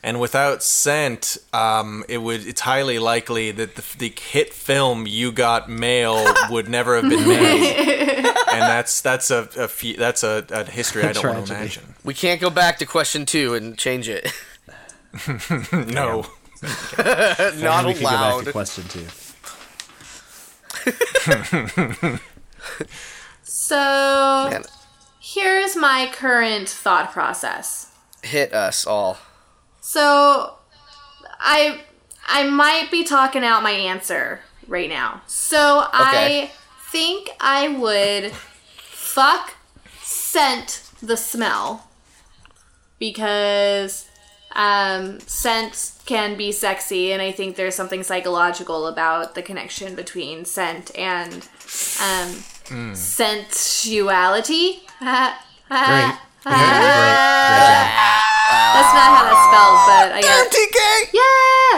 [SPEAKER 2] And without scent, um, it would. It's highly likely that the, the hit film you got mail would never have been made. and that's that's a, a fe- that's a, a history I don't want to
[SPEAKER 3] Tragedy.
[SPEAKER 2] imagine.
[SPEAKER 4] We can't go back to question two and change it.
[SPEAKER 2] No.
[SPEAKER 4] [laughs]
[SPEAKER 1] Oh,
[SPEAKER 4] Not
[SPEAKER 3] we could go back to
[SPEAKER 4] allowed.
[SPEAKER 3] question two.
[SPEAKER 1] So
[SPEAKER 4] Man,
[SPEAKER 1] here's my current thought process.
[SPEAKER 4] hit us all.
[SPEAKER 1] So I I might be talking out my answer right now. So I
[SPEAKER 4] Okay.
[SPEAKER 1] think I would fuck scent the smell because um scent can be sexy and I think there's something psychological about the connection between scent and um sensuality. [laughs]
[SPEAKER 3] Great.
[SPEAKER 1] That's
[SPEAKER 3] Great, great, great job.
[SPEAKER 1] not how that's spelled, but I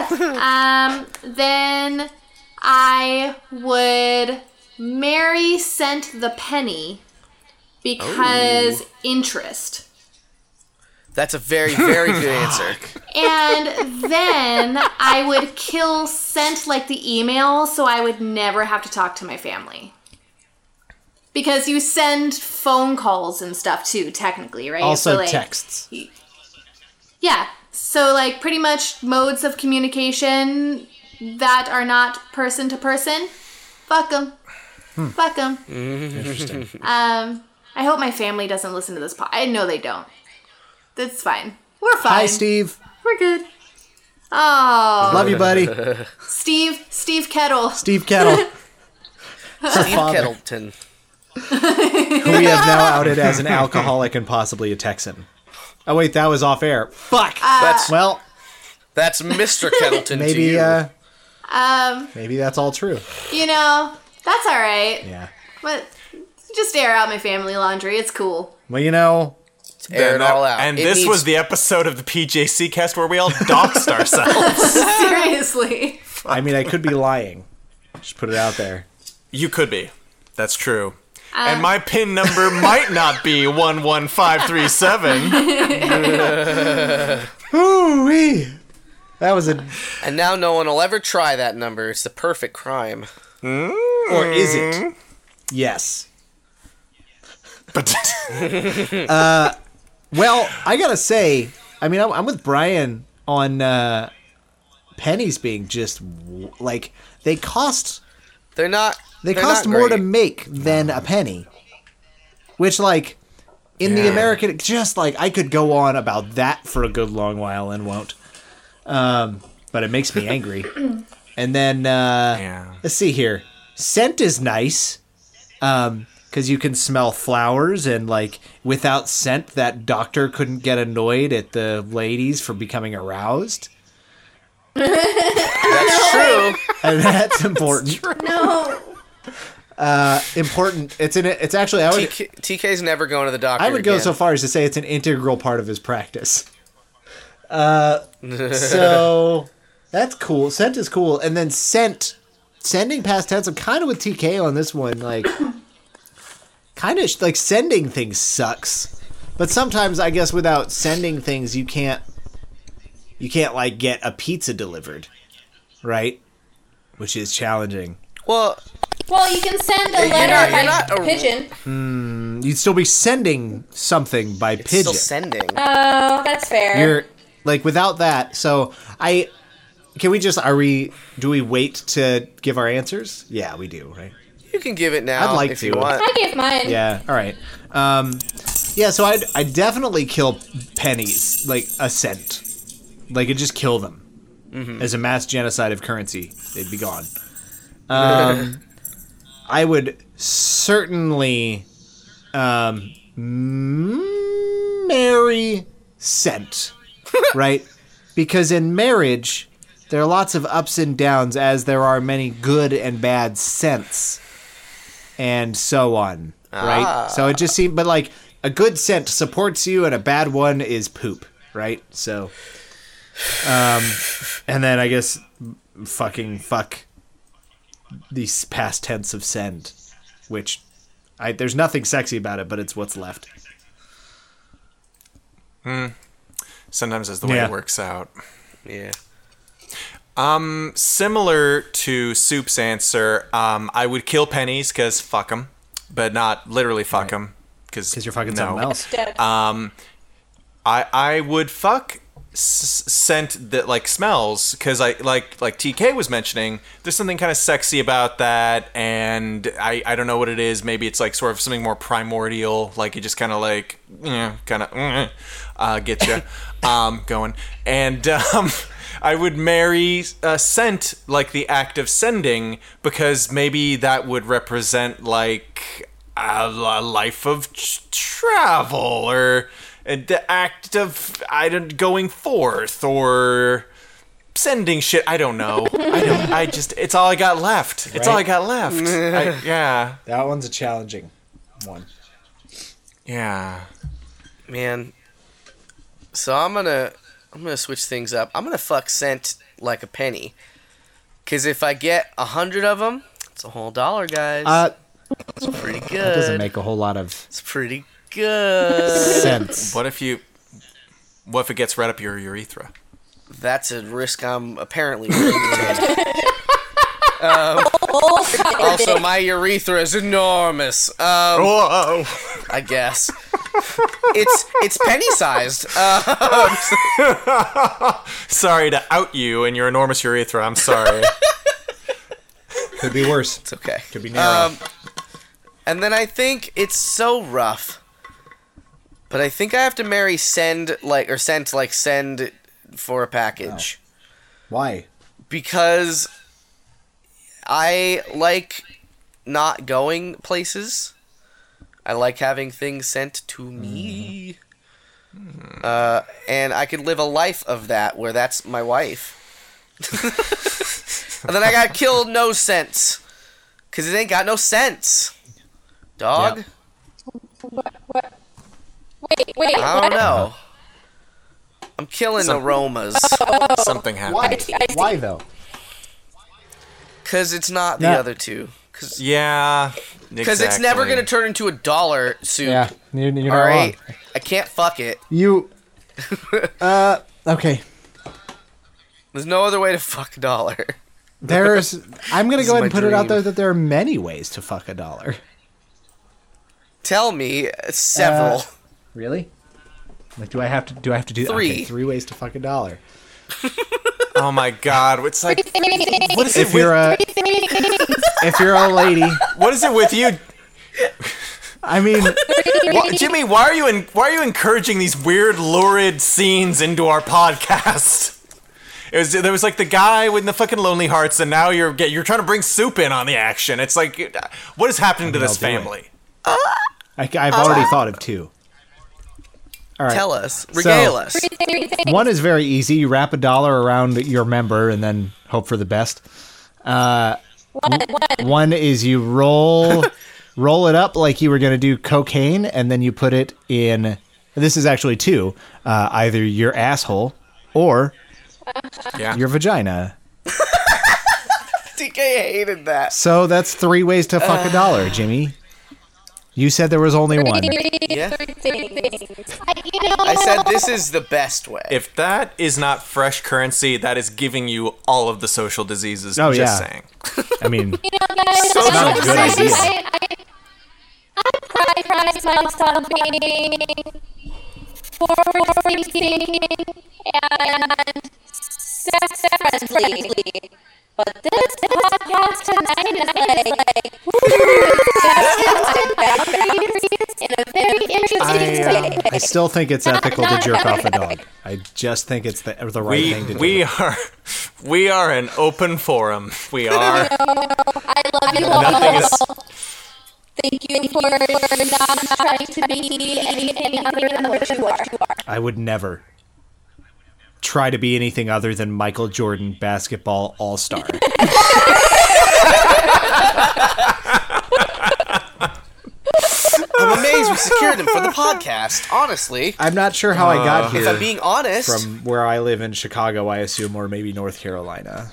[SPEAKER 1] guess
[SPEAKER 4] MTK.
[SPEAKER 1] yeah. um, then I would marry sent the penny because interest.
[SPEAKER 4] That's a very very good answer.
[SPEAKER 1] And then I would kill sent like the email so I would never have to talk to my family. Because you send phone calls and stuff too, technically, right?
[SPEAKER 3] Also
[SPEAKER 1] So, like-
[SPEAKER 3] texts.
[SPEAKER 1] Yeah. So like pretty much modes of communication that are not person to person. Fuck them.
[SPEAKER 3] Hmm.
[SPEAKER 1] Fuck them.
[SPEAKER 3] Interesting.
[SPEAKER 1] Um, I hope my family doesn't listen to this pod. I know they don't. That's fine. We're fine.
[SPEAKER 3] Hi, Steve.
[SPEAKER 1] We're good. Oh,
[SPEAKER 3] Love you, [laughs] buddy.
[SPEAKER 1] Steve, Steve Kettle. [laughs]
[SPEAKER 3] Steve Kettle. Her
[SPEAKER 4] Steve
[SPEAKER 3] [laughs] father.
[SPEAKER 4] Kettleton.
[SPEAKER 3] who we have
[SPEAKER 4] [laughs]
[SPEAKER 3] now outed as an alcoholic and possibly a Texan. Oh wait, that was off air. Fuck.
[SPEAKER 4] Uh, That's-
[SPEAKER 3] well,
[SPEAKER 4] That's Mr. Kettleton to
[SPEAKER 3] maybe
[SPEAKER 4] you.
[SPEAKER 3] uh,
[SPEAKER 1] Um,
[SPEAKER 3] maybe that's all true.
[SPEAKER 1] you know, that's all right.
[SPEAKER 3] Yeah.
[SPEAKER 1] But just air out my family laundry. It's [laughs] cool.
[SPEAKER 3] Well, you know,
[SPEAKER 4] Air it all out.
[SPEAKER 2] And
[SPEAKER 4] It
[SPEAKER 2] this
[SPEAKER 4] needs-
[SPEAKER 2] was the episode of the PJC cast where we all
[SPEAKER 4] [laughs]
[SPEAKER 2] doxed ourselves.
[SPEAKER 1] Seriously.
[SPEAKER 3] I mean, I could be lying. Just put it out there.
[SPEAKER 2] You could be. That's true. and my pin number might not be 11537.
[SPEAKER 3] Ooh wee. That was a
[SPEAKER 4] And now no one will ever try that number. It's the perfect crime.
[SPEAKER 3] or is
[SPEAKER 4] Mm.
[SPEAKER 3] it? Yes. [laughs]
[SPEAKER 2] But
[SPEAKER 3] Uh, Well, I gotta say, I mean, I'm, I'm with Brian on uh, pennies being just w- like they cost
[SPEAKER 4] They're not.
[SPEAKER 3] they
[SPEAKER 4] they're
[SPEAKER 3] cost
[SPEAKER 4] not
[SPEAKER 3] more
[SPEAKER 4] great.
[SPEAKER 3] to make than a penny, which like in the American, just like I could go on about that for a good long while and won't, um, but it makes me
[SPEAKER 4] [clears throat]
[SPEAKER 3] angry. and then uh,
[SPEAKER 2] yeah.
[SPEAKER 3] let's see here. Scent is nice. Um, because you can smell flowers and like without scent that doctor couldn't get annoyed at the ladies for becoming aroused.
[SPEAKER 4] That's true.
[SPEAKER 3] And that's important. Uh,
[SPEAKER 1] No.
[SPEAKER 3] important. It's in it's actually I would
[SPEAKER 4] TK, TK's never going to the doctor.
[SPEAKER 3] I would go
[SPEAKER 4] again.
[SPEAKER 3] so far as to say it's an integral part of his
[SPEAKER 4] [laughs]
[SPEAKER 3] practice. Uh so that's cool. Scent is cool. And then scent sending past tense, I'm kinda with TK on this one, like [coughs] kinda sh- like sending things sucks. But sometimes I guess without sending things you can't you can't like get a pizza delivered. Right? Which is challenging.
[SPEAKER 4] Well,
[SPEAKER 1] Well, you can send a
[SPEAKER 4] not-
[SPEAKER 1] letter
[SPEAKER 4] you're not
[SPEAKER 1] by
[SPEAKER 4] a-
[SPEAKER 1] pigeon.
[SPEAKER 3] You'd still be sending something by pigeon.
[SPEAKER 4] still sending.
[SPEAKER 2] Uh,
[SPEAKER 1] Oh, that's fair.
[SPEAKER 3] You're like without that. So I can we just are we do we wait to give our answers? Yeah, we do, right?
[SPEAKER 4] You can give it now
[SPEAKER 3] I'd like
[SPEAKER 4] if
[SPEAKER 3] to.
[SPEAKER 4] you want.
[SPEAKER 1] I gave [laughs] mine.
[SPEAKER 3] Yeah. All right. Um, yeah. So I'd I definitely kill pennies like a cent, like I'd just kill them as a mass genocide of currency. They'd be gone. Um, I would certainly um, m- marry cent, right? Because in marriage. There are lots of ups and downs, as there are many good and bad scents and so on. Right?
[SPEAKER 4] Ah.
[SPEAKER 3] So it just seemed, but like a good scent supports you and a bad one is poop, right? So, um, and then I guess fucking fuck these past tense of send, which I, there's nothing sexy about it, but it's what's left.
[SPEAKER 2] Sometimes that's the way
[SPEAKER 3] Yeah.
[SPEAKER 2] it works out.
[SPEAKER 4] Yeah.
[SPEAKER 2] similar to Soup's answer, um, I would kill pennies because fuck them, but not literally fuck them because
[SPEAKER 3] Because you're fucking something else.
[SPEAKER 1] Dead.
[SPEAKER 2] I I would fuck s- scent that like smells because I like like TK was mentioning. There's something kind of sexy about that, and I I don't know what it is. Maybe it's like sort of something more primordial. Like it just kind of like kind of uh, get you um, going. And um, I would marry uh, scent like the act of sending because maybe that would represent like a, a life of tr- travel or uh, the act of I don't going forth or sending shit. I don't know. I don't. I just. It's all I got left. It's all I
[SPEAKER 3] Right.
[SPEAKER 2] got left. I, yeah.
[SPEAKER 3] That one's a challenging one.
[SPEAKER 2] Yeah.
[SPEAKER 4] Man. So I'm gonna I'm gonna switch things up. I'm gonna fuck cent like a penny. Cause if I get a hundred of them, it's a whole dollar, guys.
[SPEAKER 3] Uh,
[SPEAKER 4] it's pretty good.
[SPEAKER 3] doesn't make a whole lot of
[SPEAKER 4] it's pretty
[SPEAKER 3] [laughs]
[SPEAKER 4] good.
[SPEAKER 3] sense.
[SPEAKER 2] What if you? What if it gets right up your urethra?
[SPEAKER 4] That's a risk I'm apparently willing to take.
[SPEAKER 3] [laughs]
[SPEAKER 4] um, also, my urethra is enormous. Um,
[SPEAKER 3] Oh.
[SPEAKER 2] Whoa.
[SPEAKER 4] I guess. it's it's penny sized. Um,
[SPEAKER 2] Sorry to out you and your enormous urethra. I'm sorry.
[SPEAKER 3] Could be worse.
[SPEAKER 4] it's okay.
[SPEAKER 3] Could be narrow.
[SPEAKER 4] Um, and then I think it's so rough. But I think I have to marry send like or sent like send for a package
[SPEAKER 3] Why?
[SPEAKER 4] because I like not going places. I like having things sent to me. Uh, and I could live a life of that where that's my wife. and then I got killed no sense. Because it ain't got no sense. Dog?
[SPEAKER 3] Yeah.
[SPEAKER 8] What? What? Wait, wait.
[SPEAKER 4] I
[SPEAKER 8] what?
[SPEAKER 4] don't know. I'm killing aromas. Oh,
[SPEAKER 2] Something
[SPEAKER 8] I
[SPEAKER 2] happened.
[SPEAKER 8] see. I see.
[SPEAKER 3] Why though?
[SPEAKER 4] Because it's not the
[SPEAKER 3] No.
[SPEAKER 4] other two. Because
[SPEAKER 2] Yeah. Because
[SPEAKER 4] it's never going to turn into a dollar soup.
[SPEAKER 3] Yeah, you, you're not
[SPEAKER 4] All
[SPEAKER 3] wrong.
[SPEAKER 4] right? I can't fuck it.
[SPEAKER 3] You. uh, okay.
[SPEAKER 4] There's no other way to fuck a dollar. [laughs]
[SPEAKER 3] There's. I'm gonna go
[SPEAKER 4] is
[SPEAKER 3] ahead
[SPEAKER 4] my
[SPEAKER 3] and put it out
[SPEAKER 4] dream.
[SPEAKER 3] there that there are many ways to fuck a dollar.
[SPEAKER 4] Tell me uh, several.
[SPEAKER 3] Uh, Really? Like, do I have to? Do I have to do okay,
[SPEAKER 4] Three.
[SPEAKER 3] [laughs] three ways to fuck a dollar?
[SPEAKER 2] Oh my god! It's like what is it
[SPEAKER 3] If you're
[SPEAKER 2] with
[SPEAKER 3] a, [laughs] if you're a lady,
[SPEAKER 2] what is it with you,
[SPEAKER 3] I mean,
[SPEAKER 2] Wha- Jimmy? Why are you in, why are you encouraging these weird lurid scenes into our podcast? It was there was like the guy with the fucking lonely hearts, and now you're get, you're trying to bring soup in on the action. It's like what is happening to this
[SPEAKER 3] I'll do it.
[SPEAKER 2] family?
[SPEAKER 3] I, have already thought of two. All right.
[SPEAKER 4] Tell us. Regale us.
[SPEAKER 3] One is very easy. You wrap a dollar around your member and then hope for the best. Uh,
[SPEAKER 8] One, one.
[SPEAKER 3] One is you roll roll it up like you were going to do cocaine, and then you put it in. This is actually two: uh, either your asshole or
[SPEAKER 2] [laughs] Yeah.
[SPEAKER 3] your vagina.
[SPEAKER 4] DK hated that.
[SPEAKER 3] So that's three ways to fuck a dollar, Jimmy. You said there was only one.
[SPEAKER 4] Yeah.
[SPEAKER 8] I, you know,
[SPEAKER 4] I said this is the best way.
[SPEAKER 2] If that is not fresh currency, that is giving you all of the social diseases.
[SPEAKER 3] Oh,
[SPEAKER 2] just
[SPEAKER 3] yeah.
[SPEAKER 2] saying.
[SPEAKER 3] I mean,
[SPEAKER 2] [laughs]
[SPEAKER 8] You know, guys,
[SPEAKER 4] So
[SPEAKER 8] I-
[SPEAKER 4] not a good
[SPEAKER 8] I-
[SPEAKER 4] idea.
[SPEAKER 8] I, I, I pride prize myself on being forward thinking and sex friendly. But this podcast tonight is like, ooh, testing my boundaries in a very interesting
[SPEAKER 2] um,
[SPEAKER 8] way.
[SPEAKER 3] I still think it's ethical to jerk off a dog. I just think it's the, the right
[SPEAKER 2] We
[SPEAKER 3] thing to do.
[SPEAKER 2] we are [laughs] we are an open forum.
[SPEAKER 8] [laughs]
[SPEAKER 2] We are
[SPEAKER 8] I love you all.
[SPEAKER 2] nothing is
[SPEAKER 8] Thank you for not trying to be anything other than what you are.
[SPEAKER 3] I would never try to be anything other than Michael Jordan, basketball all star.
[SPEAKER 4] I'm amazed we secured him for the podcast. Honestly,
[SPEAKER 3] I'm not sure how I got
[SPEAKER 4] if I'm
[SPEAKER 3] here.
[SPEAKER 4] being honest,
[SPEAKER 3] From where I live in Chicago, I assume, or maybe North Carolina.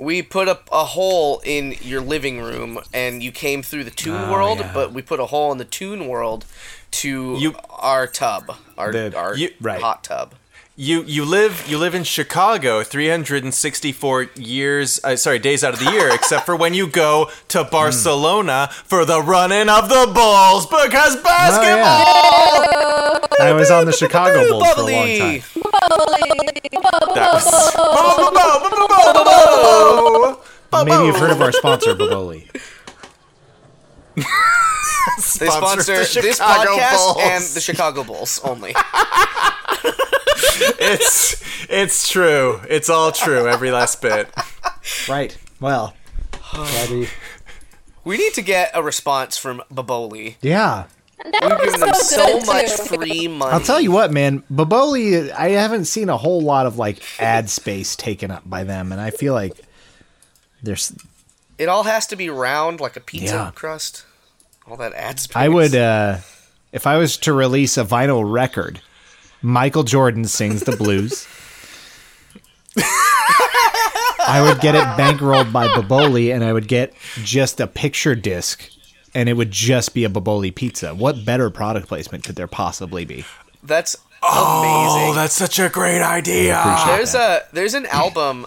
[SPEAKER 4] we put up a hole in your living room, and you came through the Toon World,
[SPEAKER 3] Oh, yeah.
[SPEAKER 4] but we put a hole in the Toon World to
[SPEAKER 2] You-
[SPEAKER 4] our tub, our
[SPEAKER 3] The-
[SPEAKER 4] our
[SPEAKER 2] you-
[SPEAKER 3] right.
[SPEAKER 4] hot tub.
[SPEAKER 2] you you live you live in Chicago 364 years uh, sorry days out of the
[SPEAKER 8] [laughs]
[SPEAKER 2] year except for when you go to
[SPEAKER 3] Hmm.
[SPEAKER 2] Barcelona for the running of the Bulls because
[SPEAKER 3] Oh,
[SPEAKER 2] basketball [laughs]
[SPEAKER 3] I was on the Chicago Bulls for a long
[SPEAKER 4] Bubbly.
[SPEAKER 3] time. Maybe you've heard of our sponsor, Bavoli.
[SPEAKER 4] They sponsor
[SPEAKER 2] the
[SPEAKER 4] this
[SPEAKER 2] Chicago
[SPEAKER 4] podcast
[SPEAKER 2] Bulls.
[SPEAKER 4] and the Chicago Bulls
[SPEAKER 2] [laughs]
[SPEAKER 4] only.
[SPEAKER 2] it's it's true it's all true every last
[SPEAKER 3] [laughs]
[SPEAKER 2] bit
[SPEAKER 3] Right. Well. glad we-
[SPEAKER 4] we need to get a response from Baboli.
[SPEAKER 3] Yeah.
[SPEAKER 8] That
[SPEAKER 4] We've given them
[SPEAKER 8] was
[SPEAKER 4] so
[SPEAKER 8] so
[SPEAKER 4] much
[SPEAKER 8] good too.
[SPEAKER 4] free money.
[SPEAKER 3] I'll tell you what, man. Baboli, I haven't seen a whole lot of like ad space taken up by them, and I feel like there's.
[SPEAKER 4] It all has to be round like a pizza
[SPEAKER 3] Yeah.
[SPEAKER 4] crust. All that ad space.
[SPEAKER 3] I would, uh, if I was to release a vinyl record, Michael Jordan sings the blues. I would get it bankrolled by Baboli, and I would get just a picture disc, and it would just be a Baboli pizza. What better product placement could there possibly be?
[SPEAKER 4] That's amazing.
[SPEAKER 2] oh that's such a great idea
[SPEAKER 3] Appreciate
[SPEAKER 4] there's
[SPEAKER 3] that.
[SPEAKER 4] a there's an album.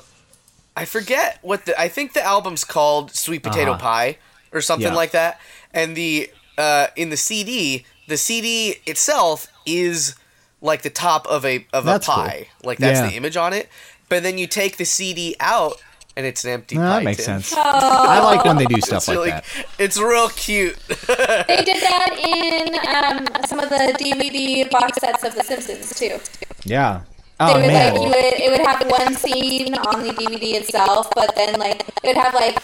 [SPEAKER 4] I forget what the I think the album's called Sweet Potato Pie or something
[SPEAKER 3] Uh-huh. Yeah.
[SPEAKER 4] like that. And the uh, in the CD, the CD itself is like the top of a of
[SPEAKER 3] That's
[SPEAKER 4] a
[SPEAKER 3] cool.
[SPEAKER 4] pie. Like that's
[SPEAKER 3] Yeah.
[SPEAKER 4] the image on it. But then you take the CD out and it's an empty
[SPEAKER 3] No,
[SPEAKER 4] pie.
[SPEAKER 3] that makes
[SPEAKER 4] tin.
[SPEAKER 3] sense. I like when they do stuff
[SPEAKER 4] It's
[SPEAKER 3] like
[SPEAKER 4] really-
[SPEAKER 3] that.
[SPEAKER 4] It's real cute.
[SPEAKER 8] They did that in um, some of the DVD box sets of The Simpsons too.
[SPEAKER 3] Yeah.
[SPEAKER 8] They
[SPEAKER 3] Oh
[SPEAKER 8] would
[SPEAKER 3] man.
[SPEAKER 8] like you would, it would have one scene on the DVD itself, but then like it would have like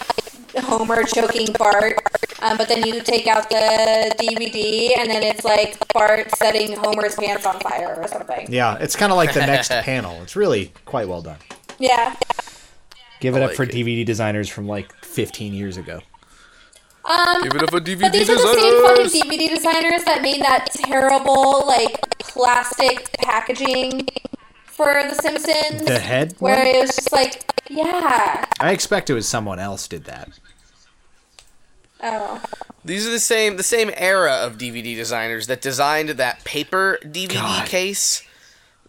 [SPEAKER 8] Homer choking Bart, Um, but then you take out the DVD, and then it's like Bart setting Homer's pants on fire or something.
[SPEAKER 3] Yeah, it's kind of like the
[SPEAKER 4] [laughs]
[SPEAKER 3] next panel. It's really quite well done.
[SPEAKER 8] Yeah.
[SPEAKER 3] Give it
[SPEAKER 4] I
[SPEAKER 3] up
[SPEAKER 4] like
[SPEAKER 3] for
[SPEAKER 4] it.
[SPEAKER 3] DVD designers from like 15 years ago.
[SPEAKER 8] Um,
[SPEAKER 4] Give it up for DVD
[SPEAKER 8] but these are the same fucking DVD designers that made that terrible like plastic packaging for The Simpsons.
[SPEAKER 3] The head
[SPEAKER 8] where
[SPEAKER 3] one?
[SPEAKER 8] it was just like, yeah,
[SPEAKER 3] I expect it was someone else did that.
[SPEAKER 8] oh,
[SPEAKER 4] These are the same the same era of DVD designers that designed that paper DVD case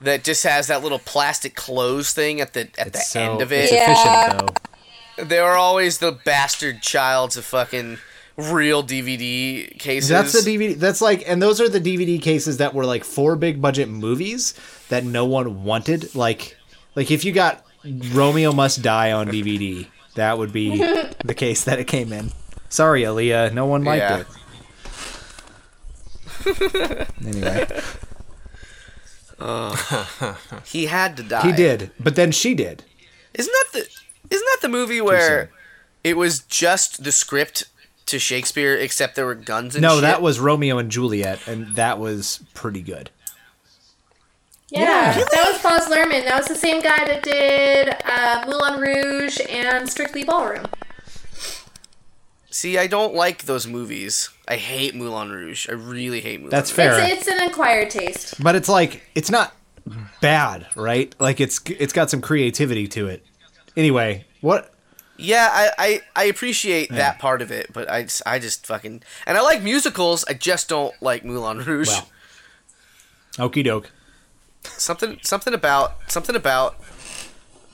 [SPEAKER 4] that just has that little plastic close thing at the at the
[SPEAKER 3] It's so
[SPEAKER 4] end of
[SPEAKER 3] it's
[SPEAKER 4] it.
[SPEAKER 8] Yeah.
[SPEAKER 3] efficient though.
[SPEAKER 4] They were always the bastard childs of fucking real DVD cases.
[SPEAKER 3] That's the DVD. That's like, and those are the DVD cases that were like four big budget movies that no one wanted. Like, like if you got Romeo Must Die on DVD, that would
[SPEAKER 4] [laughs]
[SPEAKER 3] be the case that it came in. Sorry, Aaliyah, no one liked
[SPEAKER 4] Yeah.
[SPEAKER 3] it. Anyway,
[SPEAKER 4] he had to die.
[SPEAKER 3] he did, but then she did.
[SPEAKER 4] Isn't that the Isn't that the movie where it was just the script to Shakespeare except there were guns and
[SPEAKER 3] No,
[SPEAKER 4] shit?
[SPEAKER 3] that was Romeo and Juliet, and that was pretty good.
[SPEAKER 1] Yeah, that was Boz Lerman. That was the same guy that did uh, Moulin Rouge and Strictly Ballroom.
[SPEAKER 4] See, I don't like those movies. I hate Moulin Rouge. I really hate Moulin
[SPEAKER 3] That's
[SPEAKER 4] Rouge.
[SPEAKER 3] fair.
[SPEAKER 1] It's, it's an acquired taste.
[SPEAKER 3] but it's like it's not bad right like it's it's got some creativity to it anyway what
[SPEAKER 4] Yeah, I, I, I appreciate that part of it, but I just, I just fucking and I like musicals. I just don't like Moulin Rouge.
[SPEAKER 3] Well. okie doke
[SPEAKER 4] Something something about something about.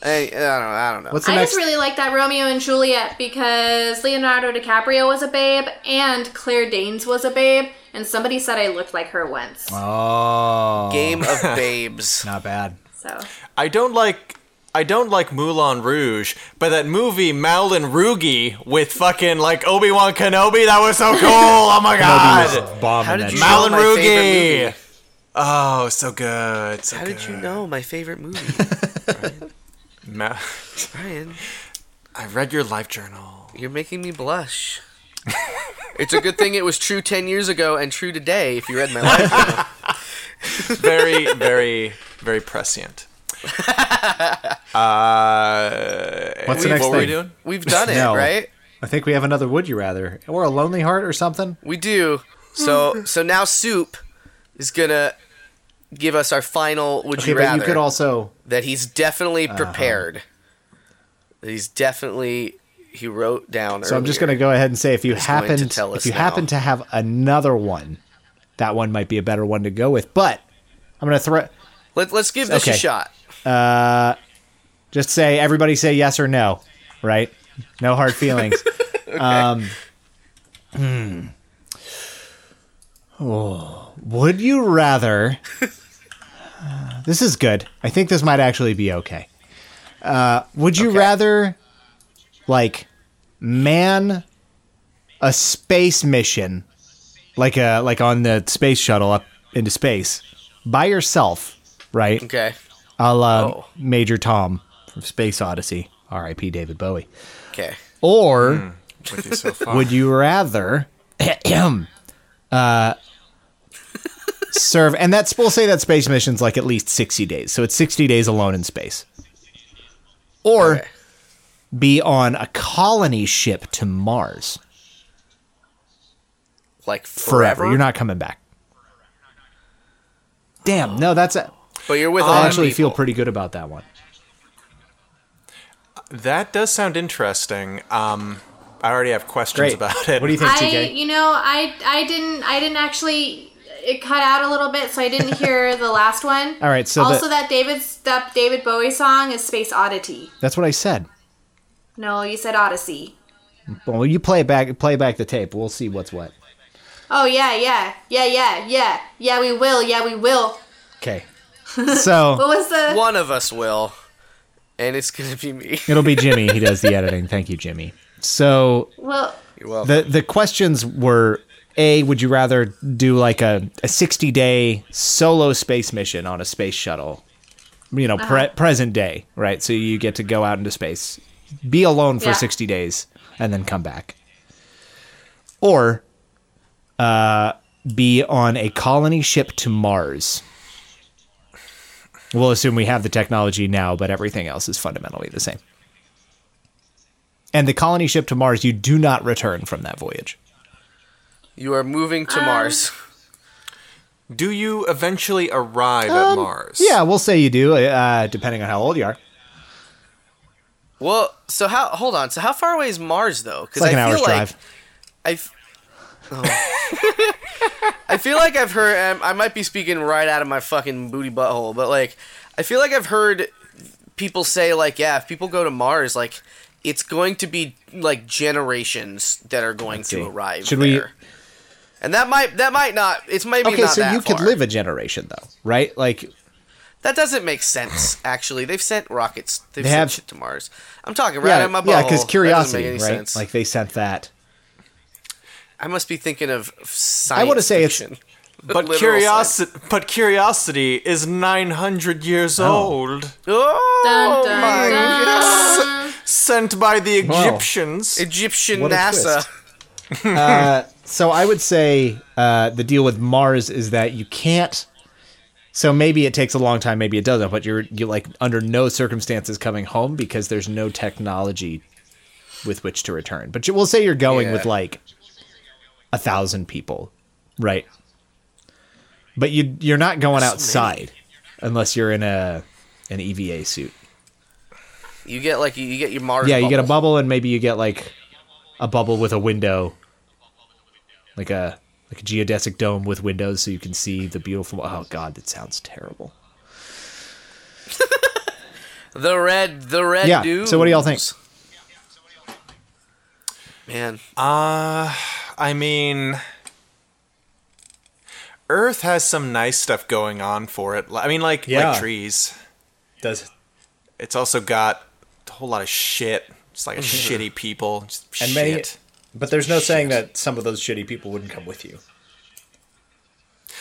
[SPEAKER 4] I, I don't know. I don't know.
[SPEAKER 3] what's the
[SPEAKER 1] I
[SPEAKER 3] next
[SPEAKER 1] just really like that Romeo and Juliet because Leonardo DiCaprio was a babe and Claire Danes was a babe, and somebody said I looked like her once.
[SPEAKER 3] oh [laughs]
[SPEAKER 4] Game of Babes.
[SPEAKER 3] not bad
[SPEAKER 1] So
[SPEAKER 2] I don't like. I don't like Moulin Rouge, but that movie Moulin Rouge with fucking like Obi Wan Kenobi, that was so cool. Oh
[SPEAKER 3] [laughs]
[SPEAKER 2] my god,
[SPEAKER 3] bomb
[SPEAKER 4] How
[SPEAKER 3] in
[SPEAKER 4] did
[SPEAKER 3] that
[SPEAKER 4] you
[SPEAKER 3] shit.
[SPEAKER 4] know
[SPEAKER 2] Moulin
[SPEAKER 4] my favorite
[SPEAKER 2] Rouge.
[SPEAKER 4] movie?
[SPEAKER 2] Oh, so good. So
[SPEAKER 4] How
[SPEAKER 2] good.
[SPEAKER 4] did you know my
[SPEAKER 3] [laughs]
[SPEAKER 4] favorite movie,
[SPEAKER 2] Ma-
[SPEAKER 4] Brian?
[SPEAKER 2] I read your life journal.
[SPEAKER 4] You're making me blush. it's a good thing it was true ten years ago and true today. If you read my life,
[SPEAKER 3] [laughs]
[SPEAKER 4] journal.
[SPEAKER 2] Very, very, very prescient. Uh,
[SPEAKER 3] What's the next
[SPEAKER 2] what were we
[SPEAKER 3] thing?
[SPEAKER 2] doing?
[SPEAKER 4] we've done it,
[SPEAKER 3] No.
[SPEAKER 4] right?
[SPEAKER 3] i think we have another would you rather or a lonely heart or something
[SPEAKER 4] We do. So so now soup is gonna give us our final would
[SPEAKER 3] okay
[SPEAKER 4] you
[SPEAKER 3] but
[SPEAKER 4] rather
[SPEAKER 3] you could also
[SPEAKER 4] that he's definitely
[SPEAKER 3] Uh-huh.
[SPEAKER 4] prepared. That he's definitely he wrote down.
[SPEAKER 3] so i'm just going to
[SPEAKER 4] earlier.
[SPEAKER 3] go ahead and say if you
[SPEAKER 4] going to
[SPEAKER 3] happen
[SPEAKER 4] tell us
[SPEAKER 3] if you
[SPEAKER 4] now.
[SPEAKER 3] happen to have another one that one might be a better one to go with but i'm going to throw
[SPEAKER 4] Let, let's give this a
[SPEAKER 3] Okay.
[SPEAKER 4] shot.
[SPEAKER 3] just say everybody say yes or no, right? No hard feelings. um, hmm. Oh, would you rather? [sighs] this is good. I think this might actually be okay. Uh, would you rather, like, man a space mission, like a like on the space shuttle up into space, by yourself, right?
[SPEAKER 4] Okay.
[SPEAKER 3] a la
[SPEAKER 4] Oh.
[SPEAKER 3] Major Tom from Space Odyssey, R.I.P. David Bowie.
[SPEAKER 4] Okay.
[SPEAKER 3] Or
[SPEAKER 2] With you [laughs] so
[SPEAKER 4] Hmm.
[SPEAKER 2] far.
[SPEAKER 3] would you rather [clears throat] uh, serve? And that's we'll say that space mission's like at least sixty days, so it's sixty days alone in space. Or
[SPEAKER 4] Okay.
[SPEAKER 3] be on a colony ship to Mars
[SPEAKER 4] Like
[SPEAKER 3] forever.
[SPEAKER 4] forever.
[SPEAKER 3] You're not coming back. Damn, no, that's a,
[SPEAKER 4] But you're with.
[SPEAKER 3] I actually feel pretty good about that one.
[SPEAKER 2] That does sound interesting. Um, I already have questions
[SPEAKER 3] Great.
[SPEAKER 2] about it.
[SPEAKER 3] What do you think,
[SPEAKER 1] I,
[SPEAKER 3] TK?
[SPEAKER 1] you know, I I didn't I didn't actually it cut out a little bit, so I didn't
[SPEAKER 3] [laughs]
[SPEAKER 1] hear the last one.
[SPEAKER 3] All right, so
[SPEAKER 1] also
[SPEAKER 3] the-
[SPEAKER 1] that David that David Bowie song is Space Oddity.
[SPEAKER 3] That's what I said.
[SPEAKER 1] No, you said Odyssey.
[SPEAKER 3] Well, you play back, play back the tape. We'll see what's what.
[SPEAKER 1] Oh yeah, yeah, yeah, yeah, yeah, yeah. We will. Yeah, we will.
[SPEAKER 3] Okay.
[SPEAKER 1] [laughs]
[SPEAKER 3] So
[SPEAKER 1] What was the?
[SPEAKER 4] One of us will, and it's gonna be me. [laughs]
[SPEAKER 3] it'll be Jimmy. He does the editing. Thank you, Jimmy. So
[SPEAKER 1] Well,
[SPEAKER 4] Well,
[SPEAKER 3] the the questions were: A, would you rather do like a a sixty day solo space mission on a space shuttle? You know, pre- present day, right? So you get to go out into space, be alone for
[SPEAKER 1] Yeah.
[SPEAKER 3] sixty days, and then come back. or uh, be on a colony ship to Mars. We'll assume we have the technology now, but everything else is fundamentally the same. And the colony ship to Mars, you do not return from that voyage.
[SPEAKER 4] You are moving to Mars.
[SPEAKER 2] Do you eventually arrive at Mars?
[SPEAKER 3] Um, Yeah, we'll say you do, uh, depending on how old you are.
[SPEAKER 4] Well, so how? Hold on. So how far away is Mars though?
[SPEAKER 3] It's
[SPEAKER 4] Because
[SPEAKER 3] like an hour's drive.
[SPEAKER 4] I. f- oh. [laughs] I feel like I've heard. um, I might be speaking right out of my fucking booty butthole, but like, I feel like I've heard people say like, yeah, if people go to Mars, like, it's going to be like generations that are going to
[SPEAKER 3] see.
[SPEAKER 4] arrive
[SPEAKER 3] Should we-
[SPEAKER 4] there. And that might that might not. It's maybe
[SPEAKER 3] Okay,
[SPEAKER 4] not
[SPEAKER 3] so
[SPEAKER 4] that
[SPEAKER 3] you could
[SPEAKER 4] far.
[SPEAKER 3] live a generation though, right? Like
[SPEAKER 4] That doesn't
[SPEAKER 3] [clears throat]
[SPEAKER 4] make sense. Actually, they've sent rockets. They've
[SPEAKER 3] They
[SPEAKER 4] sent
[SPEAKER 3] have-
[SPEAKER 4] shit to Mars. I'm talking right
[SPEAKER 3] yeah,
[SPEAKER 4] out of my butthole.
[SPEAKER 3] yeah, because
[SPEAKER 4] That doesn't
[SPEAKER 3] curiosity,
[SPEAKER 4] make
[SPEAKER 3] right?
[SPEAKER 4] any sense.
[SPEAKER 3] Like they sent that.
[SPEAKER 4] I must be thinking of science.
[SPEAKER 3] I wanna say it's-
[SPEAKER 4] fiction. [laughs]
[SPEAKER 2] But
[SPEAKER 4] Literal
[SPEAKER 2] curiosity, but curiosity is nine hundred years old,
[SPEAKER 4] Oh
[SPEAKER 1] Dun, dun,
[SPEAKER 4] my
[SPEAKER 1] dun.
[SPEAKER 4] goodness.
[SPEAKER 2] sent by the Egyptians.
[SPEAKER 4] Egyptian
[SPEAKER 3] What a
[SPEAKER 4] NASA.
[SPEAKER 3] twist. So I would say uh, the deal with Mars is that you can't. So maybe it takes a long time, maybe it doesn't, but you're you like under no circumstances coming home because there's no technology with which to return. But you, we'll say you're going with
[SPEAKER 4] Yeah.
[SPEAKER 3] like a thousand people, right? But you you're not going outside unless you're in a an EVA suit.
[SPEAKER 4] You get like you, you get your Mars.
[SPEAKER 3] Yeah, you get a
[SPEAKER 4] bubble.
[SPEAKER 3] bubble, and maybe you get like a bubble with a window, like a like a geodesic dome with windows, so you can see the beautiful. Oh God, that sounds terrible.
[SPEAKER 4] The red, the red.
[SPEAKER 3] Yeah,
[SPEAKER 4] dudes.
[SPEAKER 3] so what do y'all think?
[SPEAKER 4] Man,
[SPEAKER 3] Uh,
[SPEAKER 2] I mean, Earth has some nice stuff going on for it. I mean, like
[SPEAKER 3] Yeah.
[SPEAKER 2] like trees.
[SPEAKER 3] Does
[SPEAKER 2] It's also got a whole lot of shit. It's like a
[SPEAKER 3] Mm-hmm.
[SPEAKER 2] shitty people. Just shit.
[SPEAKER 3] but there's no saying that some of those shitty people wouldn't come with you.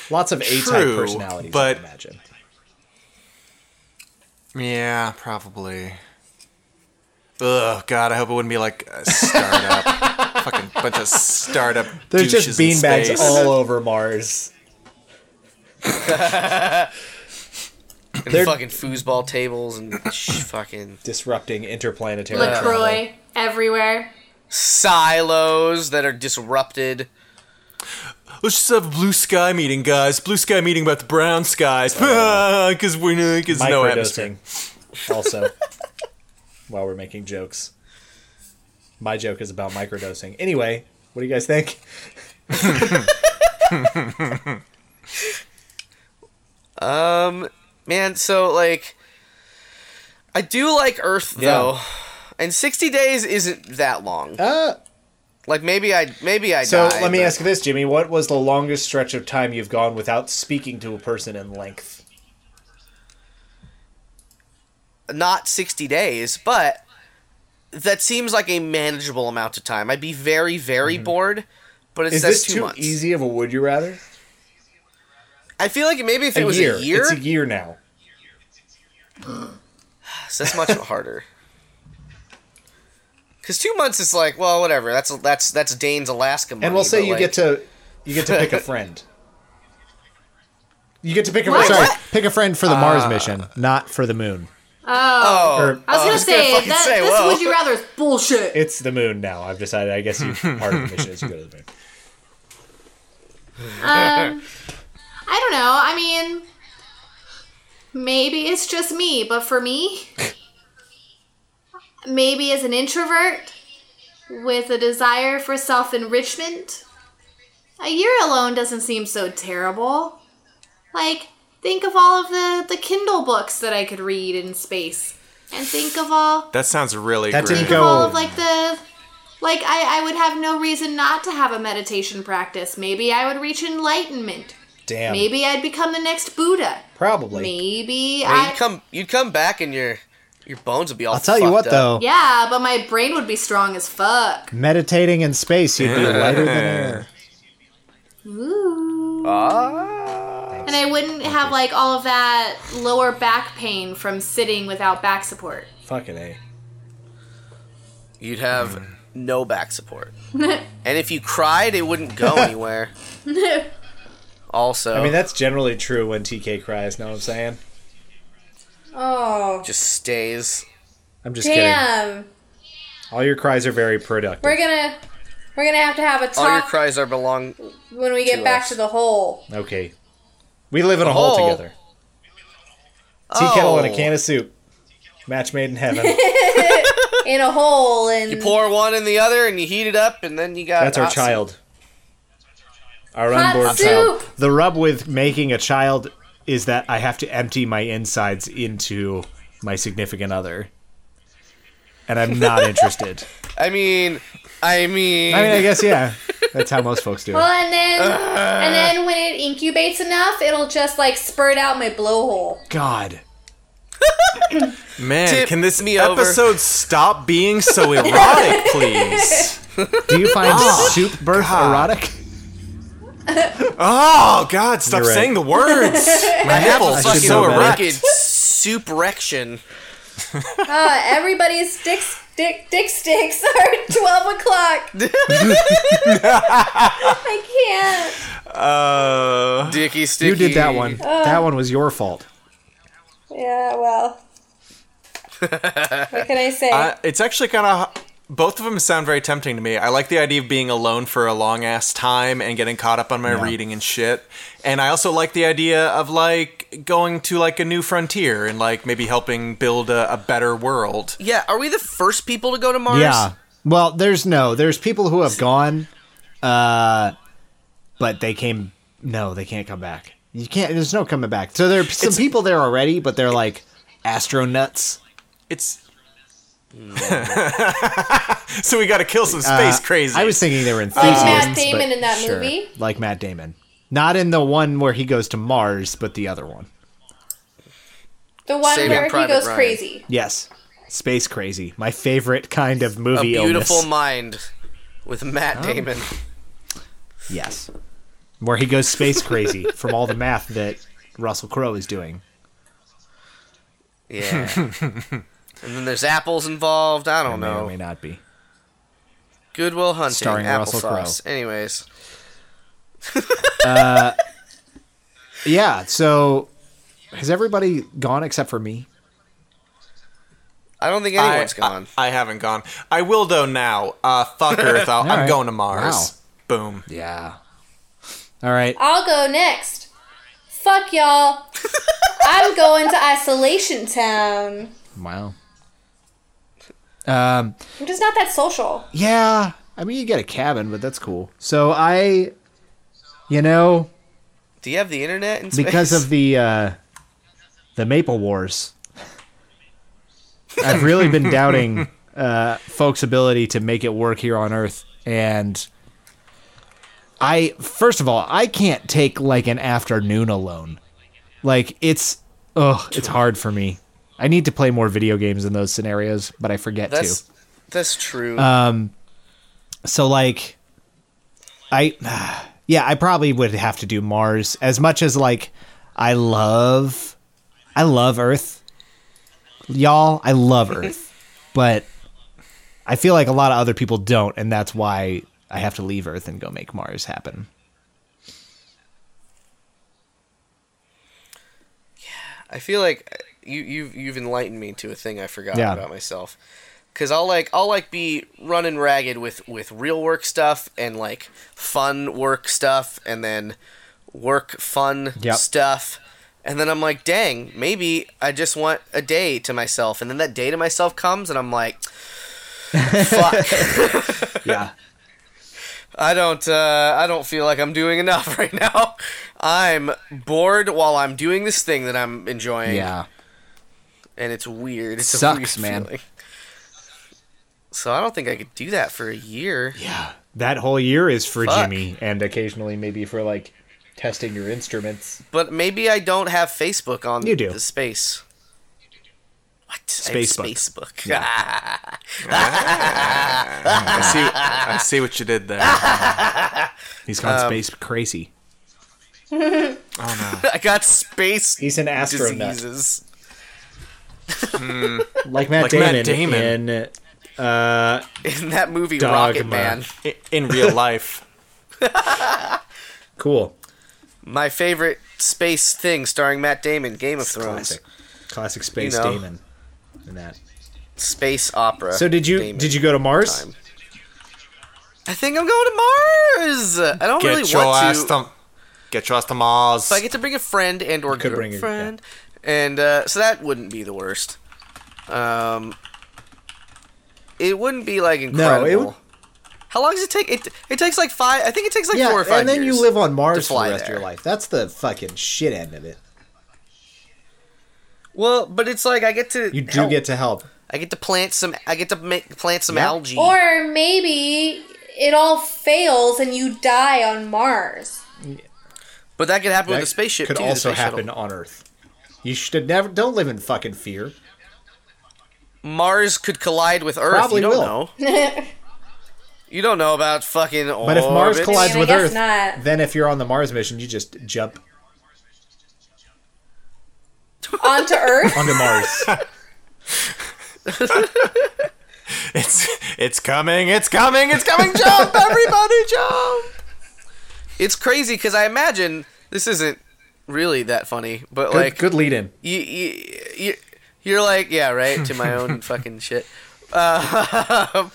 [SPEAKER 3] Lots of
[SPEAKER 2] A-type True, personalities, I but-
[SPEAKER 3] imagine.
[SPEAKER 2] Yeah, probably. Ugh, God, I hope it wouldn't be like a
[SPEAKER 3] [laughs]
[SPEAKER 2] startup. Fucking bunch of startup.
[SPEAKER 3] There's just
[SPEAKER 2] douches in
[SPEAKER 3] beanbags
[SPEAKER 2] space.
[SPEAKER 3] all over Mars.
[SPEAKER 4] and
[SPEAKER 3] They're-
[SPEAKER 4] fucking foosball tables and [laughs] sh- fucking
[SPEAKER 3] Disrupting interplanetary travel.
[SPEAKER 1] LaCroix
[SPEAKER 4] Uh,
[SPEAKER 1] everywhere.
[SPEAKER 4] silos that are disrupted.
[SPEAKER 2] Let's just have a blue sky meeting, guys. Blue sky meeting about the brown skies. [laughs] Because we know cause no atmosphere.
[SPEAKER 3] microdosing [laughs] also while we're making jokes my joke is about microdosing anyway what do you guys think
[SPEAKER 4] Man, so like, I do like Earth
[SPEAKER 3] Yeah.
[SPEAKER 4] though, and sixty days isn't that long.
[SPEAKER 3] uh,
[SPEAKER 4] Like maybe I maybe I
[SPEAKER 3] so
[SPEAKER 4] die,
[SPEAKER 3] let me
[SPEAKER 4] but-
[SPEAKER 3] ask you this jimmy what was the longest stretch of time you've gone without speaking to a person in length
[SPEAKER 4] not 60 days, but that seems like a manageable amount of time. I'd be very, very bored, but
[SPEAKER 3] Mm-hmm.
[SPEAKER 4] it's
[SPEAKER 3] is
[SPEAKER 4] that's
[SPEAKER 3] this
[SPEAKER 4] two
[SPEAKER 3] too
[SPEAKER 4] months.
[SPEAKER 3] easy of a would you rather
[SPEAKER 4] I feel like maybe if it was a year,
[SPEAKER 3] it's a year now
[SPEAKER 4] so [laughs] that's much harder. Because two months is like, well, whatever. That's that's that's Dane's Alaska money.
[SPEAKER 3] and we'll say
[SPEAKER 4] but,
[SPEAKER 3] you
[SPEAKER 4] like,
[SPEAKER 3] get to you get to pick
[SPEAKER 4] [laughs]
[SPEAKER 3] a friend you get to pick a
[SPEAKER 1] What?
[SPEAKER 3] sorry pick a friend for the mars
[SPEAKER 4] Uh,
[SPEAKER 3] mission not for the moon
[SPEAKER 1] Oh,
[SPEAKER 4] Oh,
[SPEAKER 3] Or-
[SPEAKER 1] I was gonna
[SPEAKER 4] was gonna
[SPEAKER 1] say
[SPEAKER 4] fucking
[SPEAKER 1] that
[SPEAKER 4] say,
[SPEAKER 1] this
[SPEAKER 4] whoa.
[SPEAKER 1] would you rather is bullshit.
[SPEAKER 3] it's the moon now i've decided i guess you part of the mission is you go to the moon
[SPEAKER 1] I don't know. I mean, maybe it's just me, but for me, maybe as an introvert with a desire for self enrichment, a year alone doesn't seem so terrible. Like, think of all of the, the Kindle books that I could read in space, and think of all
[SPEAKER 2] That sounds really
[SPEAKER 3] That
[SPEAKER 2] great.
[SPEAKER 3] didn't
[SPEAKER 1] think of all of
[SPEAKER 3] Go.
[SPEAKER 1] like the like I, I would have no reason not to have a meditation practice maybe i would reach enlightenment
[SPEAKER 3] damn
[SPEAKER 1] maybe i'd become the next buddha
[SPEAKER 3] Probably.
[SPEAKER 1] maybe
[SPEAKER 4] I mean,
[SPEAKER 1] i
[SPEAKER 4] you'd come you'd come back and your your bones would be all.
[SPEAKER 3] I'll tell you what, though.
[SPEAKER 1] yeah but my brain would be strong as fuck
[SPEAKER 3] Meditating in space, you'd be [laughs] lighter than air.
[SPEAKER 1] Ooh. and i wouldn't have like all of that lower back pain from sitting without back support
[SPEAKER 3] Fucking A.
[SPEAKER 4] You'd have no back support. and if you cried, it
[SPEAKER 3] [laughs]
[SPEAKER 4] wouldn't go anywhere. also,
[SPEAKER 3] I mean, that's generally true when TK cries. Know what I'm saying?
[SPEAKER 1] Oh,
[SPEAKER 4] just stays.
[SPEAKER 3] I'm just kidding.
[SPEAKER 1] damn.
[SPEAKER 3] All your cries are very productive.
[SPEAKER 1] We're gonna we're gonna have to have a
[SPEAKER 4] All your
[SPEAKER 1] talk
[SPEAKER 4] cries are belong.
[SPEAKER 1] when we get back
[SPEAKER 4] us.
[SPEAKER 1] to the hole.
[SPEAKER 3] Okay. We live in a hole
[SPEAKER 4] hole?
[SPEAKER 3] together. Tea kettle and
[SPEAKER 4] Oh.
[SPEAKER 3] a can of soup. Match made in heaven.
[SPEAKER 1] In a hole and
[SPEAKER 4] You
[SPEAKER 3] Mm.
[SPEAKER 4] pour one in the other, and you heat it up, and then you got.
[SPEAKER 3] That's our
[SPEAKER 4] hot soup.
[SPEAKER 3] child. Our
[SPEAKER 1] Hot
[SPEAKER 3] unborn
[SPEAKER 1] soup!
[SPEAKER 3] child. The rub with making a child is that I have to empty my insides into my significant other. And
[SPEAKER 1] [laughs]
[SPEAKER 3] I'm not interested.
[SPEAKER 4] I mean, I mean,
[SPEAKER 3] I mean, I guess, yeah. That's how most folks do it.
[SPEAKER 1] well, and then and then when it incubates enough, it'll just like spurt out my blowhole. [laughs]
[SPEAKER 3] God.
[SPEAKER 2] Man,
[SPEAKER 4] Tip
[SPEAKER 2] can this
[SPEAKER 4] me over.
[SPEAKER 2] episode stop being
[SPEAKER 3] [laughs]
[SPEAKER 2] so erotic, please?
[SPEAKER 3] Do you find
[SPEAKER 1] Oh,
[SPEAKER 3] soup birth erotic?
[SPEAKER 2] Oh God, stop
[SPEAKER 3] You're right.
[SPEAKER 2] saying the
[SPEAKER 3] [laughs]
[SPEAKER 2] words. My nipples are
[SPEAKER 3] should
[SPEAKER 2] so
[SPEAKER 3] know better.
[SPEAKER 2] erect.
[SPEAKER 4] Naked suprection.
[SPEAKER 1] Uh, everybody's dicks, dick, dick sticks [laughs] are twelve
[SPEAKER 4] [laughs]
[SPEAKER 1] o'clock. I can't.
[SPEAKER 2] Uh,
[SPEAKER 4] Dicky sticky.
[SPEAKER 3] You did that one.
[SPEAKER 1] Uh.
[SPEAKER 3] That one was your fault.
[SPEAKER 1] Yeah, well, what can I
[SPEAKER 4] [laughs]
[SPEAKER 1] say?
[SPEAKER 2] uh, it's actually kind of. Both of them sound very tempting to me. I like the idea of being alone for a long ass time and getting caught up on my reading and shit. And I also like the idea of like going to like a new frontier and like maybe helping build a, a better world.
[SPEAKER 4] Yeah, are we the first people to go to Mars?
[SPEAKER 3] Yeah. Well, there's no. There's people who have gone, uh, but they came. No, they can't come back. You can't. There's no coming back. So there are some people there already, but they're like astronauts.
[SPEAKER 2] It's. [laughs] so we got to kill some space crazy.
[SPEAKER 3] Uh, I was thinking they were enthusiasts.
[SPEAKER 1] Matt
[SPEAKER 3] but
[SPEAKER 1] Damon in that
[SPEAKER 3] sure,
[SPEAKER 1] movie?
[SPEAKER 3] Like Matt Damon. Not in the one where he goes to Mars, but the other one.
[SPEAKER 1] the one
[SPEAKER 4] Saving
[SPEAKER 1] where he
[SPEAKER 4] Private
[SPEAKER 1] goes
[SPEAKER 4] Ryan.
[SPEAKER 1] crazy.
[SPEAKER 3] Yes. Space crazy. My favorite kind of
[SPEAKER 4] A
[SPEAKER 3] movie.
[SPEAKER 4] Beautiful
[SPEAKER 3] illness. Oh.
[SPEAKER 4] Mind with Matt Damon.
[SPEAKER 3] [laughs] Yes. Where he goes space crazy from all the math that Russell Crowe is doing.
[SPEAKER 4] Yeah. and then there's apples involved. I don't
[SPEAKER 3] May or may
[SPEAKER 4] know.
[SPEAKER 3] not be.
[SPEAKER 4] Goodwill Hunting.
[SPEAKER 3] Starring Russell Crowe.
[SPEAKER 4] applesauce. Anyways,
[SPEAKER 3] Yeah, so has everybody gone except for me?
[SPEAKER 4] I don't think
[SPEAKER 2] I-
[SPEAKER 4] anyone's gone.
[SPEAKER 2] I, I haven't gone. I will though now. Uh,
[SPEAKER 3] [laughs]
[SPEAKER 2] fuck Earth. I'll, I'm
[SPEAKER 3] Alright.
[SPEAKER 2] going to Mars. Boom.
[SPEAKER 3] Yeah. All right.
[SPEAKER 1] I'll go next. Fuck
[SPEAKER 4] [laughs]
[SPEAKER 1] y'all. I'm going to isolation town.
[SPEAKER 3] Wow. Um
[SPEAKER 1] I'm just not that social.
[SPEAKER 3] yeah, I mean you get a cabin, but that's cool. So I you know,
[SPEAKER 4] Do you have the internet? In space?
[SPEAKER 3] because of the uh the Maple Wars, I've really
[SPEAKER 4] [laughs]
[SPEAKER 3] been doubting uh folks' ability to make it work here on Earth and I first of all, I can't take like an afternoon alone. Like it's ugh, it's hard for me. I need to play more video games in those scenarios, but I forget
[SPEAKER 4] that's
[SPEAKER 3] to.
[SPEAKER 4] that's true.
[SPEAKER 3] So like I [sighs] yeah, I probably would have to do Mars as much as like I love I love Earth. Y'all, I love [laughs] Earth. but I feel like a lot of other people don't and that's why I have to leave Earth and go make Mars happen.
[SPEAKER 4] I feel like uh, you you've you've enlightened me to a thing I forgot
[SPEAKER 3] Yeah.
[SPEAKER 4] about myself. Cause I'll like I'll like be running ragged with with real work stuff and like fun work stuff and then work fun
[SPEAKER 3] Yep.
[SPEAKER 4] stuff. And then I'm like, dang, maybe I just want a day to myself. And then that day to myself comes, and I'm like, fuck,
[SPEAKER 3] [laughs] Yeah.
[SPEAKER 4] I don't, uh, I don't feel like I'm doing enough [laughs] right now. I'm bored while I'm doing this thing that I'm enjoying.
[SPEAKER 3] yeah.
[SPEAKER 4] and it's weird. It's a
[SPEAKER 3] Sucks,
[SPEAKER 4] weird
[SPEAKER 3] man.
[SPEAKER 4] Feeling. So I don't think I could do that for a year.
[SPEAKER 3] Yeah. That whole year is for
[SPEAKER 4] Fuck.
[SPEAKER 3] Jimmy and occasionally maybe for like testing your instruments.
[SPEAKER 4] But maybe I don't have Facebook on
[SPEAKER 3] You do.
[SPEAKER 4] the space. What?
[SPEAKER 3] Spacebook.
[SPEAKER 4] Facebook.
[SPEAKER 2] I
[SPEAKER 3] [laughs]
[SPEAKER 2] see. I see what you did there.
[SPEAKER 3] He's gone space crazy.
[SPEAKER 4] [laughs] I got space
[SPEAKER 3] He's an astronaut.
[SPEAKER 4] diseases.
[SPEAKER 3] Like Matt
[SPEAKER 2] Like
[SPEAKER 3] Damon,
[SPEAKER 2] Matt Damon.
[SPEAKER 3] in Uh,
[SPEAKER 4] in that movie
[SPEAKER 3] Dogma.
[SPEAKER 4] Rocket Man.
[SPEAKER 2] I- in real life.
[SPEAKER 3] cool.
[SPEAKER 4] My favorite space thing starring Matt Damon, Game of Thrones.
[SPEAKER 3] Classic. Classic space
[SPEAKER 4] You know.
[SPEAKER 3] Damon. And that.
[SPEAKER 4] Space opera.
[SPEAKER 3] So did you
[SPEAKER 4] Damon
[SPEAKER 3] did you go to Mars?
[SPEAKER 4] time. I think I'm going to Mars. I don't
[SPEAKER 2] Get
[SPEAKER 4] really
[SPEAKER 2] your
[SPEAKER 4] want
[SPEAKER 2] ass
[SPEAKER 4] to.
[SPEAKER 2] to get your ass to Mars.
[SPEAKER 4] But I get to bring a friend and or
[SPEAKER 3] could bring a-
[SPEAKER 4] girlfriend, and uh, so that wouldn't be the worst. Um, it wouldn't be like incredible.
[SPEAKER 3] it would-
[SPEAKER 4] How long does it take? It it takes like five. I think it takes like four or five.
[SPEAKER 3] and then
[SPEAKER 4] years
[SPEAKER 3] you live on
[SPEAKER 4] to
[SPEAKER 3] Mars for
[SPEAKER 4] fly
[SPEAKER 3] the rest
[SPEAKER 4] there.
[SPEAKER 3] of your life. That's the fucking shit end of it.
[SPEAKER 4] Well, but it's like I get to
[SPEAKER 3] You do
[SPEAKER 4] help.
[SPEAKER 3] get to help.
[SPEAKER 4] I get to plant some. I get to make, plant some
[SPEAKER 3] Yeah.
[SPEAKER 4] algae.
[SPEAKER 8] Or maybe it all fails and you die on Mars.
[SPEAKER 4] but that could happen
[SPEAKER 3] That
[SPEAKER 4] with the spaceship
[SPEAKER 3] could
[SPEAKER 4] too. the
[SPEAKER 3] also
[SPEAKER 4] space
[SPEAKER 3] happen
[SPEAKER 4] shuttle.
[SPEAKER 3] on Earth. You should never don't live in fucking fear.
[SPEAKER 4] Mars could collide with Earth.
[SPEAKER 3] Probably
[SPEAKER 4] you don't
[SPEAKER 3] will.
[SPEAKER 4] know.
[SPEAKER 3] [laughs]
[SPEAKER 4] You don't know about fucking.
[SPEAKER 3] But if Mars collides
[SPEAKER 8] I mean, I
[SPEAKER 3] with
[SPEAKER 8] guess
[SPEAKER 3] Earth,
[SPEAKER 8] not.
[SPEAKER 3] then if you're on the Mars mission, you just jump
[SPEAKER 8] Onto
[SPEAKER 4] [laughs]
[SPEAKER 8] Earth?
[SPEAKER 3] onto Mars.
[SPEAKER 2] It's it's coming, it's coming, it's coming, jump, everybody
[SPEAKER 3] [laughs]
[SPEAKER 2] jump.
[SPEAKER 4] it's crazy because I imagine this isn't really that funny, but
[SPEAKER 3] Good,
[SPEAKER 4] like
[SPEAKER 3] good lead in.
[SPEAKER 4] you, you, you, you're like yeah, right to
[SPEAKER 3] [laughs]
[SPEAKER 4] my own fucking shit. Uh,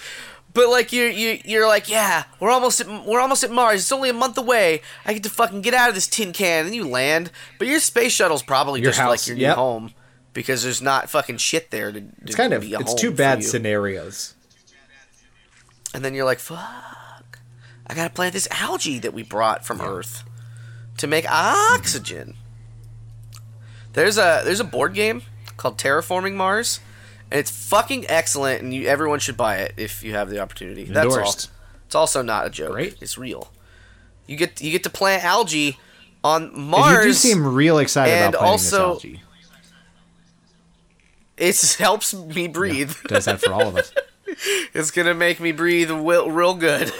[SPEAKER 4] but like you, you, you're like yeah, we're almost at, we're almost at Mars. It's only a month away. I get to fucking get out of this tin can, and you land. But your space shuttle's probably
[SPEAKER 3] Your
[SPEAKER 4] just
[SPEAKER 3] house,
[SPEAKER 4] like your
[SPEAKER 3] yep.
[SPEAKER 4] new home because there's not fucking shit there to. to
[SPEAKER 3] It's kind of
[SPEAKER 4] be a
[SPEAKER 3] it's
[SPEAKER 4] home
[SPEAKER 3] two
[SPEAKER 4] for
[SPEAKER 3] bad
[SPEAKER 4] you.
[SPEAKER 3] scenarios.
[SPEAKER 4] And then you're like, fuck, I gotta plant this algae that we brought from Earth to make oxygen. There's a there's a board game called Terraforming Mars, and it's fucking excellent, and you everyone should buy it if you have the opportunity. That's
[SPEAKER 3] Endorsed.
[SPEAKER 4] all. It's also not a joke.
[SPEAKER 3] Great.
[SPEAKER 4] It's real. You get you get to plant algae on
[SPEAKER 3] And
[SPEAKER 4] Mars.
[SPEAKER 3] you do seem real excited
[SPEAKER 4] and
[SPEAKER 3] about planting
[SPEAKER 4] also-
[SPEAKER 3] this algae.
[SPEAKER 4] it helps me breathe.
[SPEAKER 3] Does that for all of us?
[SPEAKER 4] It's gonna make me breathe real, real good.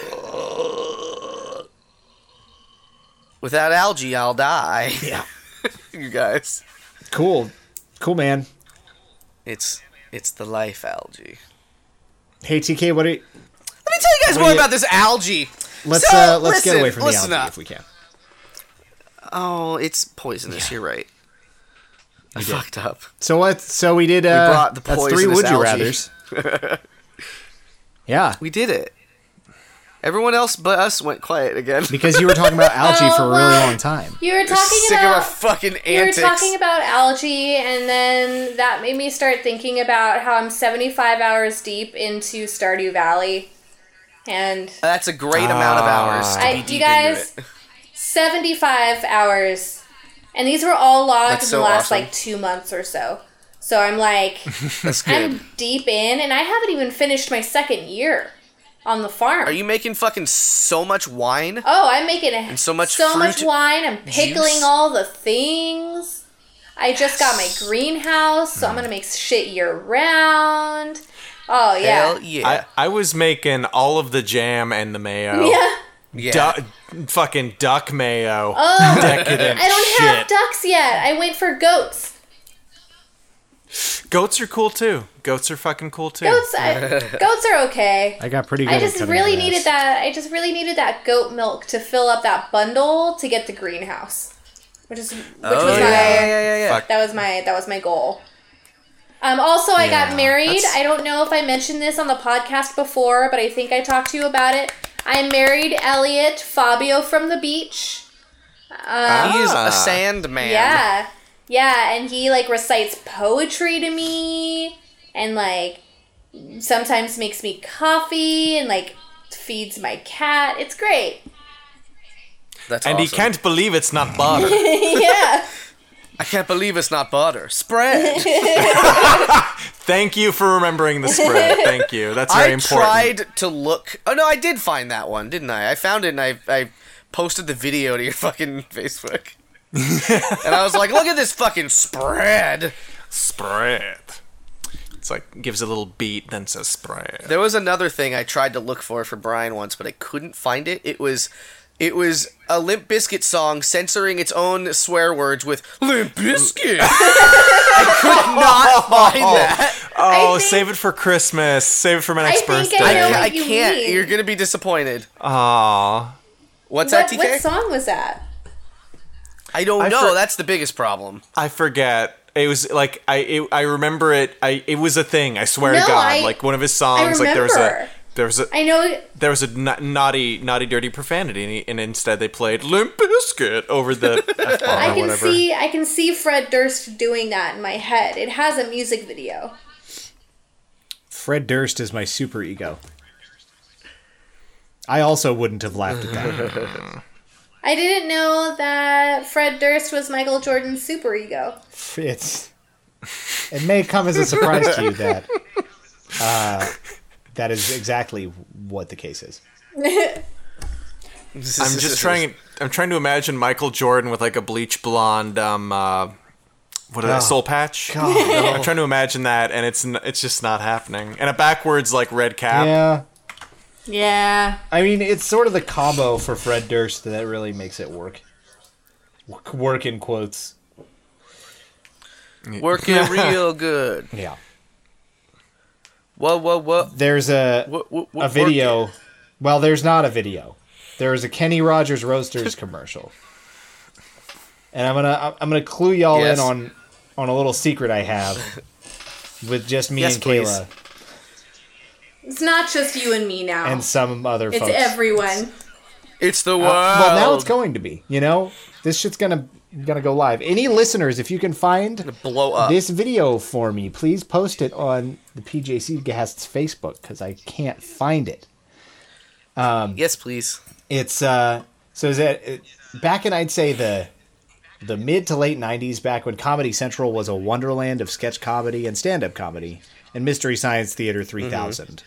[SPEAKER 4] Without algae, I'll die.
[SPEAKER 3] [laughs]
[SPEAKER 4] [laughs]
[SPEAKER 3] Yeah.
[SPEAKER 4] you guys,
[SPEAKER 3] Cool, cool man.
[SPEAKER 4] it's it's the life algae.
[SPEAKER 3] Hey TK, what are you?
[SPEAKER 4] Let me tell you guys more
[SPEAKER 3] you-
[SPEAKER 4] about this algae.
[SPEAKER 3] Let's
[SPEAKER 4] So,
[SPEAKER 3] uh, let's
[SPEAKER 4] listen,
[SPEAKER 3] get away from the
[SPEAKER 4] listen
[SPEAKER 3] algae
[SPEAKER 4] up.
[SPEAKER 3] if we can.
[SPEAKER 4] Oh, it's poisonous. You're right. I fucked up.
[SPEAKER 3] So what? So we did. Uh,
[SPEAKER 4] brought the
[SPEAKER 3] that's three
[SPEAKER 4] poisonous
[SPEAKER 3] would you
[SPEAKER 4] algae.
[SPEAKER 3] rather's.
[SPEAKER 4] [laughs]
[SPEAKER 3] yeah,
[SPEAKER 4] We did it. Everyone else but us went quiet again.
[SPEAKER 3] because you were talking about algae for a really
[SPEAKER 8] Oh, well.
[SPEAKER 3] long time.
[SPEAKER 8] You were [laughs] talking
[SPEAKER 4] Sick of
[SPEAKER 8] about
[SPEAKER 4] our fucking
[SPEAKER 8] you were
[SPEAKER 4] antics.
[SPEAKER 8] talking about algae, and then that made me start thinking about how I'm 75 hours deep into Stardew Valley, and
[SPEAKER 4] That's a great amount
[SPEAKER 3] Ah.
[SPEAKER 4] of hours. To be
[SPEAKER 8] I,
[SPEAKER 4] deep
[SPEAKER 8] you
[SPEAKER 4] into
[SPEAKER 8] guys,
[SPEAKER 4] it. [laughs]
[SPEAKER 8] 75 hours, and these were all logged
[SPEAKER 4] That's
[SPEAKER 8] in
[SPEAKER 4] so
[SPEAKER 8] the last
[SPEAKER 4] awesome.
[SPEAKER 8] like two months or so. So
[SPEAKER 4] [laughs]
[SPEAKER 8] I'm like,
[SPEAKER 4] That's good.
[SPEAKER 8] I'm deep in, and I haven't even finished my second year on the farm.
[SPEAKER 4] Are you making fucking so much wine?
[SPEAKER 8] Oh, I'm making a,
[SPEAKER 4] so much
[SPEAKER 8] so much
[SPEAKER 4] fruit
[SPEAKER 8] wine. I'm pickling
[SPEAKER 4] juice.
[SPEAKER 8] all the things. I just got my greenhouse, so
[SPEAKER 4] Hmm.
[SPEAKER 8] I'm gonna make shit year round. Oh yeah,
[SPEAKER 4] Hell yeah.
[SPEAKER 2] I, I was making all of the jam and the mayo.
[SPEAKER 8] yeah.
[SPEAKER 4] yeah.
[SPEAKER 2] Du- fucking duck mayo.
[SPEAKER 8] Oh,
[SPEAKER 4] [laughs]
[SPEAKER 2] Decadent
[SPEAKER 8] I don't have
[SPEAKER 2] shit.
[SPEAKER 8] ducks yet. I went
[SPEAKER 4] [laughs]
[SPEAKER 8] for goats.
[SPEAKER 2] Goats are cool too. Goats are fucking cool too.
[SPEAKER 8] Goats, I, goats are
[SPEAKER 4] [laughs]
[SPEAKER 8] okay.
[SPEAKER 3] I got pretty good.
[SPEAKER 8] I
[SPEAKER 3] at
[SPEAKER 8] just
[SPEAKER 3] cutting
[SPEAKER 8] really
[SPEAKER 3] grass.
[SPEAKER 8] needed that. I just really needed that goat milk to fill up that bundle to get the greenhouse, which is which was my
[SPEAKER 4] Oh, yeah, yeah.
[SPEAKER 2] Fuck.
[SPEAKER 8] That was my that was my goal. Um, also, I got married.
[SPEAKER 4] that's-
[SPEAKER 8] I don't know if I mentioned this on the podcast before, but I think I talked to you about it. I married Elliot Fabio from the beach. Uh,
[SPEAKER 4] He is
[SPEAKER 2] Ah.
[SPEAKER 4] a sandman.
[SPEAKER 8] Yeah, yeah, and he like recites poetry to me, and like sometimes makes me coffee, and like feeds my cat. It's great.
[SPEAKER 4] That's
[SPEAKER 2] and he
[SPEAKER 4] awesome.
[SPEAKER 2] can't believe it's not butter.
[SPEAKER 8] yeah,
[SPEAKER 4] I can't believe it's not butter.
[SPEAKER 8] [laughs]
[SPEAKER 4] Spread.
[SPEAKER 2] Thank you for remembering the spread. Thank you. That's very
[SPEAKER 4] I
[SPEAKER 2] important.
[SPEAKER 4] tried to look. Oh no, I did find that one, didn't I? I found it and I, I posted the video to your fucking [laughs] Facebook.
[SPEAKER 2] [laughs]
[SPEAKER 4] and I was like, look at this fucking spread.
[SPEAKER 2] Spread. It's like gives a little beat, then says spread.
[SPEAKER 4] There was another thing I tried to look for for Brian once, but I couldn't find it. It was It was a Limp Biscuit song censoring its own swear words with
[SPEAKER 2] [laughs]
[SPEAKER 4] Limp Biscuit. I could not find that.
[SPEAKER 2] Oh,
[SPEAKER 1] think-
[SPEAKER 2] save it for Christmas. Save it for my next
[SPEAKER 1] think I
[SPEAKER 2] birthday.
[SPEAKER 1] know
[SPEAKER 4] I,
[SPEAKER 1] what
[SPEAKER 4] I
[SPEAKER 1] you
[SPEAKER 4] can't.
[SPEAKER 1] mean.
[SPEAKER 4] You're gonna be disappointed.
[SPEAKER 2] Aw.
[SPEAKER 4] What's
[SPEAKER 1] What,
[SPEAKER 4] that, TK?
[SPEAKER 1] what song was that?
[SPEAKER 4] I don't
[SPEAKER 2] I
[SPEAKER 4] know.
[SPEAKER 2] for-
[SPEAKER 4] That's the biggest problem.
[SPEAKER 2] I forget. It was like I it, I remember it. I it was a thing. I swear
[SPEAKER 1] No,
[SPEAKER 2] to God,
[SPEAKER 1] I-
[SPEAKER 2] like one of his songs. Like there was a
[SPEAKER 1] remember.
[SPEAKER 2] there was a
[SPEAKER 1] I know.
[SPEAKER 2] there was a na- naughty naughty dirty profanity, and, he, and instead they played Limp Bizkit over the.
[SPEAKER 1] [laughs]
[SPEAKER 2] F-bomb or
[SPEAKER 1] I can
[SPEAKER 2] whatever.
[SPEAKER 1] see. I can see Fred Durst doing that in my head. It has a music video.
[SPEAKER 3] Fred Durst is my super ego. I also wouldn't have laughed at
[SPEAKER 4] [laughs]
[SPEAKER 3] that.
[SPEAKER 1] I didn't know that Fred Durst was Michael Jordan's superego.
[SPEAKER 3] It's it may come as a surprise to you
[SPEAKER 4] [laughs]
[SPEAKER 3] that uh, that is exactly what the case is.
[SPEAKER 2] I'm
[SPEAKER 4] [laughs]
[SPEAKER 2] just trying. I'm trying to imagine Michael Jordan with like a bleach blonde. Um, uh, what is that? Soul patch. I'm trying to imagine that, and it's n- it's just not happening. And a backwards like red cap.
[SPEAKER 3] Yeah,
[SPEAKER 1] Yeah.
[SPEAKER 3] I mean it's sort of the combo for Fred Durst that really makes it work. Work- Work in quotes.
[SPEAKER 4] Working
[SPEAKER 2] [laughs]
[SPEAKER 4] real good.
[SPEAKER 3] Yeah,
[SPEAKER 4] Whoa, whoa, whoa.
[SPEAKER 3] there's a
[SPEAKER 4] Wha- wha- wha-
[SPEAKER 3] a video. Well, there's not a video. There is a Kenny Rogers
[SPEAKER 4] [laughs]
[SPEAKER 3] Roasters commercial, and I'm gonna I'm gonna clue y'all
[SPEAKER 4] Yes.
[SPEAKER 3] in on on a little secret I have with just me
[SPEAKER 4] Yes,
[SPEAKER 3] and
[SPEAKER 4] please.
[SPEAKER 3] Kayla
[SPEAKER 1] It's not just you and me now.
[SPEAKER 3] and some other
[SPEAKER 1] it's
[SPEAKER 3] folks.
[SPEAKER 1] everyone.
[SPEAKER 4] It's
[SPEAKER 2] Uh,
[SPEAKER 4] the world.
[SPEAKER 3] well, now it's going to be. You know, this shit's gonna gonna go live. Any listeners, if you can find
[SPEAKER 4] blow up.
[SPEAKER 3] this video for me, please post it on the PJC Cast's Facebook because I can't find it.
[SPEAKER 4] yes, please.
[SPEAKER 3] it's uh so is that it, back in i'd say the the mid to late 90s back when comedy central was a wonderland of sketch comedy and stand-up comedy and mystery science theater 3000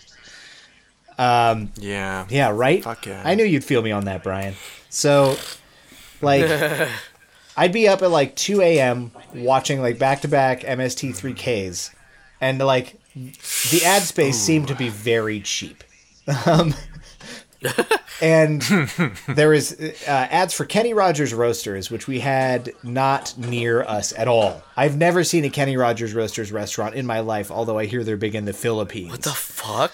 [SPEAKER 2] Yeah.
[SPEAKER 3] yeah right
[SPEAKER 2] Fuck yeah.
[SPEAKER 3] i knew you'd feel me on that brian so
[SPEAKER 2] [laughs]
[SPEAKER 3] like i'd be up at like 2 a.m watching like back-to-back mst3ks and like the ad space seemed to be very cheap
[SPEAKER 2] [laughs]
[SPEAKER 3] um, and there was uh, ads for Kenny Rogers Roasters, which we had not near us at all. I've never seen a Kenny Rogers Roasters restaurant in my life, although I hear they're big in the Philippines.
[SPEAKER 4] The
[SPEAKER 1] [laughs]
[SPEAKER 4] fuck?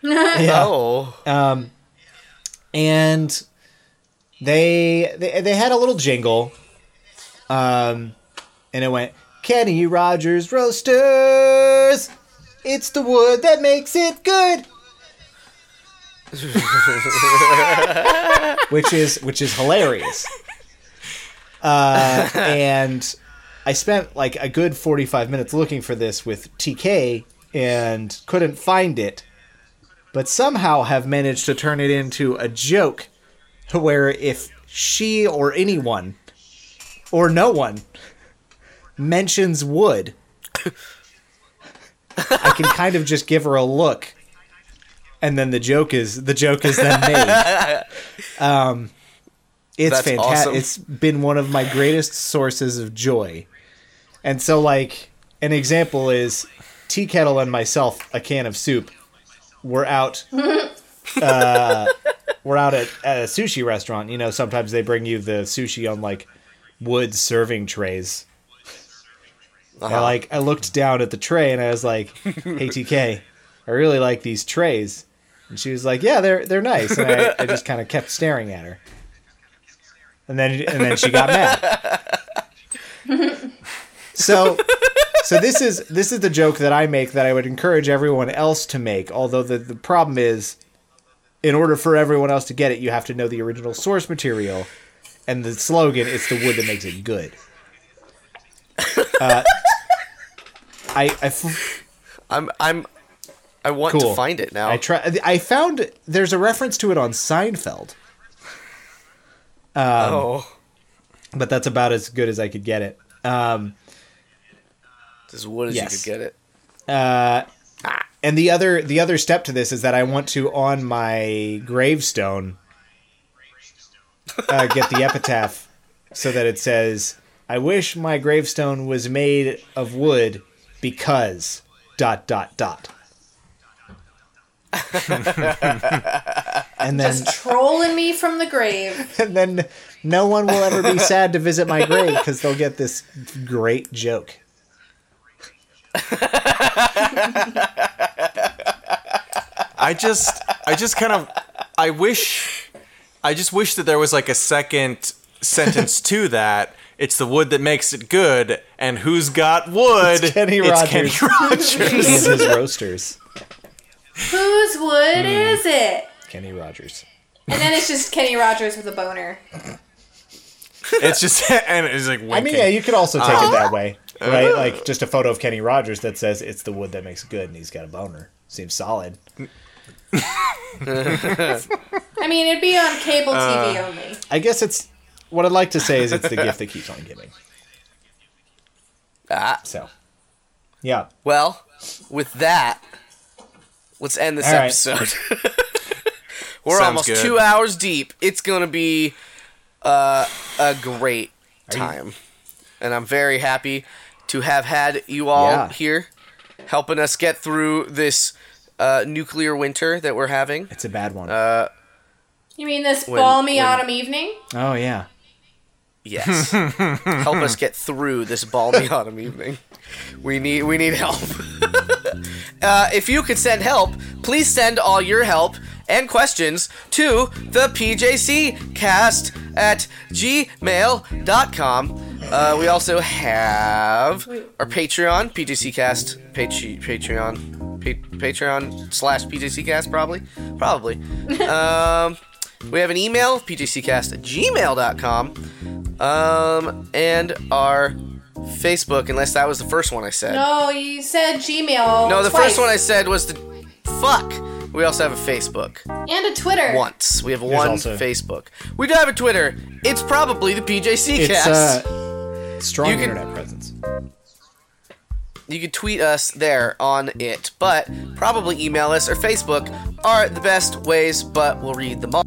[SPEAKER 3] Yeah.
[SPEAKER 4] Oh.
[SPEAKER 3] and they, they they had a little jingle, um, and it went Kenny Rogers Roasters. It's the wood that makes it good. which is which is hilarious. Uh, and I spent like a good 45 minutes looking for this with TK and couldn't find it, but somehow have managed to turn it into a joke to where if she or anyone or no one mentions wood, I can kind of just give her a look. And then the joke is the joke is then made. Um,
[SPEAKER 4] [laughs]
[SPEAKER 3] it's
[SPEAKER 4] That's
[SPEAKER 3] fantastic.
[SPEAKER 4] awesome.
[SPEAKER 3] It's been one of my greatest sources of joy. And so, like, an example is Tea Kettle and myself, a can of soup, were out.
[SPEAKER 4] [laughs]
[SPEAKER 3] uh, we're out at, at a sushi restaurant. You know, sometimes they bring you the sushi on like wood serving trays. I like I looked down at the tray and I was like, "Hey TK, I really like these trays." And she was like, "Yeah, they're they're nice." And I, I just kind of kept staring at her. And then and then she got mad. So so this is this is the joke that I make that I would encourage everyone else to make. Although the, the problem is, in order for everyone else to get it, you have to know the original source material, and the slogan "It's the wood that makes it good." Uh, I, I f-
[SPEAKER 4] I'm. I'm. I want
[SPEAKER 3] cool.
[SPEAKER 4] to find it now.
[SPEAKER 3] I try. I found there's a reference to it on Seinfeld,
[SPEAKER 4] oh.
[SPEAKER 3] but that's about as good as I could get it. Um,
[SPEAKER 4] As wood as
[SPEAKER 3] yes.
[SPEAKER 4] you could get it.
[SPEAKER 3] And the other the other step to this is that I want to on my gravestone uh, get the epitaph so that it says, "I wish my gravestone was made of wood because dot dot dot." and then
[SPEAKER 1] Just trolling me from the grave.
[SPEAKER 3] and then no one will ever be sad to visit my grave because they'll get this great joke.
[SPEAKER 2] I just I just kind of I wish I just wish that there was like a second sentence to that. It's the wood that makes it good, and who's got wood?
[SPEAKER 3] It's Kenny Rogers.
[SPEAKER 2] Kenny
[SPEAKER 3] [laughs]
[SPEAKER 2] Rogers.
[SPEAKER 3] And his roasters,
[SPEAKER 1] Whose wood
[SPEAKER 4] Hmm.
[SPEAKER 1] is it?
[SPEAKER 3] Kenny Rogers.
[SPEAKER 1] And then it's just Kenny Rogers with a boner.
[SPEAKER 2] it's just and it's like winking.
[SPEAKER 3] I mean, yeah, you could also take
[SPEAKER 4] Um,
[SPEAKER 3] it that way,
[SPEAKER 4] uh,
[SPEAKER 3] right? Like just a photo of Kenny Rogers that says it's the wood that makes it good, and he's got a boner. Seems solid.
[SPEAKER 1] I mean, it'd be on cable
[SPEAKER 4] Uh,
[SPEAKER 1] TV only.
[SPEAKER 3] I guess it's what I'd like to say is it's the gift that keeps on giving.
[SPEAKER 4] Ah.
[SPEAKER 3] So, yeah,
[SPEAKER 4] Well, with that, let's end this
[SPEAKER 3] All right.
[SPEAKER 4] episode. [laughs] We're
[SPEAKER 2] Sounds
[SPEAKER 4] almost
[SPEAKER 2] good.
[SPEAKER 4] two hours deep. It's gonna be uh, a great time, and I'm very happy to have had you all
[SPEAKER 3] Yeah.
[SPEAKER 4] here, helping us get through this uh, nuclear winter that we're having.
[SPEAKER 3] it's a bad one.
[SPEAKER 4] Uh,
[SPEAKER 1] You mean this
[SPEAKER 4] When-
[SPEAKER 1] balmy
[SPEAKER 4] when-
[SPEAKER 1] autumn evening?
[SPEAKER 3] oh yeah,
[SPEAKER 4] Yes, help us get through this balmy [laughs] autumn evening. We need we need help. uh, if you could send help, please send all your help and questions to the PJCcast at gmail.com. Uh, we also have our Patreon, PJCcast, Patre- Patreon, pa- Patreon slash PJCcast, probably. Probably. um, we have an email, pjccast at gmail.com, um, and our Facebook, unless that was the first one I said.
[SPEAKER 1] No, Oh, you said Gmail.
[SPEAKER 8] Oh,
[SPEAKER 4] No, the
[SPEAKER 1] twice.
[SPEAKER 4] first one I said was the fuck. We also have a Facebook.
[SPEAKER 1] and a Twitter.
[SPEAKER 4] Once we have one
[SPEAKER 3] also-
[SPEAKER 4] Facebook. We do have a Twitter. It's probably the PJC
[SPEAKER 3] it's
[SPEAKER 4] cast.
[SPEAKER 3] uh, strong
[SPEAKER 4] You can-
[SPEAKER 3] internet presence.
[SPEAKER 4] you can tweet us there on it, but probably email us or Facebook are the best ways. But we'll read them all.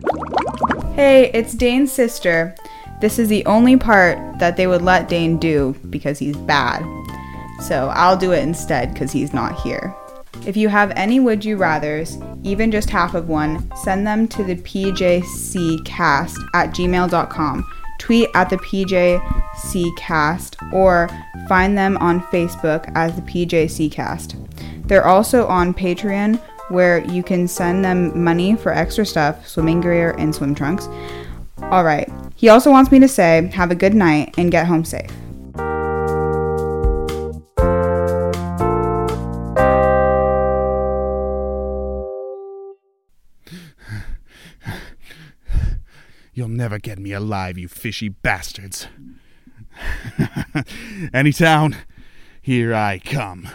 [SPEAKER 5] Hey, it's Dane's sister. This is the only part that they would let Dane do because he's bad. So I'll do it instead because he's not here. If you have any would you rathers, even just half of one, send them to the pjccast at gmail.com. Tweet at the pjccast or find them on Facebook as the pjccast. They're also on Patreon where you can send them money for extra stuff, swimming gear, and swim trunks. All right. He also wants me to say, have a good night and get home safe.
[SPEAKER 7] You'll never get me alive, you fishy [laughs] bastards. Anytown, here I come.